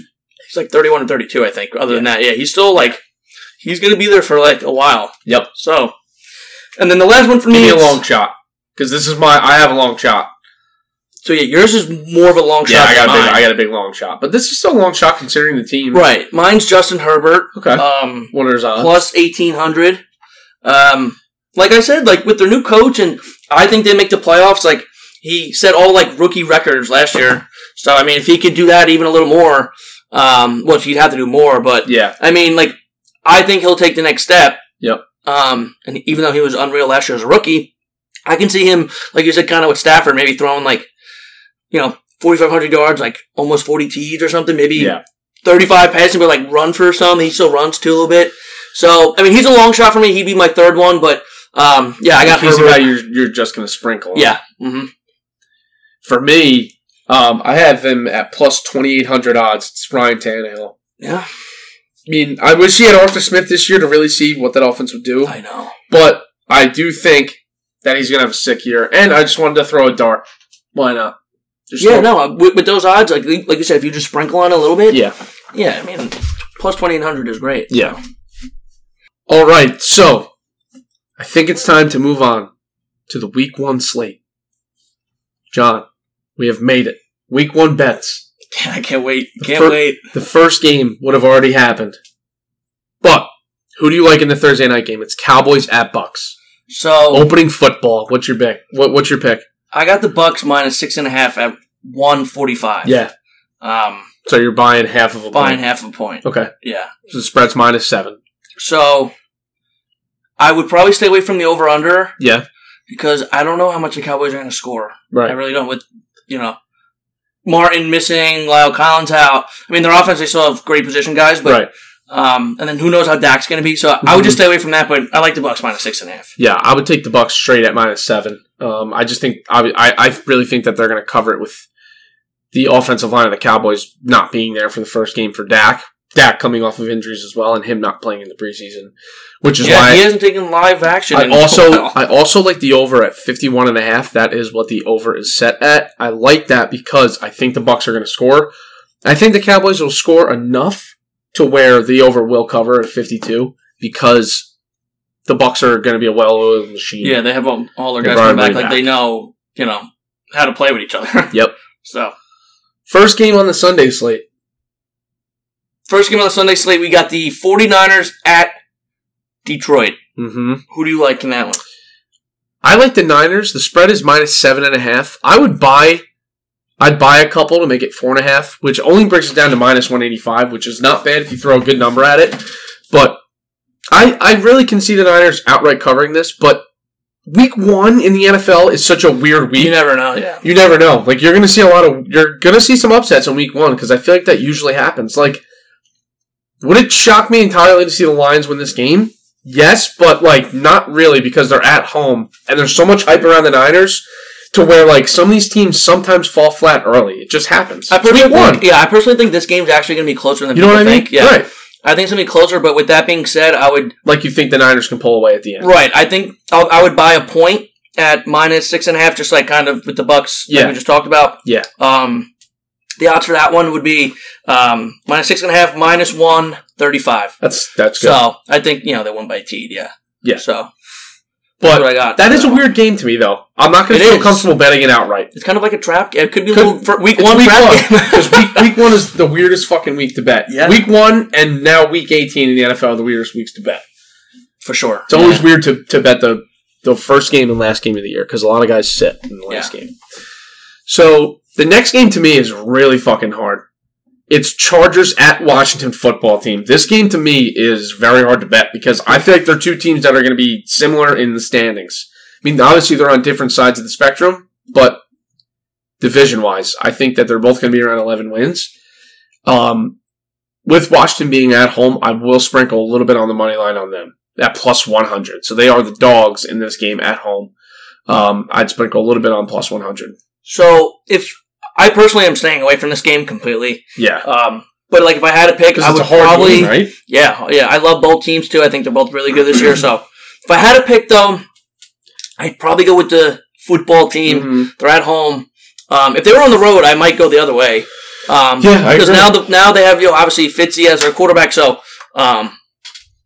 Speaker 4: he's like 31 and 32, I think. Other than that, yeah, he's still like, he's going to be there for like a while.
Speaker 3: Yep,
Speaker 4: So, and then the last one for
Speaker 3: give
Speaker 4: me
Speaker 3: me
Speaker 4: is.
Speaker 3: a long shot because this is my. I have a long shot.
Speaker 4: so, yeah, yours is more of a long
Speaker 3: Yeah,
Speaker 4: shot.
Speaker 3: I got a
Speaker 4: than
Speaker 3: big. I
Speaker 4: mine.
Speaker 3: got a big long shot, but this is still a long shot considering the team.
Speaker 4: Right. Mine's Justin Herbert,
Speaker 3: Okay. uh,
Speaker 4: um,
Speaker 3: what are his odds?
Speaker 4: plus 1,800. Um, like I said, like with their new coach, and I think they make the playoffs. Like, he set all like rookie records last year. So, I mean, if he could do that even a little more, um, well, he'd have to do more, but
Speaker 3: yeah.
Speaker 4: I mean, like, I think he'll take the next step.
Speaker 3: Yep.
Speaker 4: Um, and even though he was unreal last year as a rookie, I can see him, like you said, kind of with Stafford, maybe throwing like, you know, 4,500 yards, like almost 40 TDs or something, maybe
Speaker 3: Yeah.
Speaker 4: 35 passing, but like run for some. He still runs too a little bit. So, I mean, he's a long shot for me. He'd be my third one, but, um, yeah, I got
Speaker 3: he's the
Speaker 4: Herbert.
Speaker 3: guy you're, you're just going to sprinkle. on.
Speaker 4: Yeah. hmm
Speaker 3: For me, um, I have him at plus 2,800 odds. It's Ryan Tannehill.
Speaker 4: Yeah.
Speaker 3: I mean, I wish he had Arthur Smith this year to really see what that offense would do,
Speaker 4: I know.
Speaker 3: but I do think that he's going to have a sick year. And I just wanted to throw a dart. Why not? Just throw-
Speaker 4: Yeah, no, uh, with, with those odds, like, like you said, if you just sprinkle on a little bit.
Speaker 3: Yeah.
Speaker 4: Yeah, I mean, plus 2,800 is great.
Speaker 3: Yeah. All right. So I think it's time to move on to the week one slate. John, we have made it. Week one bets.
Speaker 4: I can't wait. Can't
Speaker 3: Fir-
Speaker 4: wait.
Speaker 3: The first game would have already happened. But who do you like in the Thursday night game? It's Cowboys at Bucks.
Speaker 4: So
Speaker 3: Opening football. What's your pick? What, what's your pick?
Speaker 4: I got the Bucks minus six and a half at one forty five.
Speaker 3: Yeah.
Speaker 4: Um,
Speaker 3: So you're buying half of a
Speaker 4: buying
Speaker 3: point.
Speaker 4: half a point.
Speaker 3: Okay.
Speaker 4: Yeah.
Speaker 3: So the spread's minus seven.
Speaker 4: So I would probably stay away from the over under
Speaker 3: Yeah.
Speaker 4: because I don't know how much the Cowboys are going to score.
Speaker 3: Right.
Speaker 4: I really don't. With you know Martin missing, Lyle Collins out. I mean, their offense they still have great position guys, but
Speaker 3: right. Mhm.
Speaker 4: um, and then who knows how Dak's going to be. So I would just stay away from that. But I like the Bucks minus six and a half.
Speaker 3: Yeah, I would take the Bucks straight at minus seven. Um, I just think I, I I really think that they're going to cover it with the offensive line of the Cowboys not being there for the first game for Dak. Dak coming off of injuries as well, and him not playing in the preseason, which is
Speaker 4: Yeah,
Speaker 3: why
Speaker 4: he hasn't taken live action.
Speaker 3: I
Speaker 4: in-
Speaker 3: also I also like the over at 51 and a half. That is what the over is set at. I like that because I think the Bucks are going to score. I think the Cowboys will score enough to where the over will cover at 52 because the Bucks are going to be a well-oiled machine.
Speaker 4: yeah, they have all, all their
Speaker 3: They've
Speaker 4: guys coming back.
Speaker 3: already
Speaker 4: Like
Speaker 3: back.
Speaker 4: they know, you know, how to play with each other.
Speaker 3: Yep.
Speaker 4: so
Speaker 3: First game on the Sunday slate.
Speaker 4: first game on the Sunday slate, we got the 49ers at Detroit.
Speaker 3: Mm-hmm.
Speaker 4: Who do you like in that one?
Speaker 3: I like the Niners. The spread is minus seven and a half. I would buy. I'd buy a couple to make it four and a half, which only brings it down to minus one eighty five, which is not bad if you throw a good number at it. But I I really can see the Niners outright covering this. But week one in the NFL is such a weird week.
Speaker 4: You never know. Yeah.
Speaker 3: You never know. Like you're gonna see a lot of you're gonna see some upsets in week one because I feel like that usually happens. Like, would it shock me entirely to see the Lions win this game? Yes, but like not really because they're at home and there's so much hype around the Niners to where like some of these teams sometimes fall flat early. It just happens.
Speaker 4: I
Speaker 3: It's week
Speaker 4: personally
Speaker 3: one.
Speaker 4: Think, yeah, I personally think this game's actually going to be closer than
Speaker 3: You know
Speaker 4: people
Speaker 3: what I mean?
Speaker 4: think. Yeah,
Speaker 3: Right.
Speaker 4: I think it's going to be closer. But with that being said, I would
Speaker 3: Like you think the Niners can pull away at the end.
Speaker 4: right. I think I'll, I would buy a point at minus six and a half, just like kind of with the Bucks like
Speaker 3: Yeah.
Speaker 4: we just talked about.
Speaker 3: Yeah.
Speaker 4: Um, the odds for that one would be um, minus six and a half, minus one thirty-five.
Speaker 3: That's that's good.
Speaker 4: So I think you know they won by a teed. Yeah.
Speaker 3: Yeah.
Speaker 4: So
Speaker 3: but
Speaker 4: what I got.
Speaker 3: that is a weird game to me though. I'm not gonna
Speaker 4: It
Speaker 3: feel
Speaker 4: is.
Speaker 3: comfortable betting it outright.
Speaker 4: it's kind of like a trap. ga- It could be a
Speaker 3: Could-
Speaker 4: little for week
Speaker 3: It's
Speaker 4: one
Speaker 3: week
Speaker 4: trap
Speaker 3: one
Speaker 4: game.
Speaker 3: because week, week one is the weirdest fucking week to bet.
Speaker 4: Yeah.
Speaker 3: Week one and now week eighteen in the NFL are the weirdest weeks to bet.
Speaker 4: for sure.
Speaker 3: It's always weird to, to bet the the first game and last game of the year because a lot of guys sit in the last game. So the next game to me is really fucking hard. It's Chargers at Washington football team. This game to me is very hard to bet because I feel like they're two teams that are going to be similar in the standings. I mean, obviously they're on different sides of the spectrum, but division wise, I think that they're both going to be around 11 wins. Um, with Washington being at home, I will sprinkle a little bit on the money line on them at plus 100. So they are the dogs in this game at home. Um, I'd sprinkle a little bit on plus 100.
Speaker 4: So if I personally am staying away from this game completely.
Speaker 3: Yeah.
Speaker 4: Um, but like if I had to pick,
Speaker 3: Because
Speaker 4: I
Speaker 3: it's
Speaker 4: would
Speaker 3: a hard
Speaker 4: probably
Speaker 3: game, right?
Speaker 4: yeah yeah. I love both teams too. I think they're both really good this year. So if I had to pick though, I'd probably go with the football team.
Speaker 3: Mhm.
Speaker 4: They're at home. Um, if they were on the road, I might go the other way. Um,
Speaker 3: Yeah, I
Speaker 4: because
Speaker 3: agree.
Speaker 4: now the, now they have you know, obviously Fitzy as their quarterback. So um,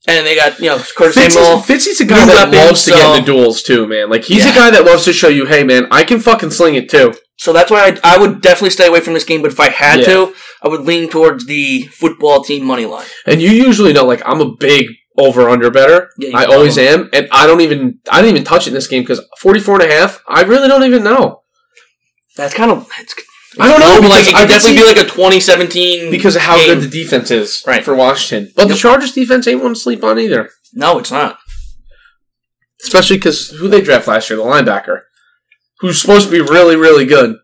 Speaker 4: and they got you know Curtis
Speaker 3: Fitz
Speaker 4: Samuel.
Speaker 3: is, Fitz is a guy
Speaker 4: New
Speaker 3: that loves
Speaker 4: weapons,
Speaker 3: um, to get
Speaker 4: so-
Speaker 3: into duels too, man. Like he's
Speaker 4: Yeah.
Speaker 3: a guy that loves to show you, hey, man, I can fucking sling it too.
Speaker 4: So that's why I, I would definitely stay away from this game. But if I had
Speaker 3: Yeah.
Speaker 4: to, I would lean towards the football team money line.
Speaker 3: And you usually know, like I'm a big over under better.
Speaker 4: Yeah, you
Speaker 3: I
Speaker 4: know.
Speaker 3: always am, and I don't even I didn't even touch it in this game because 44 and a half. I really don't even know.
Speaker 4: That's kind of it's
Speaker 3: I don't know.
Speaker 4: It'll be like
Speaker 3: because
Speaker 4: it
Speaker 3: I
Speaker 4: could
Speaker 3: could
Speaker 4: definitely
Speaker 3: see-
Speaker 4: be like a 2017
Speaker 3: because of how
Speaker 4: game.
Speaker 3: good the defense is
Speaker 4: Right.
Speaker 3: for Washington. But
Speaker 4: Yep.
Speaker 3: the Chargers defense ain't one to sleep on either,
Speaker 4: no, it's not.
Speaker 3: especially because who they draft last year, the linebacker, who's supposed to be really, really good,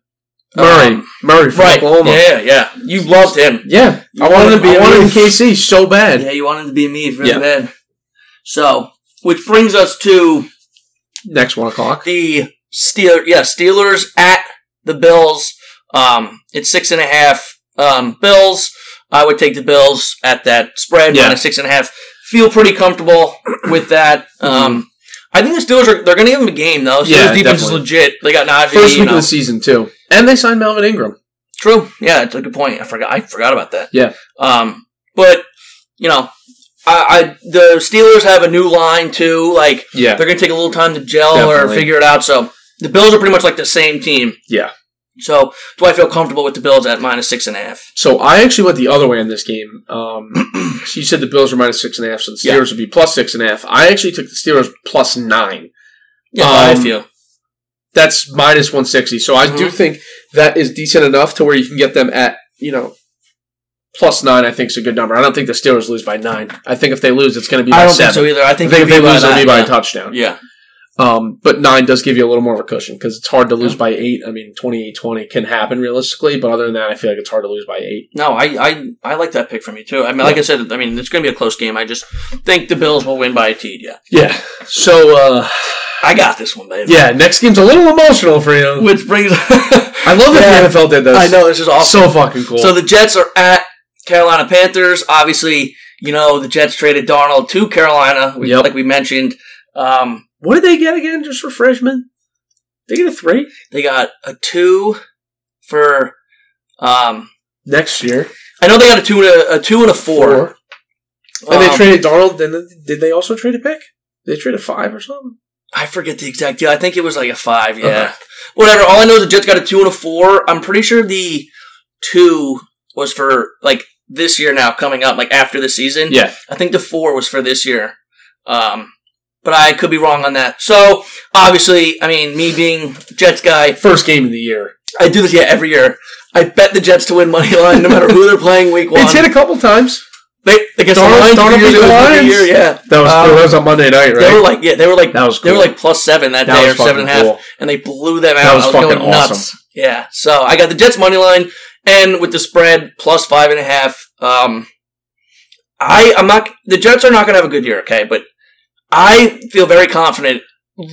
Speaker 3: Murray,
Speaker 4: Um,
Speaker 3: Murray from Oklahoma. Yeah,
Speaker 4: Yeah, yeah. You loved him.
Speaker 3: I wanted to be.
Speaker 4: I
Speaker 3: I wanted
Speaker 4: wanted-
Speaker 3: him KC so bad.
Speaker 4: Yeah, you wanted to be me really
Speaker 3: Yeah.
Speaker 4: bad. So, which brings us to
Speaker 3: Next one o'clock.
Speaker 4: the Steelers. Yeah, Steelers at the Bills. Um, it's six and a half. Um, Bills. I would take the Bills at that spread
Speaker 3: Yeah.
Speaker 4: minus six and a half. Feel pretty comfortable with that. Um, I think the Steelers are they're going to give them a game though. Steelers
Speaker 3: Mm-hmm. Yeah,
Speaker 4: defense is
Speaker 3: definitely.
Speaker 4: legit. They got Najee.
Speaker 3: First
Speaker 4: you
Speaker 3: week
Speaker 4: know.
Speaker 3: of the season too, and they signed Melvin Ingram.
Speaker 4: True. Yeah, it's a good point. I forgot. I forgot about that.
Speaker 3: Yeah.
Speaker 4: Um, but you know, I, I the Steelers have a new line too. Like
Speaker 3: Yeah,
Speaker 4: they're gonna take a little time to gel or
Speaker 3: Definitely.
Speaker 4: figure it out. So the Bills are pretty much like the same team.
Speaker 3: yeah.
Speaker 4: So that's why I feel comfortable with the Bills at minus six and a half.
Speaker 3: So I actually went the other way in this game. Um, so you said the Bills were minus six and a half, so the
Speaker 4: Yeah.
Speaker 3: Steelers would be plus six and a half. I actually took the Steelers plus nine.
Speaker 4: Yeah, how I
Speaker 3: Um,
Speaker 4: feel.
Speaker 3: That's minus one sixty. So I
Speaker 4: Mm-hmm.
Speaker 3: do think that is decent enough to where you can get them at you know plus nine. I think is a good number. I don't think the Steelers lose by nine. I think if they lose, it's going to be by
Speaker 4: I don't
Speaker 3: seven.
Speaker 4: think so either. I
Speaker 3: I
Speaker 4: think,
Speaker 3: think if
Speaker 4: it'll
Speaker 3: they
Speaker 4: be by
Speaker 3: lose, it'll be
Speaker 4: that,
Speaker 3: by
Speaker 4: yeah.
Speaker 3: a touchdown.
Speaker 4: Yeah,
Speaker 3: Um, but nine does give you a little more of a cushion because it's hard to lose by eight. I mean, 28-20 can happen realistically, but other than that, I feel like it's hard to lose by eight.
Speaker 4: no, I, I I like that pick from you too. I mean, like I said, I mean it's going to be a close game. I just think the Bills will win by a TD. Yeah,
Speaker 3: Yeah. So, uh,
Speaker 4: I got this one, baby.
Speaker 3: yeah, next game's a little emotional for you.
Speaker 4: which brings
Speaker 3: I love that
Speaker 4: Yeah.
Speaker 3: the NFL did this.
Speaker 4: I know this is awesome.
Speaker 3: So fucking cool.
Speaker 4: So the Jets are at Carolina Panthers. Obviously, you know the Jets traded Darnold to Carolina, we,
Speaker 3: Yep.
Speaker 4: like we mentioned. Um,
Speaker 3: what did they get again? Just refreshment? They get a three
Speaker 4: they got a two for. Um,
Speaker 3: next year.
Speaker 4: I know they got a two and a, a two and a four.
Speaker 3: And they
Speaker 4: Um,
Speaker 3: traded Darnold. Then did they also trade a pick? They traded five or something.
Speaker 4: I forget the exact deal. I think it was like a five. Yeah,
Speaker 3: Okay.
Speaker 4: whatever. All I know is the Jets got a two and a four. I'm pretty sure the two was for like this year now coming up, like after the season.
Speaker 3: Yeah.
Speaker 4: I think the four was for this year. Um, but I could be wrong on that. So obviously, I mean, me being Jets guy,
Speaker 3: First game of the year.
Speaker 4: I do this yeah every year. I bet the Jets to win money line no matter who they're playing week one.
Speaker 3: It's hit a couple times.
Speaker 4: they against
Speaker 3: Darnold-
Speaker 4: the Lions.
Speaker 3: Darnold
Speaker 4: three years
Speaker 3: beat the
Speaker 4: ago, it was
Speaker 3: Lions?
Speaker 4: the year, yeah.
Speaker 3: That was
Speaker 4: Um,
Speaker 3: that was on Monday night, right?
Speaker 4: They were like yeah, they were like
Speaker 3: That was
Speaker 4: they were
Speaker 3: cool.
Speaker 4: like plus seven that,
Speaker 3: That
Speaker 4: day or
Speaker 3: was
Speaker 4: seven and a half,
Speaker 3: fucking cool.
Speaker 4: and they blew them out.
Speaker 3: That was
Speaker 4: I was
Speaker 3: fucking
Speaker 4: going nuts.
Speaker 3: awesome.
Speaker 4: Yeah, so I got the Jets money line and with the spread plus five and a half. Um, I I'm not the Jets are not going to have a good year, okay? But I feel very confident,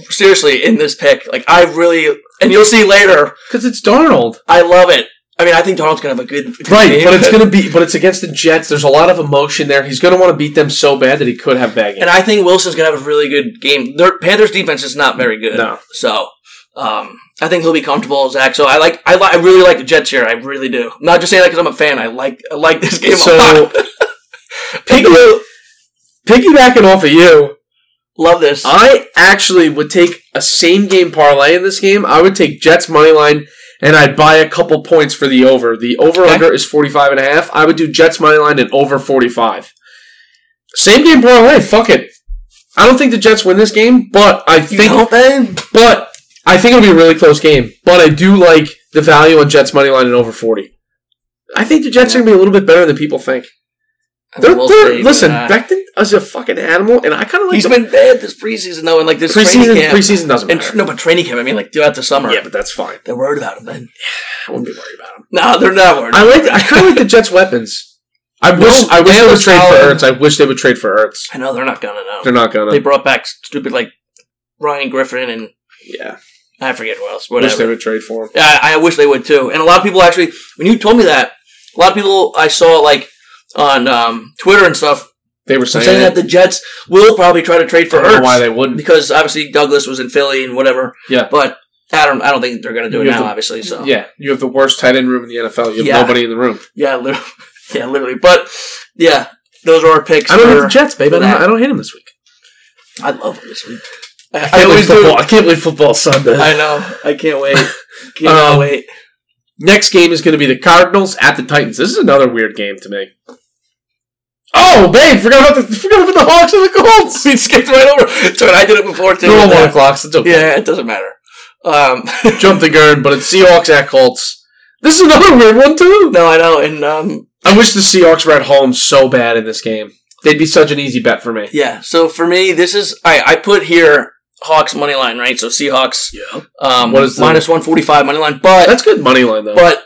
Speaker 4: seriously, in this pick. Like I really, and you'll see later.
Speaker 3: because it's Darnold.
Speaker 4: I love it. I mean, I think Donald's going to have a good good
Speaker 3: Right,
Speaker 4: game,
Speaker 3: but it's gonna be, but it's against the Jets. There's a lot of emotion there. He's gonna want to beat them so bad that he could have bad game.
Speaker 4: And I think Wilson's gonna have a really good game. Their Panthers defense is not very good.
Speaker 3: No.
Speaker 4: So um, I think he'll be comfortable, Zach. So I like I, li- I really like the Jets here. I really do. I'm not just saying that because I'm a fan. I like I like this game a lot.
Speaker 3: so piggy, piggybacking off of you,
Speaker 4: Love this.
Speaker 3: I actually would take a same game parlay in this game. I would take Jets money line and I'd buy a couple points for the over. The over under is 45 and a half. I would do Jets money line and over 45. Same game parlay, fuck it. I don't think the Jets win this game, but I
Speaker 4: You
Speaker 3: think
Speaker 4: don't, man?
Speaker 3: but I think it'll be a really close game. But I do like the value on Jets money line and over 40. I think the Jets are going to be a little bit better than people think.
Speaker 4: I
Speaker 3: They're,
Speaker 4: will
Speaker 3: they're,
Speaker 4: say
Speaker 3: listen,
Speaker 4: that.
Speaker 3: Beckton is a fucking animal, and I kind of like
Speaker 4: uh, he's
Speaker 3: the-
Speaker 4: been bad this preseason though, and like this
Speaker 3: preseason.
Speaker 4: training camp.
Speaker 3: Preseason doesn't
Speaker 4: and
Speaker 3: matter.
Speaker 4: tr- no, but training camp. I mean, like throughout the summer.
Speaker 3: Yeah, but that's fine.
Speaker 4: they're worried about him. Then
Speaker 3: I wouldn't be worried about him.
Speaker 4: no, they're not worried.
Speaker 3: I like. I kind of like the Jets' weapons. I wish. I wish they would trade for Ertz. I wish they would trade for Ertz.
Speaker 4: I know they're not gonna know.
Speaker 3: They're not gonna.
Speaker 4: they brought back stupid like Ryan Griffin and
Speaker 3: yeah.
Speaker 4: I forget who else.
Speaker 3: I
Speaker 4: Whatever.
Speaker 3: wish they would trade for him.
Speaker 4: Yeah, I, I wish they would too. And a lot of people actually, when you told me that, a lot of people I saw like on um, Twitter and stuff
Speaker 3: They were
Speaker 4: were
Speaker 3: saying,
Speaker 4: saying
Speaker 3: it.
Speaker 4: that the Jets will probably try to trade for
Speaker 3: I don't know
Speaker 4: Ertz
Speaker 3: why they wouldn't.
Speaker 4: because obviously Douglas was in Philly and whatever.
Speaker 3: Yeah.
Speaker 4: but I don't, I don't think they're going to do it
Speaker 3: You
Speaker 4: now.
Speaker 3: have to-
Speaker 4: obviously, so
Speaker 3: Yeah, you have the worst tight end room in the NFL. You have
Speaker 4: Yeah.
Speaker 3: nobody in the room.
Speaker 4: yeah, literally, yeah, literally. But yeah, those are our picks.
Speaker 3: I don't hit
Speaker 4: for-
Speaker 3: the Jets, babe. I don't, I don't hit him this week.
Speaker 4: I love them this week. I,
Speaker 3: I
Speaker 4: I
Speaker 3: can't, believe
Speaker 4: always do.
Speaker 3: football. I can't believe football Sunday.
Speaker 4: I know. I can't wait. Can't
Speaker 3: Um,
Speaker 4: wait.
Speaker 3: Next game is going to be the Cardinals at the Titans. This is another weird game to me. Oh, babe, forgot about the forgot about the Hawks and the Colts.
Speaker 4: We skipped right over. So I did it before too.
Speaker 3: They're all one o'clock. So it's okay.
Speaker 4: Yeah, it doesn't matter. Um,
Speaker 3: jump the gun, but it's Seahawks at Colts. This is another weird one too.
Speaker 4: No, I know, and um,
Speaker 3: I wish the Seahawks were at home so bad in this game. They'd be such an easy bet for me.
Speaker 4: yeah. So for me, this is I I put here Hawks money line, right? So Seahawks,
Speaker 3: Yeah,
Speaker 4: um,
Speaker 3: What is the-
Speaker 4: minus one forty five money line, but
Speaker 3: Uh, that's good money line though.
Speaker 4: but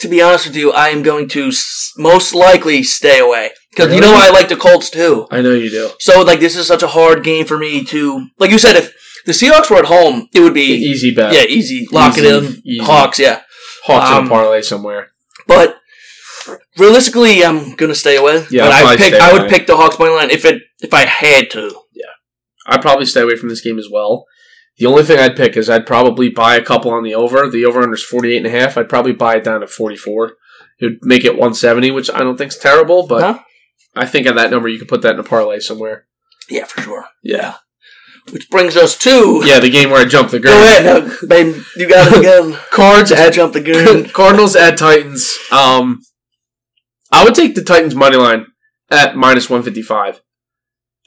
Speaker 4: to be honest with you, I am going to s- most likely stay away because you know
Speaker 3: Really?
Speaker 4: I like the Colts too.
Speaker 3: I know you do.
Speaker 4: So like this is such a hard game for me to like you said if the Seahawks were at home, it would be
Speaker 3: Easy bet.
Speaker 4: yeah easy lock it
Speaker 3: Easy,
Speaker 4: in
Speaker 3: easy.
Speaker 4: Hawks yeah,
Speaker 3: Hawks in
Speaker 4: Um,
Speaker 3: a parlay somewhere.
Speaker 4: but. Realistically, I'm gonna stay away.
Speaker 3: Yeah,
Speaker 4: but
Speaker 3: I'll
Speaker 4: I
Speaker 3: probably
Speaker 4: pick.
Speaker 3: stay
Speaker 4: I would
Speaker 3: away.
Speaker 4: pick the Hawks money line if it if I had to.
Speaker 3: I'd probably stay away from this game as well. The only thing I'd pick is I'd probably buy a couple on the over. The over under is 48 and a half. I'd probably buy it down to 44. It would make it 170, which I don't think is terrible, but
Speaker 4: Huh?
Speaker 3: I think on that number you could put that in a parlay somewhere.
Speaker 4: Yeah, for sure.
Speaker 3: Yeah.
Speaker 4: Which brings us to
Speaker 3: Yeah, the game where I jumped the
Speaker 4: go
Speaker 3: girl.
Speaker 4: ahead, now, babe. You got it again.
Speaker 3: Cards
Speaker 4: Just
Speaker 3: at
Speaker 4: jump the gun.
Speaker 3: Cardinals at Titans. Um, I would take the Titans money line at minus one fifty five.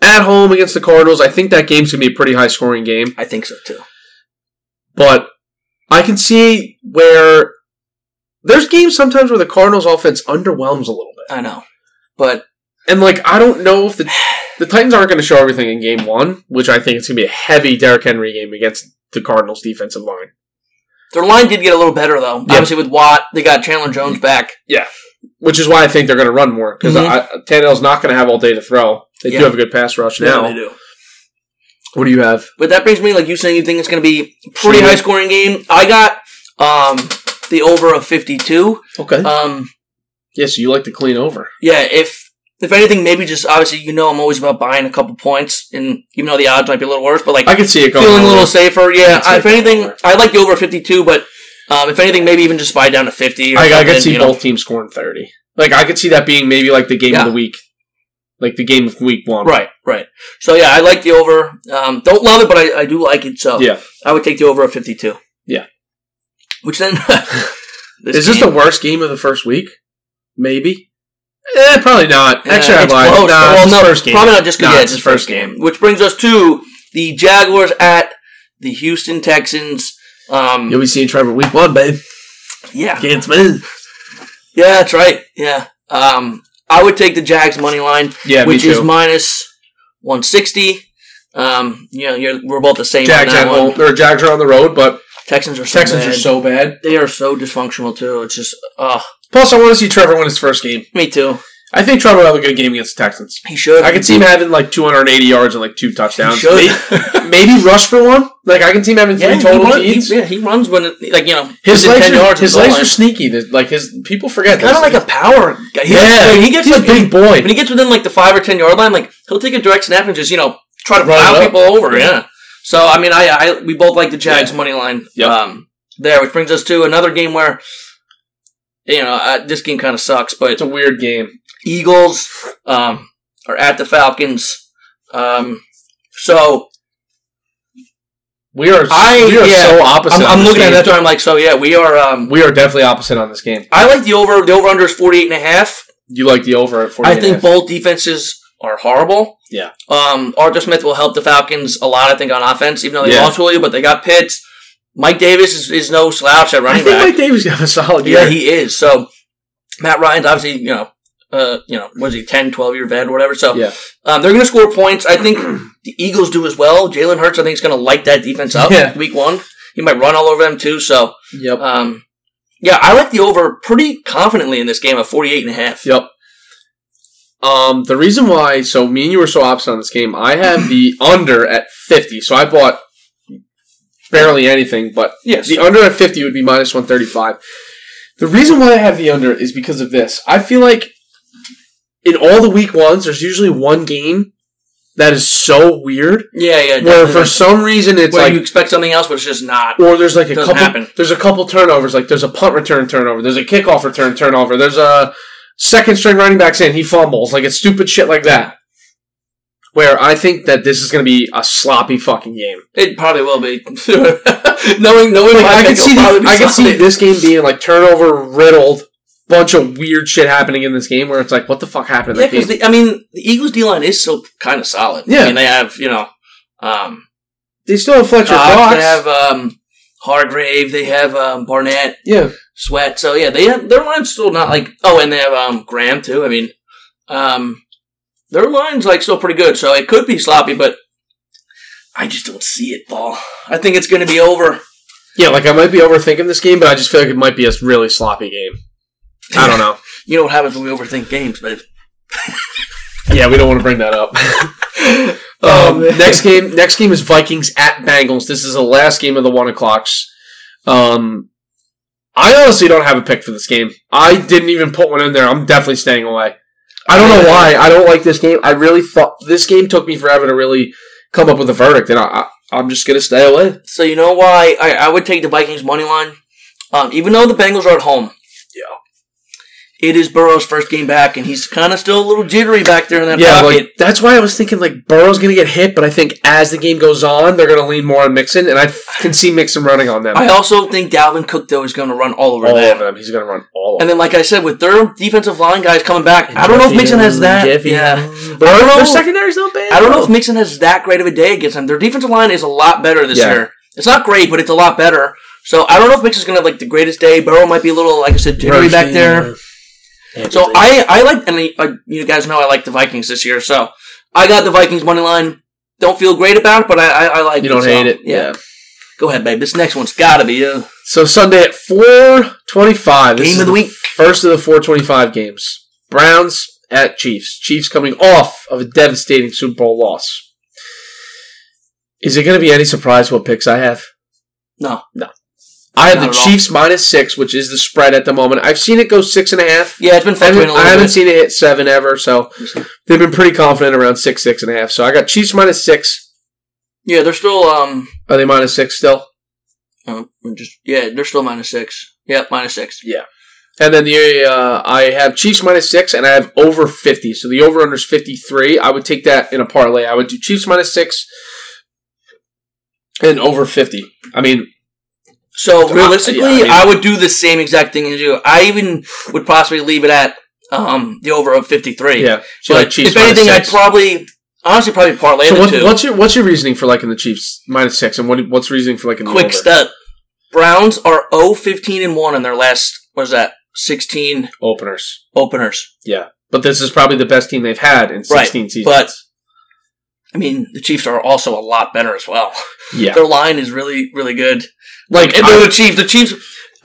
Speaker 3: At home against the Cardinals, I think that game's gonna be a pretty high scoring game.
Speaker 4: I think so too.
Speaker 3: But I can see where there's games sometimes where the Cardinals offense underwhelms a little bit.
Speaker 4: I know, but
Speaker 3: And like I don't know if the the Titans aren't gonna show everything in game one, which I think it's gonna be a heavy Derrick Henry game against the Cardinals defensive line.
Speaker 4: their line did get a little better though.
Speaker 3: Yeah.
Speaker 4: Obviously, with Watt, they got Chandler Jones back.
Speaker 3: Which is why I think they're gonna run more, because
Speaker 4: Mhm.
Speaker 3: Tannehill's not gonna have all day to throw. They
Speaker 4: Yeah.
Speaker 3: do have a good pass rush now.
Speaker 4: they do.
Speaker 3: What do you have?
Speaker 4: But that brings me, like you saying, you think it's going to be pretty
Speaker 3: Sure.
Speaker 4: high scoring game. I got um the over of fifty two.
Speaker 3: Okay.
Speaker 4: Um,
Speaker 3: Uh, yes, you like to clean over.
Speaker 4: yeah, if if anything, maybe just obviously you know I'm always about buying a couple points, and even though the odds might be a little worse, but like
Speaker 3: I can see it going.
Speaker 4: feeling a little
Speaker 3: over.
Speaker 4: safer. Yeah,
Speaker 3: It's
Speaker 4: I,
Speaker 3: like
Speaker 4: if anything,
Speaker 3: over.
Speaker 4: I like the over fifty two, but um, if anything, maybe even just buy down to fifty. Or
Speaker 3: I, I
Speaker 4: something,
Speaker 3: could see
Speaker 4: you know.
Speaker 3: both teams scoring thirty. Like I could see that being maybe like the game
Speaker 4: Yeah.
Speaker 3: of the week, like the game of week one.
Speaker 4: Right, right. So yeah, I like the over. Um, don't love it, but I, I do like it. So
Speaker 3: Yeah.
Speaker 4: I would take the over of fifty two.
Speaker 3: Yeah.
Speaker 4: Which then this
Speaker 3: Is this
Speaker 4: game-
Speaker 3: the worst game of the first week? Maybe. Eh, probably not.
Speaker 4: Yeah,
Speaker 3: Actually, I
Speaker 4: it's
Speaker 3: lied.
Speaker 4: close.
Speaker 3: Nah,
Speaker 4: Well,
Speaker 3: it's his
Speaker 4: no,
Speaker 3: first game.
Speaker 4: Probably not just because
Speaker 3: Nah,
Speaker 4: yeah,
Speaker 3: it's
Speaker 4: it's
Speaker 3: his
Speaker 4: his first
Speaker 3: first game.
Speaker 4: game. Which brings us to the Jaguars at the Houston Texans. Um,
Speaker 3: You'll be seeing Trevor week one, babe.
Speaker 4: yeah,
Speaker 3: Can't spin.
Speaker 4: yeah, that's right. Yeah, um, I would take the Jags money line,
Speaker 3: Yeah,
Speaker 4: which
Speaker 3: me too.
Speaker 4: is minus one sixty. Um, you know, you're, we're both the same
Speaker 3: Jags
Speaker 4: on that
Speaker 3: at
Speaker 4: one.
Speaker 3: home. Or Jags are on the road, but
Speaker 4: Texans are so
Speaker 3: Texans are
Speaker 4: bad.
Speaker 3: so bad.
Speaker 4: they are so dysfunctional too. It's just, uh
Speaker 3: Plus, I want to see Trevor win his first game.
Speaker 4: me too.
Speaker 3: I think Trevor will have a good game against the Texans.
Speaker 4: He should.
Speaker 3: I can see him having like 280 yards and like two touchdowns.
Speaker 4: He should.
Speaker 3: May- Maybe, rush for one. Like I can see him having three
Speaker 4: yeah,
Speaker 3: total
Speaker 4: he run-
Speaker 3: feeds.
Speaker 4: he- yeah, he runs when it, like you know
Speaker 3: His
Speaker 4: within
Speaker 3: legs,
Speaker 4: 10
Speaker 3: are,
Speaker 4: yards of
Speaker 3: his
Speaker 4: the
Speaker 3: legs
Speaker 4: line.
Speaker 3: are sneaky. They're- Like his people forget.
Speaker 4: kind of
Speaker 3: this.
Speaker 4: like a power guy. He-
Speaker 3: yeah.
Speaker 4: he gets
Speaker 3: he's
Speaker 4: like
Speaker 3: a big boy.
Speaker 4: when he gets within like the five or ten yard line, like he'll take a direct snap and just you know try to
Speaker 3: Run it
Speaker 4: plow
Speaker 3: up.
Speaker 4: people over. Yeah. So I mean, I, I we both like the Jags money line.
Speaker 3: Yep.
Speaker 4: Um, there, which brings us to another game where you know uh, this game kind of sucks, but
Speaker 3: it's a weird game.
Speaker 4: Eagles um, are at the Falcons. Um, so
Speaker 3: We are.
Speaker 4: I-
Speaker 3: we are
Speaker 4: yeah.
Speaker 3: so opposite.
Speaker 4: I'm,
Speaker 3: on
Speaker 4: I'm
Speaker 3: this
Speaker 4: looking at
Speaker 3: game.
Speaker 4: that. and I'm like, so yeah, we are. Um,
Speaker 3: We are definitely opposite on this game.
Speaker 4: I like the over. The over under is 48 and a half.
Speaker 3: You like the over at 40.
Speaker 4: I think both defenses are horrible.
Speaker 3: Yeah.
Speaker 4: Um, Arthur Smith will help the Falcons a lot, I think, on offense, even though they
Speaker 3: Yeah.
Speaker 4: lost Julio, but they got Pitts. Mike Davis is, is no slouch at
Speaker 3: I
Speaker 4: running
Speaker 3: think
Speaker 4: back.
Speaker 3: Mike Davis got a solid year.
Speaker 4: yeah, he is. So Matt Ryan's obviously, you know, uh, you know, was he 10, 12 year vet or whatever. So
Speaker 3: Yeah.
Speaker 4: um, they're going to score points. I think the Eagles do as well. Jalen Hurts, I think, is going to light that defense up
Speaker 3: Yeah.
Speaker 4: week one. He might run all over them too. So,
Speaker 3: Yep.
Speaker 4: um, yeah, I like the over pretty confidently in this game at 48 and a half.
Speaker 3: Yep. Um, the reason why, so me and you were so opposite on this game, I have the under at 50. So I bought barely anything, but
Speaker 4: Yes.
Speaker 3: the under at 50 would be minus 135. The reason why I have the under is because of this. I feel like in all the week ones, there's usually one game that is so weird
Speaker 4: Yeah, yeah.
Speaker 3: where
Speaker 4: definitely.
Speaker 3: for some reason it's
Speaker 4: where
Speaker 3: like
Speaker 4: you expect something else, but it's just not.
Speaker 3: or there's like a
Speaker 4: Doesn't
Speaker 3: couple
Speaker 4: happen.
Speaker 3: there's a couple turnovers like there's a punt return turnover there's a kickoff return turnover there's a second string running back saying he fumbles like it's stupid shit like that where i think that this is going to be a sloppy fucking game
Speaker 4: It probably will be. knowing, knowing,
Speaker 3: like,
Speaker 4: my
Speaker 3: i can
Speaker 4: pick, it'll
Speaker 3: see the-
Speaker 4: probably be
Speaker 3: i can see
Speaker 4: solid.
Speaker 3: this game being like turnover riddled bunch of weird shit happening in this game where it's like what the fuck happened in
Speaker 4: Yeah,
Speaker 3: that game
Speaker 4: because I mean, the Eagles' D line is still kind of solid.
Speaker 3: Yeah.
Speaker 4: I mean, they have you know, um,
Speaker 3: they still have fletcher
Speaker 4: Cox,
Speaker 3: Cox.
Speaker 4: they have um, Hargrave, they have um, Barnett,
Speaker 3: yeah
Speaker 4: Sweat. So yeah, they have their line's still not like. Oh, and they have um, Graham too. I mean, um, their line's like still pretty good. So it could be sloppy, but I just don't see it, Paul. I think it's going to be over.
Speaker 3: yeah like i might be overthinking this game but i just feel like it might be a really sloppy game i don't know
Speaker 4: You know what happens when we overthink games, babe.
Speaker 3: yeah we don't want to bring that up
Speaker 4: Oh,
Speaker 3: Um,
Speaker 4: man.
Speaker 3: next game, next game is Vikings at Bengals. This is the last game of the one o'clocks. Um, I honestly don't have a pick for this game. I didn't even put one in there. I'm definitely staying away. I don't know why. I don't like this game. I really thought this game took me forever to really come up with a verdict, and I, I, I'm just gonna stay away.
Speaker 4: So you know why I, I would take the Vikings money line, um, even though the Bengals are at home.
Speaker 3: Yeah.
Speaker 4: it is Burrow's first game back, and he's kind of still a little jittery back there in that
Speaker 3: Yeah,
Speaker 4: pocket.
Speaker 3: like, that's why I was thinking like Burrow's going to get hit, but I think as the game goes on, they're going to lean more on Mixon, and I f- can see Mixon running on them
Speaker 4: I also think Dalvin Cook though is going to run all over
Speaker 3: all
Speaker 4: them.
Speaker 3: over them. He's going to run all over.
Speaker 4: And then, like I said, with their defensive line guys coming back, I don't know if
Speaker 3: Jeffy
Speaker 4: Mixon has
Speaker 3: and
Speaker 4: that.
Speaker 3: Jeffy.
Speaker 4: Yeah,
Speaker 3: But
Speaker 4: I don't know.
Speaker 3: Their secondary's not bad.
Speaker 4: I don't know if Mixon has that great of a day against them. Their defensive line is a lot better this
Speaker 3: Yeah.
Speaker 4: year. It's not great, but it's a lot better. So I don't know if Mixon's going to have like the greatest day. Burrow might be a little, like I said, jittery back there. So I, I like, and I, I, you guys know I like the Vikings this year. So I got the Vikings money line. Don't feel great about it, but I, I, I like.
Speaker 3: you don't
Speaker 4: so,
Speaker 3: hate it.
Speaker 4: Yeah. Go ahead, babe. This next one's got to be uh,
Speaker 3: So Sunday at four twenty-five. this
Speaker 4: Game
Speaker 3: is
Speaker 4: of the week.
Speaker 3: First of the four twenty-five games. Browns at Chiefs. Chiefs coming off of a devastating Super Bowl loss. Is it going to be any surprise what picks I have?
Speaker 4: no.
Speaker 3: I have
Speaker 4: Not
Speaker 3: the
Speaker 4: at all.
Speaker 3: Chiefs minus six, which is the spread at the moment. I've seen it go six and a half.
Speaker 4: Yeah, it's been
Speaker 3: I haven't,
Speaker 4: fluctuating a
Speaker 3: I
Speaker 4: little
Speaker 3: haven't
Speaker 4: bit.
Speaker 3: seen it hit seven ever, so they've been pretty confident around six, six and a half. So I got Chiefs minus six.
Speaker 4: Yeah, they're still um,
Speaker 3: Are they minus six still?
Speaker 4: um, just yeah, they're still minus six. Yeah, minus six.
Speaker 3: And then the uh, I have Chiefs minus six, and I have over fifty. So the over under is fifty three. I would take that in a parlay. I would do Chiefs minus six and over fifty. I mean,
Speaker 4: So
Speaker 3: Yeah,
Speaker 4: realistically,
Speaker 3: I
Speaker 4: I,
Speaker 3: mean-
Speaker 4: would do the same exact thing as you. I even would possibly leave it at um, the over of fifty three.
Speaker 3: yeah. So
Speaker 4: but
Speaker 3: like Chiefs
Speaker 4: if anything,
Speaker 3: minus
Speaker 4: I'd
Speaker 3: six.
Speaker 4: probably honestly probably parlay
Speaker 3: so
Speaker 4: the
Speaker 3: what,
Speaker 4: two.
Speaker 3: what's your what's your reasoning for liking the Chiefs minus six, and what what's the reasoning for liking the
Speaker 4: Quick
Speaker 3: over?
Speaker 4: step. Browns are 0 15 and one in their last what is that sixteen
Speaker 3: openers?
Speaker 4: openers.
Speaker 3: Yeah, but this is probably the best team they've had in
Speaker 4: Right,
Speaker 3: sixteen seasons.
Speaker 4: but- I mean, the Chiefs are also a lot better as well.
Speaker 3: yeah,
Speaker 4: Their line is really really good.
Speaker 3: like
Speaker 4: And
Speaker 3: I-
Speaker 4: they're the Chiefs. The Chiefs.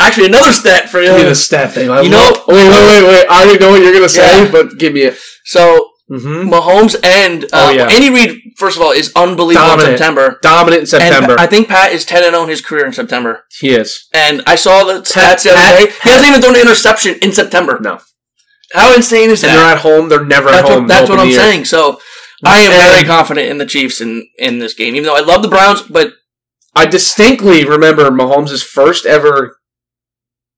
Speaker 4: Actually, another stat for you.
Speaker 3: Give me the stat thing. I
Speaker 4: You
Speaker 3: love-
Speaker 4: know-
Speaker 3: wait, wait, wait, wait. I already know what you're gonna say,
Speaker 4: Yeah.
Speaker 3: but give me it.
Speaker 4: So
Speaker 3: Mm-hmm.
Speaker 4: Mahomes and uh,
Speaker 3: Oh, yeah.
Speaker 4: Andy Reid, first of all, is unbelievable
Speaker 3: Dominant.
Speaker 4: in September.
Speaker 3: Dominant in September.
Speaker 4: And I think Pat is ten and zero in his career in September.
Speaker 3: he is.
Speaker 4: And I saw the stats the
Speaker 3: Pat-
Speaker 4: other day. He hasn't even thrown an interception in September.
Speaker 3: No.
Speaker 4: How insane is
Speaker 3: And they're
Speaker 4: that?
Speaker 3: at home. They're never
Speaker 4: That's
Speaker 3: at
Speaker 4: what,
Speaker 3: home.
Speaker 4: that's
Speaker 3: to
Speaker 4: what
Speaker 3: open
Speaker 4: I'm
Speaker 3: the year.
Speaker 4: saying. So I am very
Speaker 3: And-
Speaker 4: confident in the Chiefs in, in this game, even though I love the Browns, but
Speaker 3: I distinctly remember Mahomes' first ever,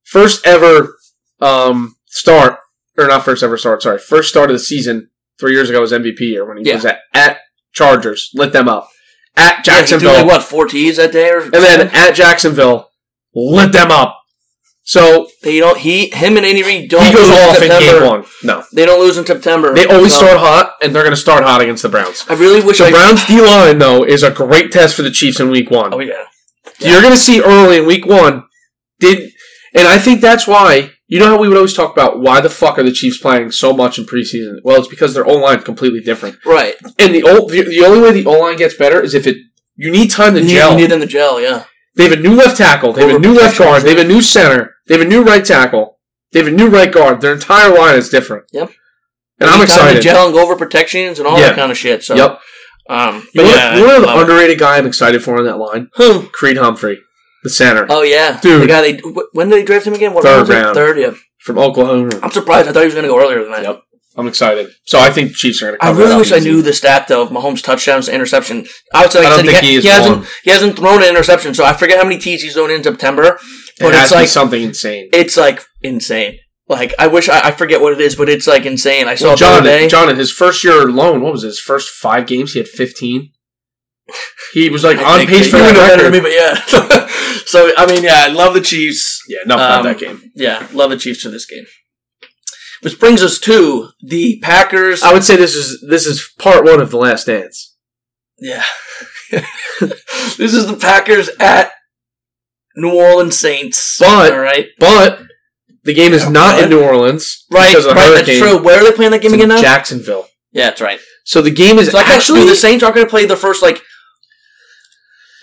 Speaker 3: first ever um, start, or not first ever start. Sorry, first start of the season three years ago was MVP year when he
Speaker 4: Yeah.
Speaker 3: was at, at Chargers, lit them up at
Speaker 4: yeah, he threw,
Speaker 3: Jacksonville,
Speaker 4: like, what, four T's that day or
Speaker 3: and then at Jacksonville, lit them up. So
Speaker 4: they don't he him and Andy Reid don't
Speaker 3: he goes
Speaker 4: lose in
Speaker 3: off in game
Speaker 4: September.
Speaker 3: one. No,
Speaker 4: They Um, don't lose in September.
Speaker 3: They always
Speaker 4: So,
Speaker 3: start hot, and they're going to start hot against the Browns.
Speaker 4: I really wish
Speaker 3: The
Speaker 4: I
Speaker 3: Browns D line though is a great test for the Chiefs in Week One.
Speaker 4: Oh yeah.
Speaker 3: You're going to see early in Week One. Did and I think that's why you know how we would always talk about why the fuck are the Chiefs playing so much in preseason? Well, it's because their O line completely different,
Speaker 4: Right.
Speaker 3: and the old the, the only way the O line gets better is if it you need time to
Speaker 4: You need-
Speaker 3: gel.
Speaker 4: You need them to gel, yeah.
Speaker 3: They have a new left tackle. They have a new left guard. They have a new center. They have a new right tackle. They have a new right guard. Their entire line is different.
Speaker 4: Yep.
Speaker 3: And I'm
Speaker 4: Anytime the
Speaker 3: excited.
Speaker 4: Gel and go over protections and all
Speaker 3: Yeah.
Speaker 4: that kind of shit. So,
Speaker 3: Yep.
Speaker 4: um,
Speaker 3: You know,
Speaker 4: yeah,
Speaker 3: you know the
Speaker 4: I love it.
Speaker 3: underrated guy I'm excited for on that line?
Speaker 4: Who?
Speaker 3: Creed Humphrey, the center
Speaker 4: Oh yeah,
Speaker 3: Dude.
Speaker 4: The guy they wh- when did they draft him again? What
Speaker 3: Third
Speaker 4: was it?
Speaker 3: round.
Speaker 4: Third, yeah.
Speaker 3: from Oklahoma.
Speaker 4: I'm surprised. I thought he was going to go earlier than that.
Speaker 3: Yep. I'm excited. So I think Chiefs are going to
Speaker 4: I
Speaker 3: cover that
Speaker 4: really
Speaker 3: up
Speaker 4: wish I
Speaker 3: easy.
Speaker 4: knew the stat though of Mahomes touchdowns to interception. I would say like
Speaker 3: I
Speaker 4: I
Speaker 3: don't
Speaker 4: said,
Speaker 3: think he
Speaker 4: he,
Speaker 3: is
Speaker 4: ha-
Speaker 3: one.
Speaker 4: he hasn't he hasn't thrown an interception, so I forget how many T's he's thrown in September.
Speaker 3: It
Speaker 4: But
Speaker 3: has
Speaker 4: it's
Speaker 3: to be
Speaker 4: like
Speaker 3: something insane.
Speaker 4: it's like insane. Like I wish I, I forget what it is, but it's like insane. I saw it the
Speaker 3: John,
Speaker 4: other day.
Speaker 3: John, in his first year alone, what was it, his first five games? He had 15. He was like
Speaker 4: I
Speaker 3: on
Speaker 4: think
Speaker 3: pace
Speaker 4: that
Speaker 3: for
Speaker 4: you
Speaker 3: the
Speaker 4: know better
Speaker 3: record.
Speaker 4: than me, but yeah. so I mean, yeah, I love the Chiefs.
Speaker 3: Yeah, no, not
Speaker 4: Um,
Speaker 3: that game.
Speaker 4: Yeah, love the Chiefs for this game. Which brings us to the Packers.
Speaker 3: I would say this is this is part one of the last dance.
Speaker 4: Yeah. this is the Packers at New Orleans Saints.
Speaker 3: But-
Speaker 4: all right,
Speaker 3: But the game is not in New Orleans.
Speaker 4: right,
Speaker 3: because of
Speaker 4: right.
Speaker 3: the
Speaker 4: That's
Speaker 3: hurricane.
Speaker 4: true. Where are they playing that game
Speaker 3: It's in
Speaker 4: again now?
Speaker 3: Jacksonville.
Speaker 4: yeah, that's right.
Speaker 3: So the game is
Speaker 4: So I guess
Speaker 3: actually
Speaker 4: actually, the Saints aren't going to play the first like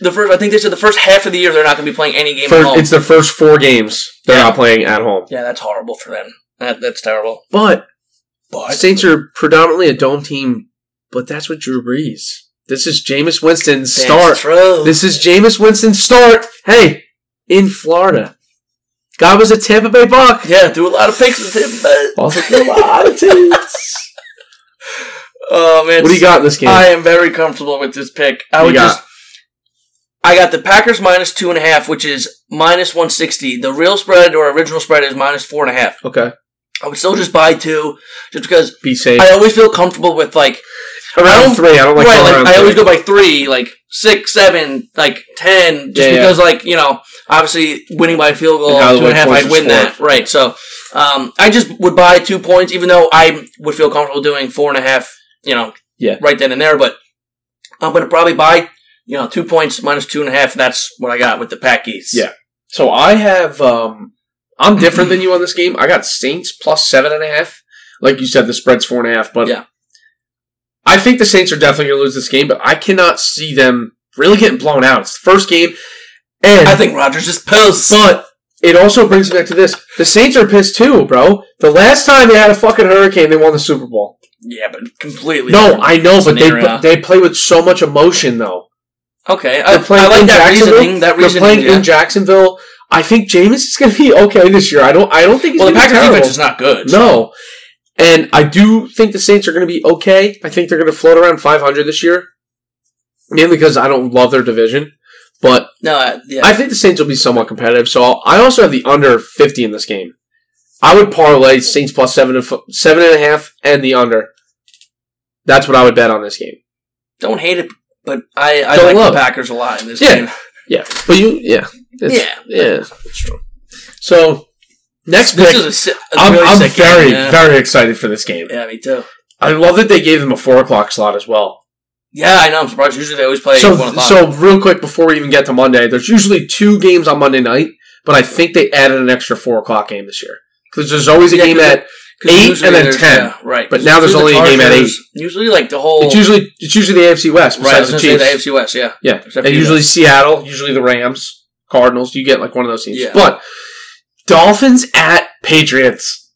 Speaker 4: the first. I think they said the first half of the year they're not going to be playing any game at
Speaker 3: First,
Speaker 4: home.
Speaker 3: it's their first four games they're not playing at home.
Speaker 4: yeah, that's horrible for them. That, that's terrible.
Speaker 3: But
Speaker 4: But
Speaker 3: Saints are predominantly a dome team, but that's what Drew Brees. This is Jameis Winston's start.
Speaker 4: True.
Speaker 3: This is Jameis Winston's start. Hey, in Florida. Guy was a Tampa Bay Buck.
Speaker 4: yeah, do a lot of picks with him, but
Speaker 3: Also threw a lot of tits.
Speaker 4: oh man,
Speaker 3: What do you got in this game?
Speaker 4: I am very comfortable with this pick. I
Speaker 3: You
Speaker 4: would
Speaker 3: got-
Speaker 4: just. I got the Packers minus two and a half, which is minus one sixty. The real spread or original spread is minus four and a half.
Speaker 3: okay.
Speaker 4: I would still just buy two, just because
Speaker 3: Be safe.
Speaker 4: I always feel comfortable with like I
Speaker 3: around
Speaker 4: don't-
Speaker 3: three. I don't like
Speaker 4: right,
Speaker 3: going
Speaker 4: like
Speaker 3: around
Speaker 4: I
Speaker 3: three.
Speaker 4: always go by three, like six, seven, like ten, just
Speaker 3: Yeah, yeah.
Speaker 4: because like you know, obviously winning by a field goal,
Speaker 3: And how the
Speaker 4: two and a
Speaker 3: way
Speaker 4: half,
Speaker 3: points
Speaker 4: I'd
Speaker 3: are
Speaker 4: win
Speaker 3: scored.
Speaker 4: that, right? So, um, I just would buy two points, even though I would feel comfortable doing four and a half, you know,
Speaker 3: Yeah.
Speaker 4: right then and there. But I'm gonna probably buy, you know, two points minus two and a half. That's what I got with the Packies.
Speaker 3: Yeah. So I have um I'm different than you on this game. I got Saints plus seven and a half. Like you said, the spread's four and a half, but
Speaker 4: Yeah.
Speaker 3: I think the Saints are definitely gonna lose this game, but I cannot see them really getting blown out. It's the first game. And
Speaker 4: I think Rogers is pissed.
Speaker 3: but it also brings me back to this. The Saints are pissed too, bro. The last time they had a fucking hurricane, they won the Super Bowl.
Speaker 4: Yeah, but completely.
Speaker 3: No,
Speaker 4: different
Speaker 3: I know, but they
Speaker 4: scenario.
Speaker 3: they play with so much emotion though.
Speaker 4: okay. I, I
Speaker 3: They're playing in
Speaker 4: like that
Speaker 3: Jacksonville.
Speaker 4: reasoning. That
Speaker 3: They're
Speaker 4: reasoning.
Speaker 3: playing
Speaker 4: yeah.
Speaker 3: in Jacksonville. I think James is going to be okay this year. I don't. I don't think he's
Speaker 4: well, the
Speaker 3: going to
Speaker 4: Packers
Speaker 3: be terrible.
Speaker 4: defense is not good.
Speaker 3: no, and I do think the Saints are going to be okay. I think they're going to float around 500 this year, mainly because I don't love their division. But
Speaker 4: no, I- yeah.
Speaker 3: I think the Saints will be somewhat competitive. So I'll, I also have the under 50 in this game. I would parlay Saints plus seven and f- seven and a half and the under. That's what I would bet on this game.
Speaker 4: don't hate it, but I, I
Speaker 3: Don't
Speaker 4: like
Speaker 3: love it.
Speaker 4: the Packers a lot in this
Speaker 3: Yeah.
Speaker 4: game.
Speaker 3: Yeah, but you, yeah, It's-
Speaker 4: Yeah.
Speaker 3: yeah, So next
Speaker 4: This
Speaker 3: pick,
Speaker 4: is a, si- a
Speaker 3: I'm,
Speaker 4: really
Speaker 3: I'm
Speaker 4: sick game,
Speaker 3: very,
Speaker 4: yeah.
Speaker 3: very excited for this game.
Speaker 4: Yeah, me too.
Speaker 3: I love that they gave them a four o'clock slot as well.
Speaker 4: Yeah, I know. I'm surprised. Usually they always play
Speaker 3: so,
Speaker 4: one o'clock.
Speaker 3: so real quick before we even get to Monday, there's usually two games on Monday night, but I think they added an extra four o'clock game this year because there's always a
Speaker 4: Yeah,
Speaker 3: game
Speaker 4: 'cause
Speaker 3: at
Speaker 4: 'Cause
Speaker 3: eight
Speaker 4: usually
Speaker 3: and then
Speaker 4: there's-
Speaker 3: 10,
Speaker 4: yeah, right.
Speaker 3: but
Speaker 4: 'Cause
Speaker 3: now there's
Speaker 4: usually the
Speaker 3: only a game at
Speaker 4: Chargers- Usually, like the whole
Speaker 3: it's usually it's usually the AFC West
Speaker 4: right. I
Speaker 3: besides
Speaker 4: was gonna
Speaker 3: the
Speaker 4: say
Speaker 3: Chiefs.
Speaker 4: the AFC West. Yeah,
Speaker 3: Yeah,
Speaker 4: Except
Speaker 3: and
Speaker 4: for you
Speaker 3: usually Seattle, usually the Rams, Cardinals. You get like one of those teams.
Speaker 4: Yeah.
Speaker 3: But Dolphins at Patriots.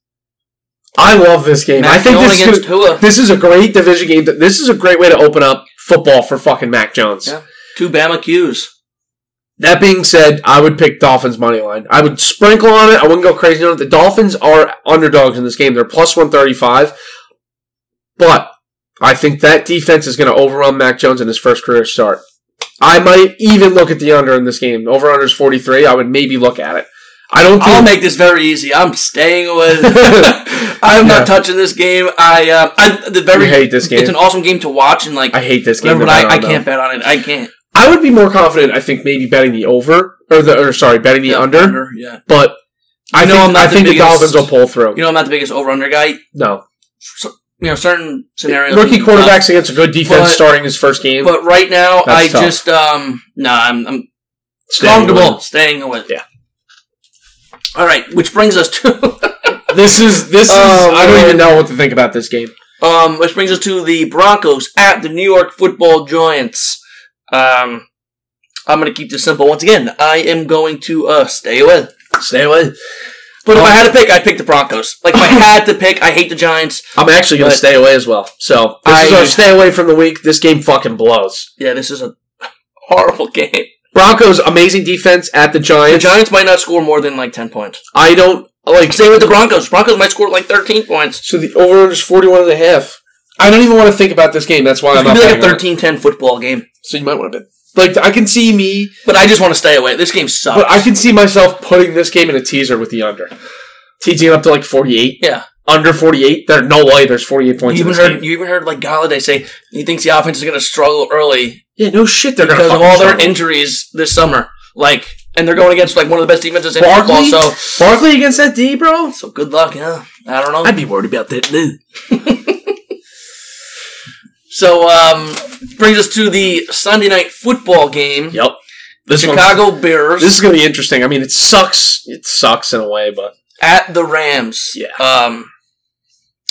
Speaker 3: I love this game.
Speaker 4: Mac
Speaker 3: I think
Speaker 4: Dillon
Speaker 3: this
Speaker 4: against
Speaker 3: is,
Speaker 4: Tua.
Speaker 3: gonna, this is a great division game. This is a great way to open up football for fucking Mac Jones.
Speaker 4: Yeah. two Bama Qs.
Speaker 3: That being said, I would pick Dolphins money line. I would sprinkle on it. I wouldn't go crazy on it. The Dolphins are underdogs in this game. They're plus one thirty five, but I think that defense is going to overrun Mac Jones in his first career start. I might even look at the under in this game. Over under is forty three. I would maybe look at it. I don't.
Speaker 4: I'll
Speaker 3: Think,
Speaker 4: make this very easy. I'm staying away. I'm
Speaker 3: Yeah.
Speaker 4: not touching this game. I, uh, I the very
Speaker 3: You hate this game.
Speaker 4: It's an awesome game to watch and like.
Speaker 3: I hate this game. to
Speaker 4: Whatever, but I,
Speaker 3: bet
Speaker 4: I
Speaker 3: on, though.
Speaker 4: can't bet on it. I can't.
Speaker 3: I would be more confident. I think maybe betting the over or the or sorry betting the
Speaker 4: Yeah,
Speaker 3: under,
Speaker 4: Yeah.
Speaker 3: But I
Speaker 4: know
Speaker 3: know
Speaker 4: I'm
Speaker 3: think,
Speaker 4: not
Speaker 3: I
Speaker 4: the
Speaker 3: think the
Speaker 4: biggest-
Speaker 3: Dolphins will pull through.
Speaker 4: You know, I'm not the biggest over under guy. You
Speaker 3: no.
Speaker 4: know, certain scenarios.
Speaker 3: Rookie
Speaker 4: quarterbacks.
Speaker 3: quarterbacks against a good defense
Speaker 4: But-
Speaker 3: starting his first game.
Speaker 4: But right now,
Speaker 3: That's
Speaker 4: I
Speaker 3: tough.
Speaker 4: just um no, I'm I'm
Speaker 3: Staying
Speaker 4: comfortable
Speaker 3: away.
Speaker 4: staying away.
Speaker 3: Yeah.
Speaker 4: All right, which brings us to
Speaker 3: This is this is.
Speaker 4: Oh,
Speaker 3: Uh, I don't
Speaker 4: man.
Speaker 3: even know what to think about this game.
Speaker 4: um, which brings us to the Broncos at the New York Football Giants. Um, I'm gonna keep this simple once again. I am going to uh stay away. Oh.
Speaker 3: Stay away.
Speaker 4: But if I had to pick, I'd pick the Broncos. Like if I had to pick, I hate the Giants.
Speaker 3: I'm actually going to
Speaker 4: But-
Speaker 3: stay away as well. So this is
Speaker 4: I-
Speaker 3: our stay away from the week. This game fucking blows.
Speaker 4: Yeah, this is a horrible game.
Speaker 3: Broncos amazing defense at the
Speaker 4: The
Speaker 3: Giants.
Speaker 4: Giants might not score more than like ten points.
Speaker 3: I don't like
Speaker 4: Same with the Broncos. Broncos might score like thirteen points.
Speaker 3: So the over is 41 and a half. I don't even want to think about this game. That's why
Speaker 4: It's
Speaker 3: I'm
Speaker 4: gonna
Speaker 3: not
Speaker 4: be like a
Speaker 3: betting on it.
Speaker 4: 13-10 football game.
Speaker 3: So you might want to bet. Like I can see me,
Speaker 4: But I just want to stay away. This game sucks.
Speaker 3: but I can see myself putting this game in a teaser with the under. Teasing it up to like 48.
Speaker 4: yeah.
Speaker 3: under 48. There's no way there's 48 points
Speaker 4: You
Speaker 3: in
Speaker 4: even
Speaker 3: this
Speaker 4: heard
Speaker 3: game.
Speaker 4: you even heard like Galladay say he thinks the offense is going to struggle early
Speaker 3: Yeah, no shit. They're
Speaker 4: because
Speaker 3: gonna
Speaker 4: of all their
Speaker 3: fucking
Speaker 4: injuries this summer. Like, and they're going against like one of the best defenses in
Speaker 3: struggle.
Speaker 4: football.
Speaker 3: Barkley.
Speaker 4: So,
Speaker 3: Barkley against that D, bro.
Speaker 4: so good luck. Yeah, I don't know.
Speaker 3: be worried about that dude.
Speaker 4: so, um, brings us to the Sunday night football game.
Speaker 3: Yep. This one's-
Speaker 4: Chicago Bears
Speaker 3: This is gonna be interesting. I mean, it sucks. It sucks in a way, but
Speaker 4: at the Rams.
Speaker 3: Yeah.
Speaker 4: Um,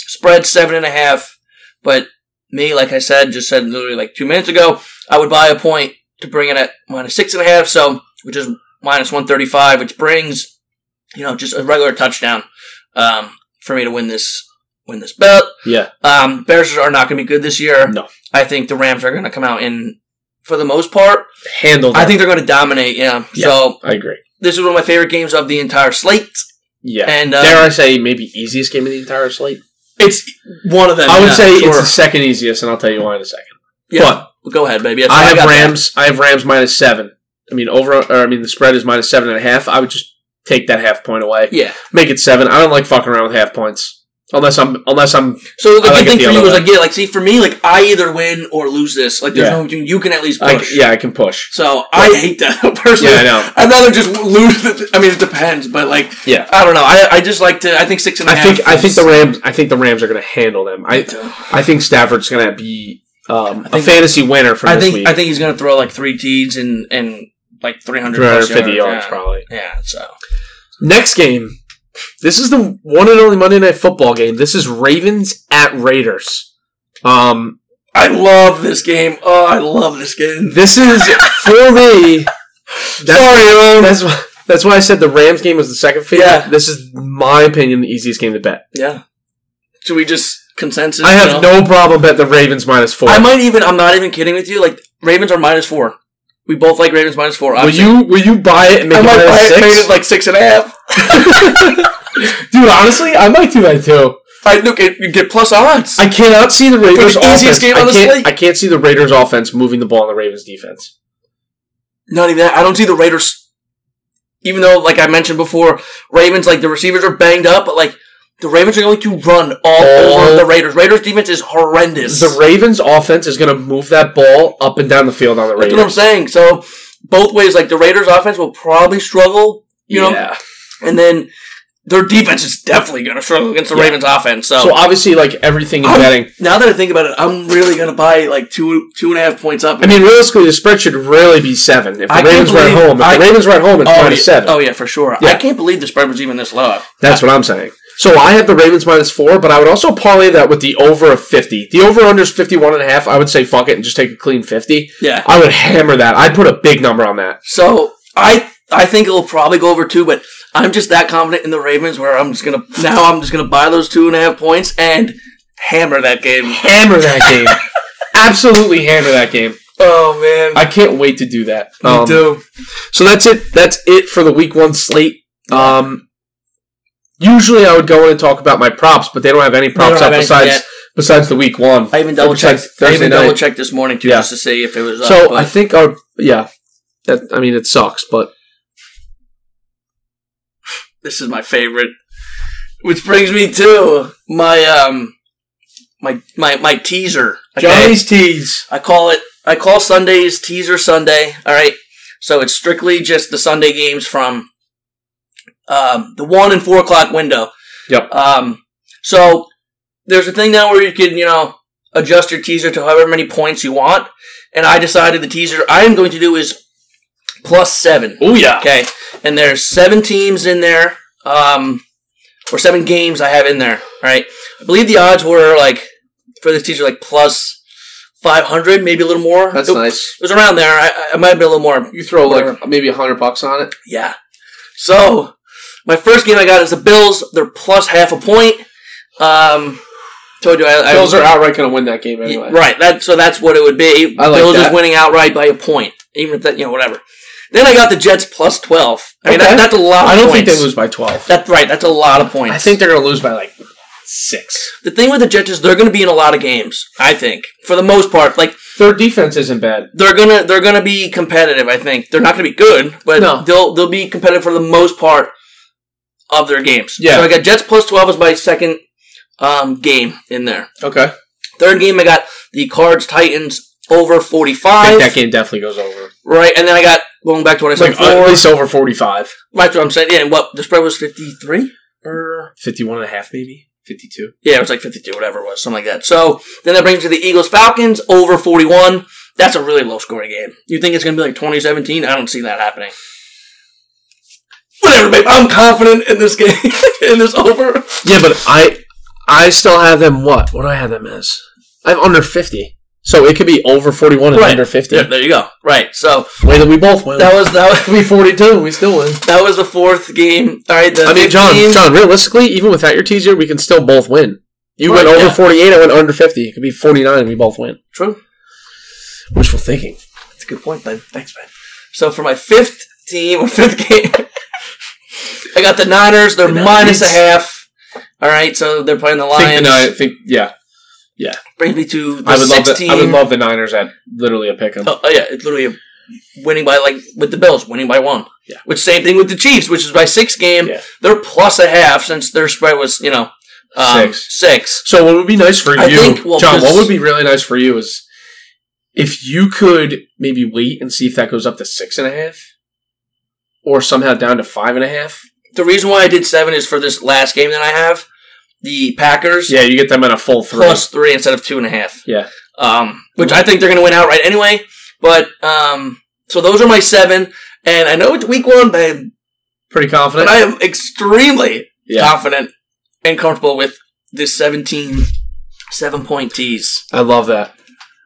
Speaker 4: spread seven and a half, but me, like I said, just said literally like two minutes ago, I would buy a point to bring it at minus six and a half, so which is minus one thirty five, which brings you know just a regular touchdown um, for me to win this win this belt.
Speaker 3: yeah,
Speaker 4: Um, Bears are not going to be good this year.
Speaker 3: No.
Speaker 4: I think the Rams are going to come out and for the most part,
Speaker 3: handled.
Speaker 4: I think they're going to dominate. Yeah.
Speaker 3: Yeah.
Speaker 4: So
Speaker 3: I agree.
Speaker 4: this is one of my favorite games of the entire slate.
Speaker 3: Yeah, and
Speaker 4: And,
Speaker 3: uh,
Speaker 4: um,
Speaker 3: dare I say, maybe easiest game of the entire slate.
Speaker 4: It's one of them.
Speaker 3: I would
Speaker 4: yeah,
Speaker 3: say
Speaker 4: sure.
Speaker 3: it's the second easiest, and I'll tell you why in a second.
Speaker 4: Yeah. go ahead, baby. That's
Speaker 3: I
Speaker 4: what
Speaker 3: have
Speaker 4: got
Speaker 3: Rams. I have Rams minus seven. I mean, over. Or, I mean, the spread is minus seven and a half. I would just take that half point away.
Speaker 4: Yeah.
Speaker 3: Make it seven. I don't like fucking around with half points. Unless I'm unless I'm
Speaker 4: So the
Speaker 3: I
Speaker 4: good
Speaker 3: like it
Speaker 4: thing
Speaker 3: the
Speaker 4: for you
Speaker 3: other
Speaker 4: was
Speaker 3: way.
Speaker 4: like, yeah, like see, for me, like I either win or lose this. Like there's
Speaker 3: Yeah.
Speaker 4: no you can at least
Speaker 3: I,
Speaker 4: push.
Speaker 3: yeah, I can push.
Speaker 4: So I hate that personally.
Speaker 3: Yeah, I know.
Speaker 4: I'd rather just lose. The, I mean, it depends, but like,
Speaker 3: Yeah.
Speaker 4: I don't know. I, I just like to. I think six and a
Speaker 3: I
Speaker 4: half.
Speaker 3: think I think
Speaker 4: is-
Speaker 3: the Rams I think the Rams are going to handle them. I I think Stafford's going to be um, a fantasy winner for
Speaker 4: I
Speaker 3: this
Speaker 4: think
Speaker 3: week.
Speaker 4: I think he's gonna throw like tee tees and and like 300 plus
Speaker 3: 350 yards,
Speaker 4: yeah.
Speaker 3: probably.
Speaker 4: Yeah. So
Speaker 3: Next game. This is the one and only Monday Night Football game. This is Ravens at Raiders. Um,
Speaker 4: I love this game. Oh, I love this game.
Speaker 3: this is for me. That's, Sorry, that's why, that's why I said the Rams game was the second favorite.
Speaker 4: Yeah.
Speaker 3: This is my opinion the easiest game to bet.
Speaker 4: Yeah. Should we just consensus?
Speaker 3: I
Speaker 4: you know?
Speaker 3: have no problem bet the Ravens minus four.
Speaker 4: I might even. I'm not even kidding with you. Like Ravens are minus four. We both like Ravens minus four.
Speaker 3: will
Speaker 4: obviously.
Speaker 3: you will you buy it and make
Speaker 4: I
Speaker 3: it
Speaker 4: might
Speaker 3: minus
Speaker 4: buy it,
Speaker 3: six?
Speaker 4: make it like six and a half.
Speaker 3: Dude, honestly, I might do that too.
Speaker 4: I look. It, you get plus odds.
Speaker 3: I cannot see the Raiders offense.
Speaker 4: easiest game on
Speaker 3: I,
Speaker 4: the
Speaker 3: can't,
Speaker 4: slate.
Speaker 3: I can't see the Raiders offense moving the ball on the Ravens defense.
Speaker 4: Not even that. I don't see the Raiders. Even though, like I mentioned before, Ravens like the receivers are banged up, but like the Ravens are going to run all
Speaker 3: All-
Speaker 4: over the Raiders. Raiders defense is horrendous.
Speaker 3: The Ravens offense is going to move that ball up and down the field on the
Speaker 4: That's what I'm
Speaker 3: Raiders.
Speaker 4: saying. So both ways, like the Raiders offense will probably struggle, you know,
Speaker 3: Yeah.
Speaker 4: and then their defense is definitely going to struggle against the
Speaker 3: Yeah.
Speaker 4: Ravens offense. So.
Speaker 3: So obviously, like everything in
Speaker 4: I'm-
Speaker 3: betting.
Speaker 4: now that I think about it, I'm really gonna buy like two two and a half points up.
Speaker 3: I mean, realistically, the spread should really be seven. If the
Speaker 4: I can't
Speaker 3: Ravens were at
Speaker 4: believe-
Speaker 3: home, if
Speaker 4: I-
Speaker 3: the Ravens were at home, it's
Speaker 4: oh, yeah,
Speaker 3: minus seven.
Speaker 4: oh yeah, for sure. I
Speaker 3: Yeah.
Speaker 4: can't believe the spread was even this low.
Speaker 3: That's what I'm saying. So I have the Ravens minus four, but I would also parlay that with the over of 50. The over under is 51 and a half. I would say fuck it and just take a clean 50.
Speaker 4: Yeah.
Speaker 3: I would hammer that. I'd put a big number on that.
Speaker 4: So I I think it'll probably go over two, but I'm just that confident in the Ravens where I'm just gonna now I'm just gonna buy those two and a half points and hammer that game.
Speaker 3: Hammer that game. Absolutely hammer that game.
Speaker 4: Oh man,
Speaker 3: I can't wait to do that.
Speaker 4: me
Speaker 3: Um,
Speaker 4: too.
Speaker 3: So that's it. That's it for the week one slate. Um, usually I would go in and talk about my props, but they don't have any props
Speaker 4: don't
Speaker 3: up
Speaker 4: have
Speaker 3: besides
Speaker 4: anything yet.
Speaker 3: besides the week one.
Speaker 4: I even
Speaker 3: Or
Speaker 4: double checked.
Speaker 3: besides
Speaker 4: I
Speaker 3: Thursday
Speaker 4: even
Speaker 3: night.
Speaker 4: double checked this morning too,
Speaker 3: Yeah.
Speaker 4: just to see if it was. up,
Speaker 3: So
Speaker 4: but-
Speaker 3: I think our yeah. That I mean it sucks, but
Speaker 4: this is my favorite. Which brings me to my um my my my teaser. okay?
Speaker 3: tease.
Speaker 4: I call it I call Sundays teaser Sunday. All right. So it's strictly just the Sunday games from um, the one and four o'clock window.
Speaker 3: Yep.
Speaker 4: Um, so there's a thing now where you can, you know, adjust your teaser to however many points you want. And I decided the teaser I am going to do is plus seven.
Speaker 3: Oh yeah.
Speaker 4: Okay, and there's seven teams in there, um, or seven games I have in there. All right, I believe the odds were like for this teacher like plus five hundred, maybe a little more.
Speaker 3: That's
Speaker 4: it,
Speaker 3: nice.
Speaker 4: It was around there. I, I- it might have been a little more.
Speaker 3: You throw
Speaker 4: Whatever.
Speaker 3: like maybe a hundred bucks on it.
Speaker 4: Yeah. So my first game I got is the Bills. They're plus half a point. Um, told you I, I
Speaker 3: Bills are outright going to win that game
Speaker 4: Y-
Speaker 3: anyway.
Speaker 4: Right. That so that's what it would be.
Speaker 3: I like
Speaker 4: Bills is
Speaker 3: that.
Speaker 4: winning outright by a point, even if that you know whatever. Then I got the Jets plus twelve. I mean
Speaker 3: Okay.
Speaker 4: that, that's a lot. Of
Speaker 3: I don't think
Speaker 4: points.
Speaker 3: they lose by twelve.
Speaker 4: That's right. That's a lot of points.
Speaker 3: I think they're going to lose by like six.
Speaker 4: the thing with the Jets is they're going to be in a lot of games. I think for the most part, like
Speaker 3: Their defense isn't bad.
Speaker 4: they're gonna they're gonna be competitive. I think they're not going to be good, but
Speaker 3: No.
Speaker 4: they'll they'll be competitive for the most part of their games.
Speaker 3: Yeah.
Speaker 4: So I got Jets plus twelve as my second um, game in there.
Speaker 3: Okay.
Speaker 4: Third game I got the Cards Titans over forty
Speaker 3: I
Speaker 4: five.
Speaker 3: think that game definitely goes over.
Speaker 4: Right, and then I got going back to what I said
Speaker 3: Like uh,
Speaker 4: before.
Speaker 3: at least over 45.
Speaker 4: That's what I'm saying. Yeah, and what the spread was fifty three or
Speaker 3: 51 and a half maybe? 52.
Speaker 4: yeah, it was like fifty two, whatever it was, something like that. So then that brings you the Eagles Falcons over forty one. That's a really low scoring game. You think it's going to be like 2017? I don't see that happening. Whatever, babe. I'm confident in this game, in this over.
Speaker 3: Yeah, but I I still have them what? What do I have them as? I have under 50. So it could be over 41 and
Speaker 4: Right.
Speaker 3: under 50.
Speaker 4: Yeah, there you go. Right. So
Speaker 3: Way that we both win.
Speaker 4: that was that
Speaker 3: could be 42. We still win.
Speaker 4: was that was the fourth game. All right. The
Speaker 3: I mean, John,
Speaker 4: 15
Speaker 3: John, realistically, even without your teaser, we can still both win. You
Speaker 4: Right,
Speaker 3: went over
Speaker 4: yeah.
Speaker 3: 48, I went under 50. It could be 49 and we both win.
Speaker 4: True.
Speaker 3: Wishful thinking.
Speaker 4: That's a good point, Ben. Thanks, Ben. So for my fifth team or fifth game, I got the Niners. They're minus a
Speaker 3: Niners.
Speaker 4: half. All right, so they're playing the Lions.
Speaker 3: think, yeah.
Speaker 4: Brings me to the
Speaker 3: I would, love
Speaker 4: sixth
Speaker 3: the,
Speaker 4: team.
Speaker 3: I would love the Niners at literally a pick 'em.
Speaker 4: Oh, oh, yeah, it's literally a winning by like with the Bills, winning by one.
Speaker 3: Yeah.
Speaker 4: Which same thing with the Chiefs, which is by six game.
Speaker 3: Yeah.
Speaker 4: They're plus a half since their spread was you know um,
Speaker 3: Six.
Speaker 4: Six.
Speaker 3: So what would be nice for
Speaker 4: I
Speaker 3: you,
Speaker 4: think- well,
Speaker 3: John? What
Speaker 4: because-
Speaker 3: would be really nice for you is if you could maybe wait and see if that goes up to six and a half, or somehow down to five and a half.
Speaker 4: The reason why I did seven is for this last game that I have, the Packers
Speaker 3: Yeah, you get them at a full three.
Speaker 4: plus three instead of two and a half.
Speaker 3: Yeah,
Speaker 4: um, which I think they're going to win outright anyway. But um, so those are my seven, and I know it's week one, but I-
Speaker 3: pretty
Speaker 4: but
Speaker 3: confident.
Speaker 4: I am extremely
Speaker 3: yeah,
Speaker 4: confident and comfortable with this 17 seven point tease.
Speaker 3: I love that.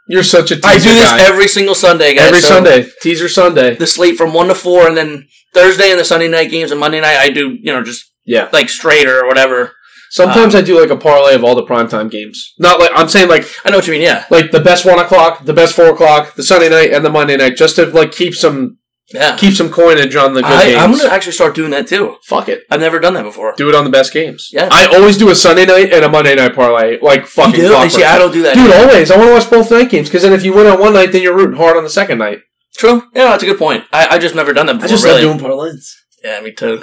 Speaker 3: You're such a teaser
Speaker 4: I do this
Speaker 3: guy.
Speaker 4: every single Sunday, guys.
Speaker 3: Every
Speaker 4: so
Speaker 3: Sunday, teaser Sunday.
Speaker 4: The slate from one to four, and then Thursday and the Sunday night games, and Monday night I do you know just
Speaker 3: Yeah.
Speaker 4: like straight or whatever. Uh,
Speaker 3: Sometimes I do like a parlay of all the primetime games. Not like I'm saying like
Speaker 4: I know what you mean, yeah,
Speaker 3: like the best one o'clock, the best four o'clock, the Sunday night, and the Monday night, just to like keep some
Speaker 4: yeah.
Speaker 3: keep some coinage on the good
Speaker 4: I,
Speaker 3: games.
Speaker 4: I'm gonna actually start doing that too.
Speaker 3: Fuck it.
Speaker 4: I've never done that before.
Speaker 3: Do it on the best games.
Speaker 4: Yeah.
Speaker 3: I always do a Sunday night and a Monday night parlay. Like fucking
Speaker 4: You do?
Speaker 3: clockwork.
Speaker 4: See, I don't do that.
Speaker 3: Dude, always. I want to watch both night games because then if you win on one night, then you're rooting hard on the second night.
Speaker 4: True. Yeah, that's a good point. I, I just never done that before. really.
Speaker 3: parlays.
Speaker 4: yeah, me too.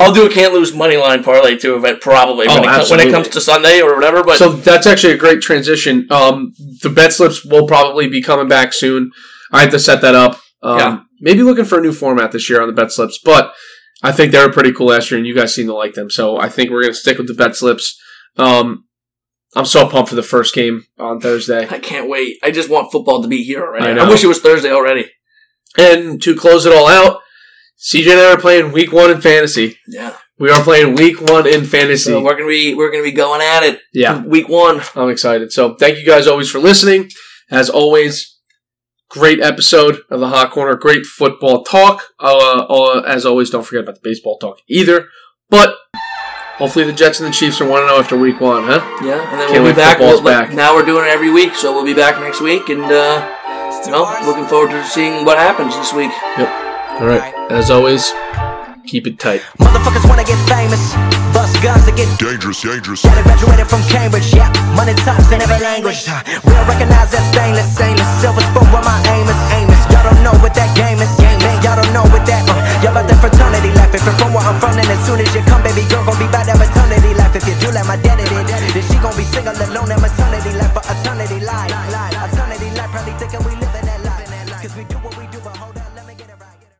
Speaker 4: I'll do a can't lose money line parlay too, event probably
Speaker 3: Oh,
Speaker 4: when, it co- when
Speaker 3: absolutely.
Speaker 4: it comes to Sunday or whatever. But
Speaker 3: so that's actually a great transition. Um, the bet slips will probably be coming back soon. I have to set that up. Um,
Speaker 4: Yeah.
Speaker 3: Maybe looking for a new format this year on the bet slips, but I think they were pretty cool last year, and you guys seem to like them. So I think we're going to stick with the bet slips. Um, I'm so pumped for the first game on Thursday.
Speaker 4: I can't wait. I just want football to be here already.
Speaker 3: I
Speaker 4: I,
Speaker 3: know.
Speaker 4: wish it was Thursday already.
Speaker 3: And to close it all out, CJ and I are playing week one in fantasy.
Speaker 4: Yeah.
Speaker 3: We are playing week one in fantasy.
Speaker 4: So we're gonna be we're gonna be going at it.
Speaker 3: yeah,
Speaker 4: Week one.
Speaker 3: I'm excited. So thank you guys always for listening. As always, great episode of the Hot Corner. Great football talk. Uh, uh, as always, don't forget about the baseball talk either. But hopefully, the Jets and the Chiefs are one zero after week one, huh?
Speaker 4: Yeah. And then
Speaker 3: Can't
Speaker 4: we'll
Speaker 3: wait,
Speaker 4: be back.
Speaker 3: football's
Speaker 4: We'll- like,
Speaker 3: back.
Speaker 4: Now we're doing it every week, so we'll be back next week and uh you know, looking forward to seeing what happens this week.
Speaker 3: All right. As always, keep it tight.
Speaker 5: Motherfuckers wanna get famous. Bust guns to get
Speaker 6: Dangerous, dangerous.
Speaker 5: Gotta graduated from Cambridge, yeah. Money talks in every language. huh. Real recognize that stainless, stainless. Silver spoon where my aim is, aim is. Y'all don't know what that game is, game is. Y'all don't know what that, uh, Y'all about that fraternity life. If you're from where I'm from, then as soon as you come, baby girl, gon' be by that maternity life. If you do like my daddy did, then she gon' be single alone that maternity life for eternity life. life, Eternity life, probably thinking we living that life. Cause we do